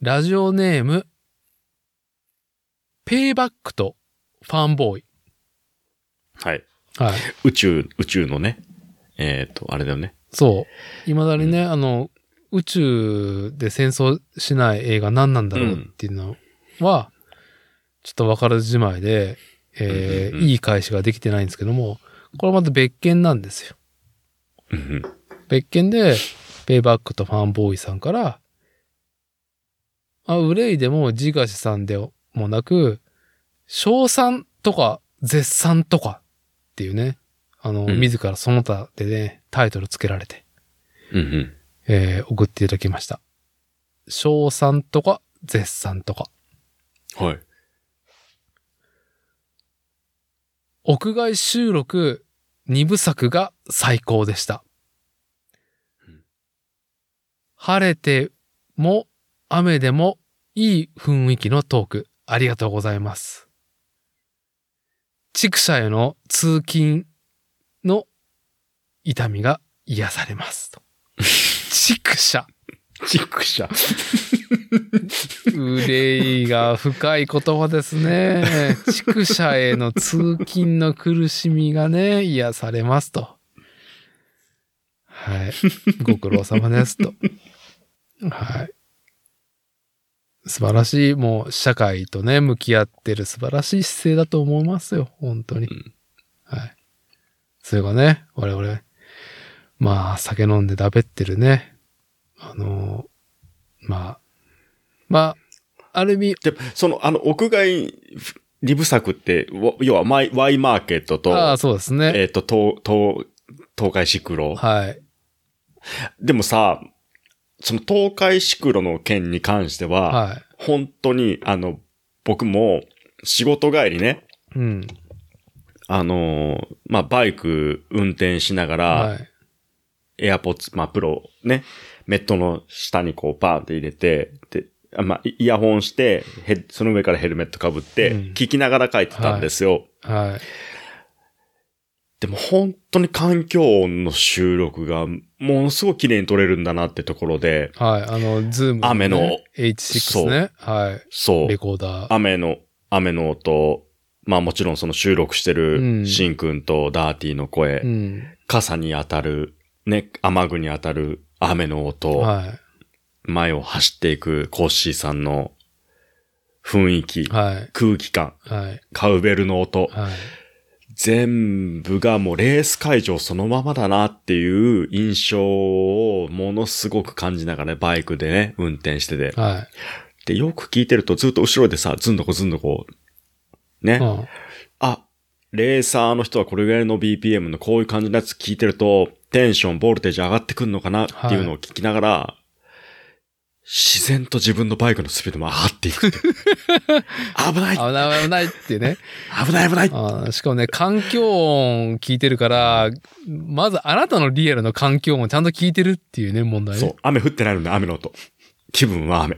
A: ラジオネーム、ペイバックとファンボーイ。
B: はい。
A: はい。
B: 宇宙、宇宙のね、えっ、と、あれだよね。
A: そう。いまだにね、あの、宇宙で戦争しない映画何なんだろうっていうのは、ちょっとわからずじまいで、えー
B: うんうんうん
A: いい返しができてないんですけども、これまた別件なんですよ。
B: うん
A: 別件で、ペイバックとファンボーイさんから、あ、憂いでも自画自賛でもなく、賞賛とか絶賛とかっていうね、あの、
B: うん
A: 自らその他でね、タイトルつけられて、
B: うん。うんうん。
A: えー送っていただきました。賞賛とか、絶賛とか。
B: はい。
A: 屋外収録2部作が最高でした
B: うん。
A: 晴れても雨でもいい雰囲気のトークありがとうございます。畜舎への通勤の痛みが癒されます と。畜舎。
B: 畜舎。
A: 憂いが深い言葉です ね。畜舎への通勤の苦しみがね、癒されますと。はい。ご苦労様ですと。はい。素晴らしい、もう社会とね、向き合ってる素晴らしい姿勢だと思いますよ。本当に。
B: うん
A: はい。それがね、我々、まあ、酒飲んでだべってるね。あの、まあ、まあ、ある意味、
B: で、その、あの、屋外リブ作って、わ要はマイ、ワイマーケットと、
A: ああ、そうですね。
B: えっ、と、東、東、東海シクロ。
A: はい。
B: でもさ、その東海シクロの件に関しては、
A: は
B: 本当に、あの、僕も仕事帰りね、
A: い。うん。
B: あのーまあ、バイク運転しながら、
A: はい。
B: エアポッツ、まあ、プロね、メットの下にこう、パーンって入れて、で、あまあ、イイヤホンして、ヘッその上からヘルメットかぶって、
A: うん
B: 聞きながら書いてたんですよ。
A: はい。
B: でも本当に環境音の収録がものすごい綺麗に撮れるんだなってところで、
A: はい。あの、ズーム、
B: 雨の。
A: H6 ね。は
B: そ
A: い。
B: う
A: レ、コーダー。
B: 雨の、雨の音、まあもちろんその収録して
A: う
B: る
A: ん
B: シンくんとダーティーの声、
A: うん。
B: 傘に当たる、ね、雨具に当たる雨の音、
A: は
B: 前を走っていくコッシーさんの雰囲気、
A: い。はい。
B: 空気感、
A: はい。
B: カウベルの音、
A: はい。
B: 全部がもうレース会場そのままだなっていう印象をものすごく感じながらバイクでね、運転してて。
A: は
B: で、よく聞いてるとずっと後ろでさ、ずんどこずんどこ、ね、
A: い。うん。
B: あ、レーサーの人はこれぐらいの BPM のこういう感じのやつ聞いてると、テンション、ボルテージ上がってくんのかなっていうのを聞きながら、自然と自分のバイクのスピードも上がっていくっていう。危ない
A: 危ない危ないってね。
B: 危ない危ない
A: あーしかもね、環境音聞いてるから、まずあなたのリアルの環境音をちゃんと聞いてるっていうね、問題ね。
B: そう、雨降ってないので雨の音。気分は雨。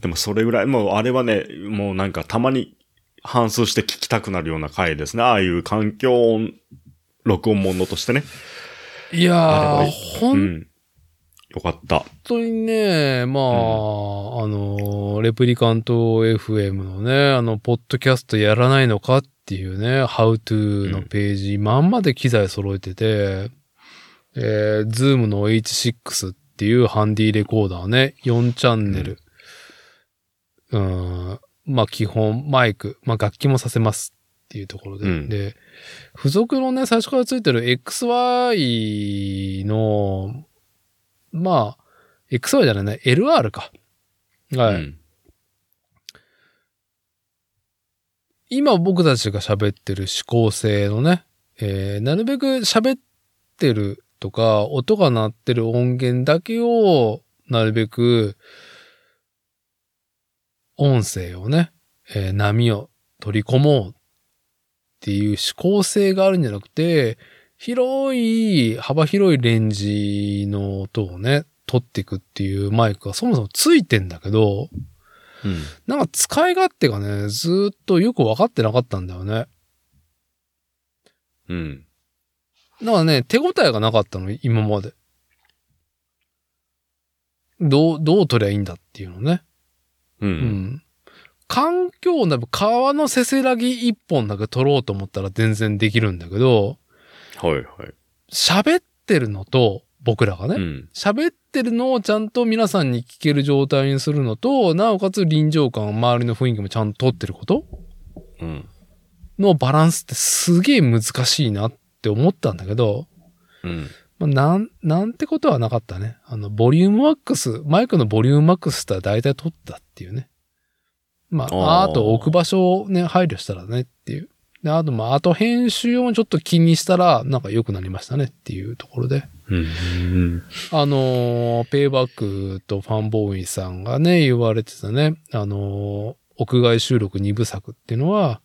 B: でもそれぐらい、もうあれはね、もうなんかたまに反芻して聞きたくなるような回ですね。ああいう環境音、録音ものとしてね。
A: いや
B: あ
A: ー
B: れは、う
A: 本
B: ん。よかった。
A: 当にね、まあ、あの、レプリカント FM のね、あの、ポッドキャストやらないのかっていうね、How to のページ、まんまで機材揃えてて、えー、Zoom の H6 っていうハンディレコーダーね、4チャンネル。うん、まあ基本、マイク、まあ楽器もさせますっていうところで。
B: うん
A: で、付属のね、最初からついてる XY の、まあ、XY じゃないね、LR か。はい。
B: うん
A: 今僕たちが喋ってる指向性のね、えーなるべく喋ってるとか、音が鳴ってる音源だけを、なるべく、音声をね、えー波を取り込もうっていう指向性があるんじゃなくて、広い、幅広いレンジの音をね、取っていくっていうマイクがそもそもついてんだけど、
B: うん。
A: なんか使い勝手がね、ずーっとよく分かってなかったんだよね。
B: うん。
A: なんかね、手応えがなかったの、今まで。どう、どう取りゃいいんだっていうのね。
B: う。
A: うんん。環境音だ、川のせせらぎ一本だけ取ろうと思ったら全然できるんだけど、
B: はいはい。
A: 喋ってるのと、僕らが
B: う
A: ね、
B: ん。
A: 喋ってるのをちゃんと皆さんに聞ける状態にするのと、なおかつ臨場感、周りの雰囲気もちゃんと取ってること
B: うん。
A: のバランスってすげえ難しいなって思ったんだけど、
B: うん。
A: まあ、なん、なんてことはなかったね。あの、ボリュームマックス、マイクのボリュームマックスって大体取ったっていうね。まあ、あ
B: あー
A: と置く場所をね、配慮したらねっていう。で、あと、まあ、あと編集をちょっと気にしたら、なんか良くなりましたねっていうところで。
B: うん。
A: あのーペイバックとファンボーイさんがね、言われてたね、あのー屋外収録2部作っていうのは、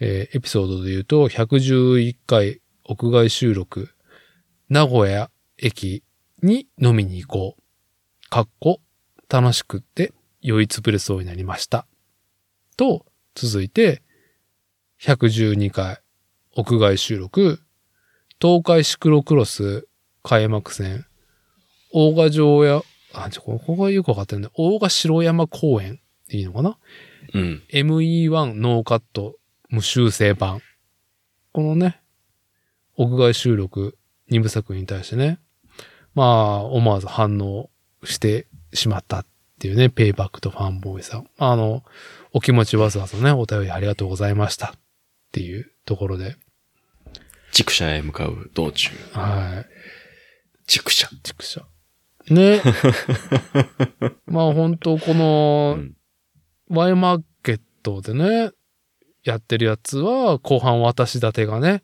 A: えーエピソードで言うと、111回屋外収録、名古屋駅に飲みに行こう。かっこ、楽しくって酔いつぶれそうになりました。と、続いて、112回屋外収録、東海シクロクロス開幕戦、大賀城や、あ、ちょ、ここがよくわかってるね。大賀城山公園でいいのかな
B: うん。
A: ?ME1 ノーカット無修正版。このね、屋外収録2部作に対してね、まあ、思わず反応してしまったっていうね、ペイバックとファンボーイさん。あの、お気持ちわざわざね、お便りありがとうございましたっていうところで、
B: 畜舎へ向かう道中。
A: はい。
B: 畜舎。
A: 畜舎。ね。 まあ本当こ
B: う
A: の、
B: ん。
A: ワイマーケットでね、やってるやつは、後半私立てがね、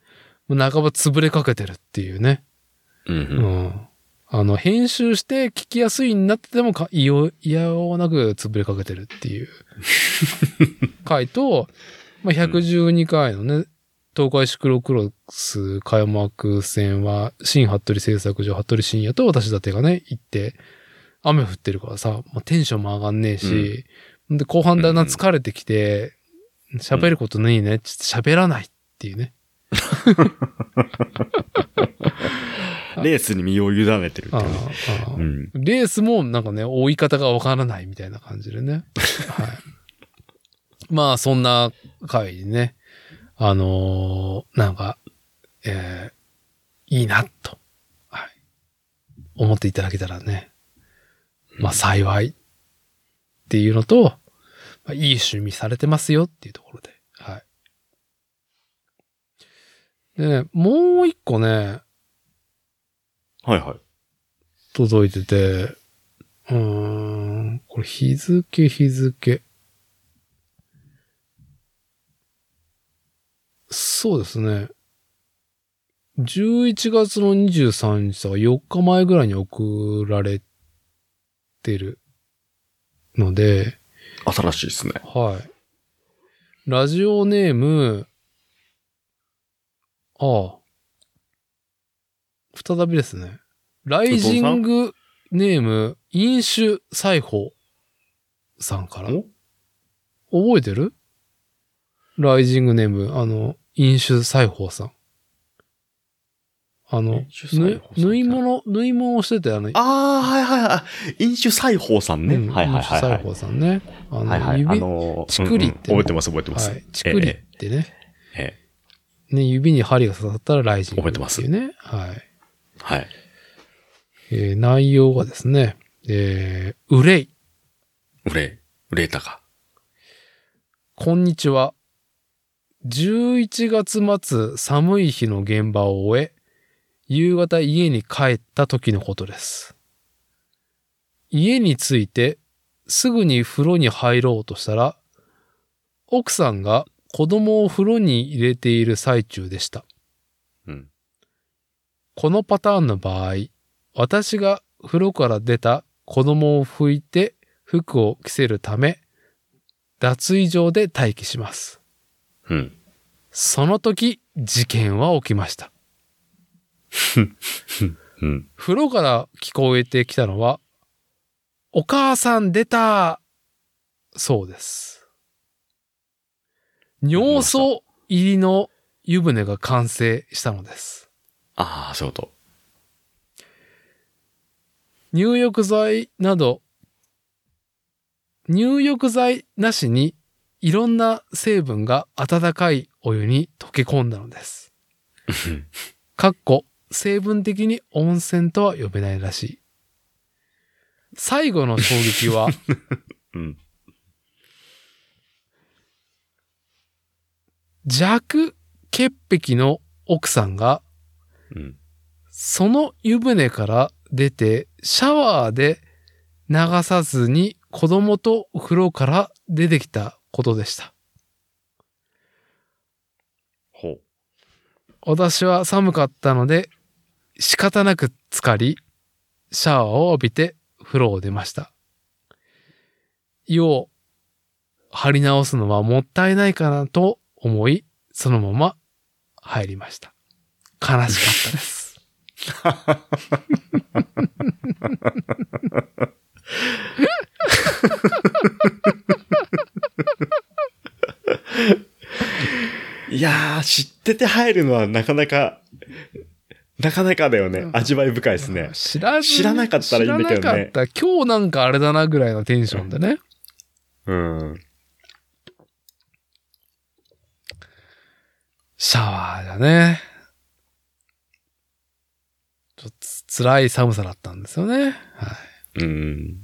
A: もう半ば潰れかけてるっていうね。
B: う。
A: うんん。あの、編集して聞きやすいになっててもか、いよ、いやおうなく潰れかけてるっていう回と、まあ、112回のね、東海シクロクロス開幕戦は、新服部製作所、服部深也と私だてがね、行って、雨降ってるからさ、まあ、テンションも上がんねえし、で、後半だんだん疲れてきて、喋ることないね、ちょっと喋らないっていうね。
B: レースに身を委ねてるって
A: あ
B: い
A: あ
B: うね。
A: ああ
B: うん。
A: レースもなんかね、追い方がわからないみたい な感じでね。はい。まあ、そんな回にね、あのーなんか、えーいいな、と、はい。思っていただけたらね、まあ、幸いっていうのと、まあ、いい趣味されてますよっていうところで、はい。でね、もう一個ね、
B: はいはい。
A: 届いてて、うーん、これ日付日付。そうですね。11月の23日とか4日前ぐらいに送られてるので、
B: 新しいですね。
A: はい。ラジオネーム、ああ。再びですね。ライジングネーム、飲酒裁縫さんから。
B: お
A: 覚えてるライジングネーム、あの、飲酒裁縫さん。あの
B: 飲、酒裁
A: ぬ
B: 縫さん
A: 縫い物、縫い物をしてて、あの、
B: ああ、はいはいはい。飲酒裁縫さんね。
A: うん
B: はいはいはいは
A: 飲酒裁
B: い。
A: 縫さんね。あの、
B: はいはい。
A: 指、
B: あのー、
A: ちくりって
B: うんうん覚えてます覚えてます。
A: はい、ちくりってね。
B: ええ
A: ね、指に針が刺さったらライジング
B: 覚えてます
A: っていうね。はい。
B: はい。
A: えー内容がですね、えー、憂い、
B: うれ、うれたか。
A: こんにちは。11月末寒い日の現場を終え、夕方家に帰った時のことです。家に着いて、すぐに風呂に入ろうとしたら、奥さんが子供を風呂に入れている最中でした。
B: うん。
A: このパターンの場合、私が風呂から出た子供を拭いて服を着せるため、脱衣場で待機します。
B: うん。
A: その時、事件は起きました。
B: うん。
A: 風呂から聞こえてきたのは、お母さん出たそうです。尿素入りの湯船が完成したのです。
B: ああ、そういうこと。
A: 入浴剤など、入浴剤なしにいろんな成分が温かいお湯に溶け込んだのです。 かっこ、成分的に温泉とは呼べないらしい。最後の衝撃は、
B: うん。
A: 弱潔癖の奥さんが
B: うん。
A: その湯船から出てシャワーで流さずに子供と風呂から出てきたことでした。
B: ほう。
A: 私は寒かったので仕方なく浸かり、シャワーを浴びて風呂を出ました。湯を張り直すのはもったいないかなと思い、そのまま入りました。悲しかったです。
B: いやー、知ってて入るのはなかなか、なかなかだよね。味わい深いですね。
A: 知らず
B: 知らなかったらいいんだけどね
A: 知らなかった。今日なんかあれだなぐらいのテンションでね。
B: うん。
A: シャワーだね。ちょっと辛い寒さだったんですよね。はい。
B: うん。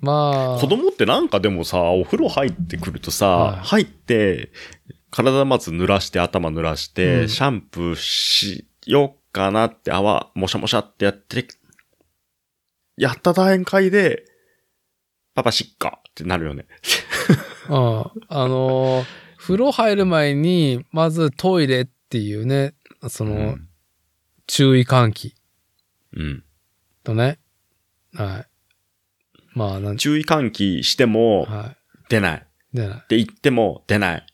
A: まあ。
B: 子供ってなんかでもさ、お風呂入ってくるとさ、
A: はい
B: 入って、体まず濡らして、頭濡らし
A: う
B: て、
A: ん
B: シャンプーしようかなって、泡、もしゃもしゃってやって、やった段階で、パパしっかってなるよね。
A: うん。あのー風呂入る前に、まずトイレっていうね、そうの、
B: ん。
A: 注意喚起
B: うん。
A: とね。はい。まあ、なん
B: 注意喚起しても
A: は
B: 出ない。っ
A: い。じゃない。
B: て言っても出ない。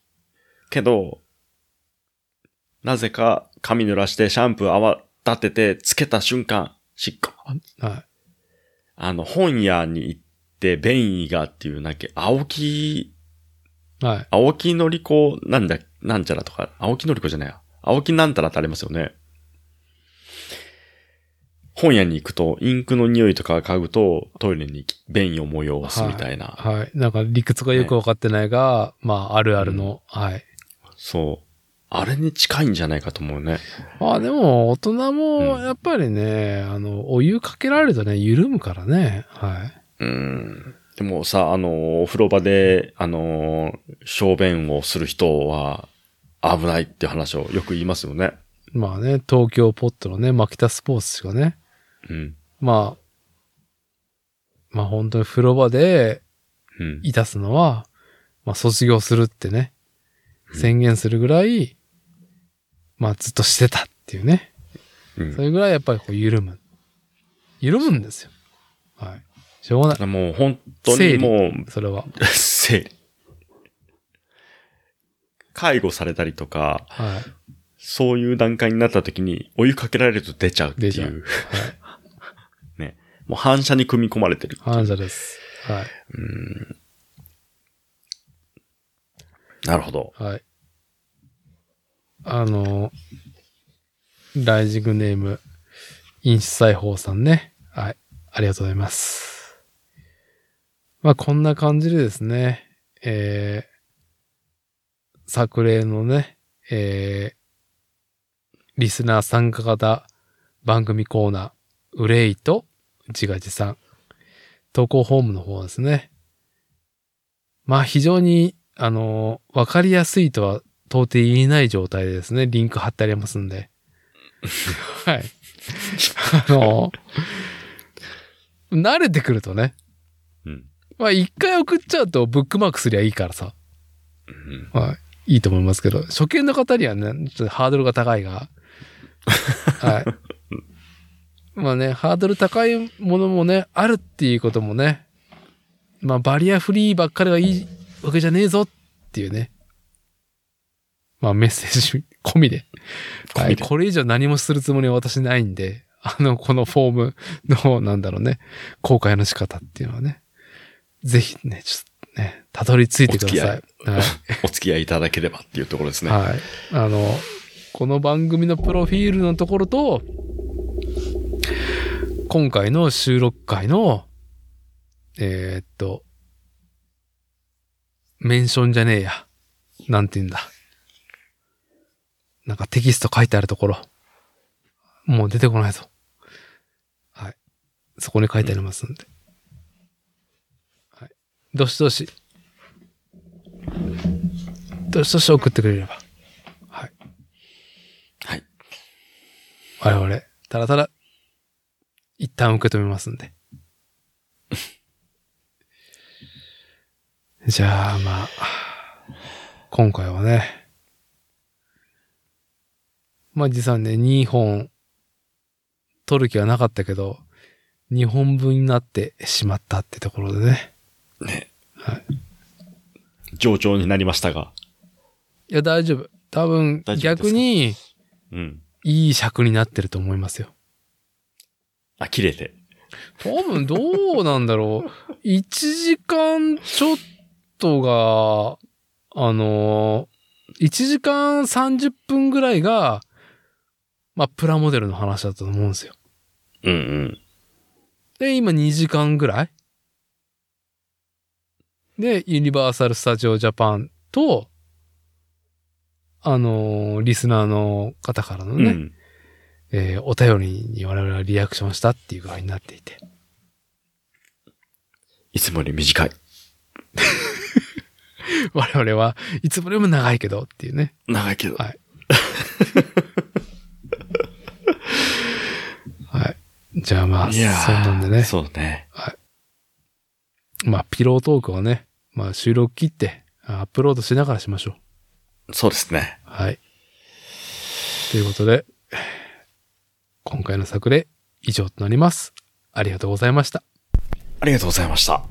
B: けど、なぜか髪濡らしてシャンプー泡立ててつけた瞬間、しっか
A: は
B: あの、本屋に行って、便意がっていう、なんか、青木、
A: い。はい。
B: 青木のりこ、なんだ、なんちゃらとか、青木のりこじゃないや。青木なんたらってありますよね。本屋に行くと、インクの匂いとか嗅ぐと、トイレに行き便意を催すみたいな。
A: はい。なんか理屈がよくわかってないが、まあ、あるあるの、はい。
B: そう。あれに近いんじゃないかと思うね。
A: まあでも、大人も
B: うん
A: やっぱりね、あの、お湯かけられるとね、緩むからね。はい。
B: うん。でもさ、あの、お風呂場で、あの、小便をする人は、危ないって話をよく言いますよね。
A: まあね、東京ポットのね、マキタスポーツしかね、
B: うん。
A: まあ、まあ本当に風呂場で
B: うん。
A: いたすのは、まあ卒業するってね、
B: うん
A: 宣言するぐらい、まあずっとしてたっていうね。
B: うん
A: それぐらいやっぱりこう緩む。緩むんですよ。はい。しょうがない。
B: もう本当にもう、
A: それは。
B: 整理。介護されたりとか、
A: はい。
B: そういう段階になった時にお湯かけられると出ちゃうって
A: 出ち
B: い
A: ゃ
B: う、
A: はい。
B: もう反射に組み込まれてるっていう。
A: 反射です。は
B: うんなるほど。
A: い。はい。あの、ライジングネーム、飲酒裁縫さんね。はい。ありがとうございます。まあ、こんな感じでですね、えー、作例のね、えー、リスナー参加型番組コーナー、憂いと自画自賛、投稿ホームの方ですね。まあ非常に、あの、わかりやすいとは到底言えない状態でですね、リンク貼ってありますんで。はい。あの、慣れてくるとね、
B: うん。
A: まあ一回送っちゃうとブックマークすりゃいいからさ、
B: うん
A: はい。いいと思いますけど、初見の方にはね、ちょっとハードルが高い が、はい。まあね、ハードル高いものもね、あるっていうこともね、まあバリアフリーばっかりがいいわけじゃねえぞっていうね。まあメッセージ込みで。は
B: 込み
A: い、
B: で
A: これ以上何もするつもりは私ないんで、あの、このフォームの、なんだろうね、公開の仕方っていうのはね、ぜひね、ちょっとね、たどり着いてください。はい
B: お付き合いいただければっていうところですね。
A: はい。あの、この番組のプロフィールのところと、今回の収録回の、えーっと、メンションじゃねえや。なんて言うんだ。なんかテキスト書いてあるところ。もう出てこないぞ。はい。そこに書いてありますんで。はい。どしどし。どしどし送ってくれれば。はい。
B: はい。
A: 我々、たらたら、一旦受け止めますんで。 じゃあ、まあ、今回はね、まあ実際ね、2本、取る気はなかったけど、2本分になってしまったってところでね。
B: ね
A: はい。
B: 上長になりましたが。
A: いや、大丈夫。多分
B: 大、丈夫ですか
A: 逆に、
B: うん。
A: いい尺になってると思いますよ。
B: あ、切れて。
A: 多分どうなんだろう。1時間ちょっとが、あのー、1時間30分ぐらいが、まあ、プラモデルの話だったと思うんですよ。
B: うんうん。
A: で、今2時間ぐらいで、ユニバーサル・スタジオ・ジャパンと、あのーリスナーの方からの
B: う
A: ね、
B: ん。
A: えーお便りに我々はリアクションしたっていう具合になっていて。
B: いつもより短い。
A: 我々はいつまでも長いけどっていうね。
B: 長いけど。
A: はいはい。じゃあまあ、そ
B: いやー
A: うなんでね。
B: そうね。
A: まあ、ピロートークをね、まあ収録切って、アップロードしながらしましょう。
B: そうですね。
A: はい。ということで、今回の作例、以上となります。ありがとうございました。
B: ありがとうございました。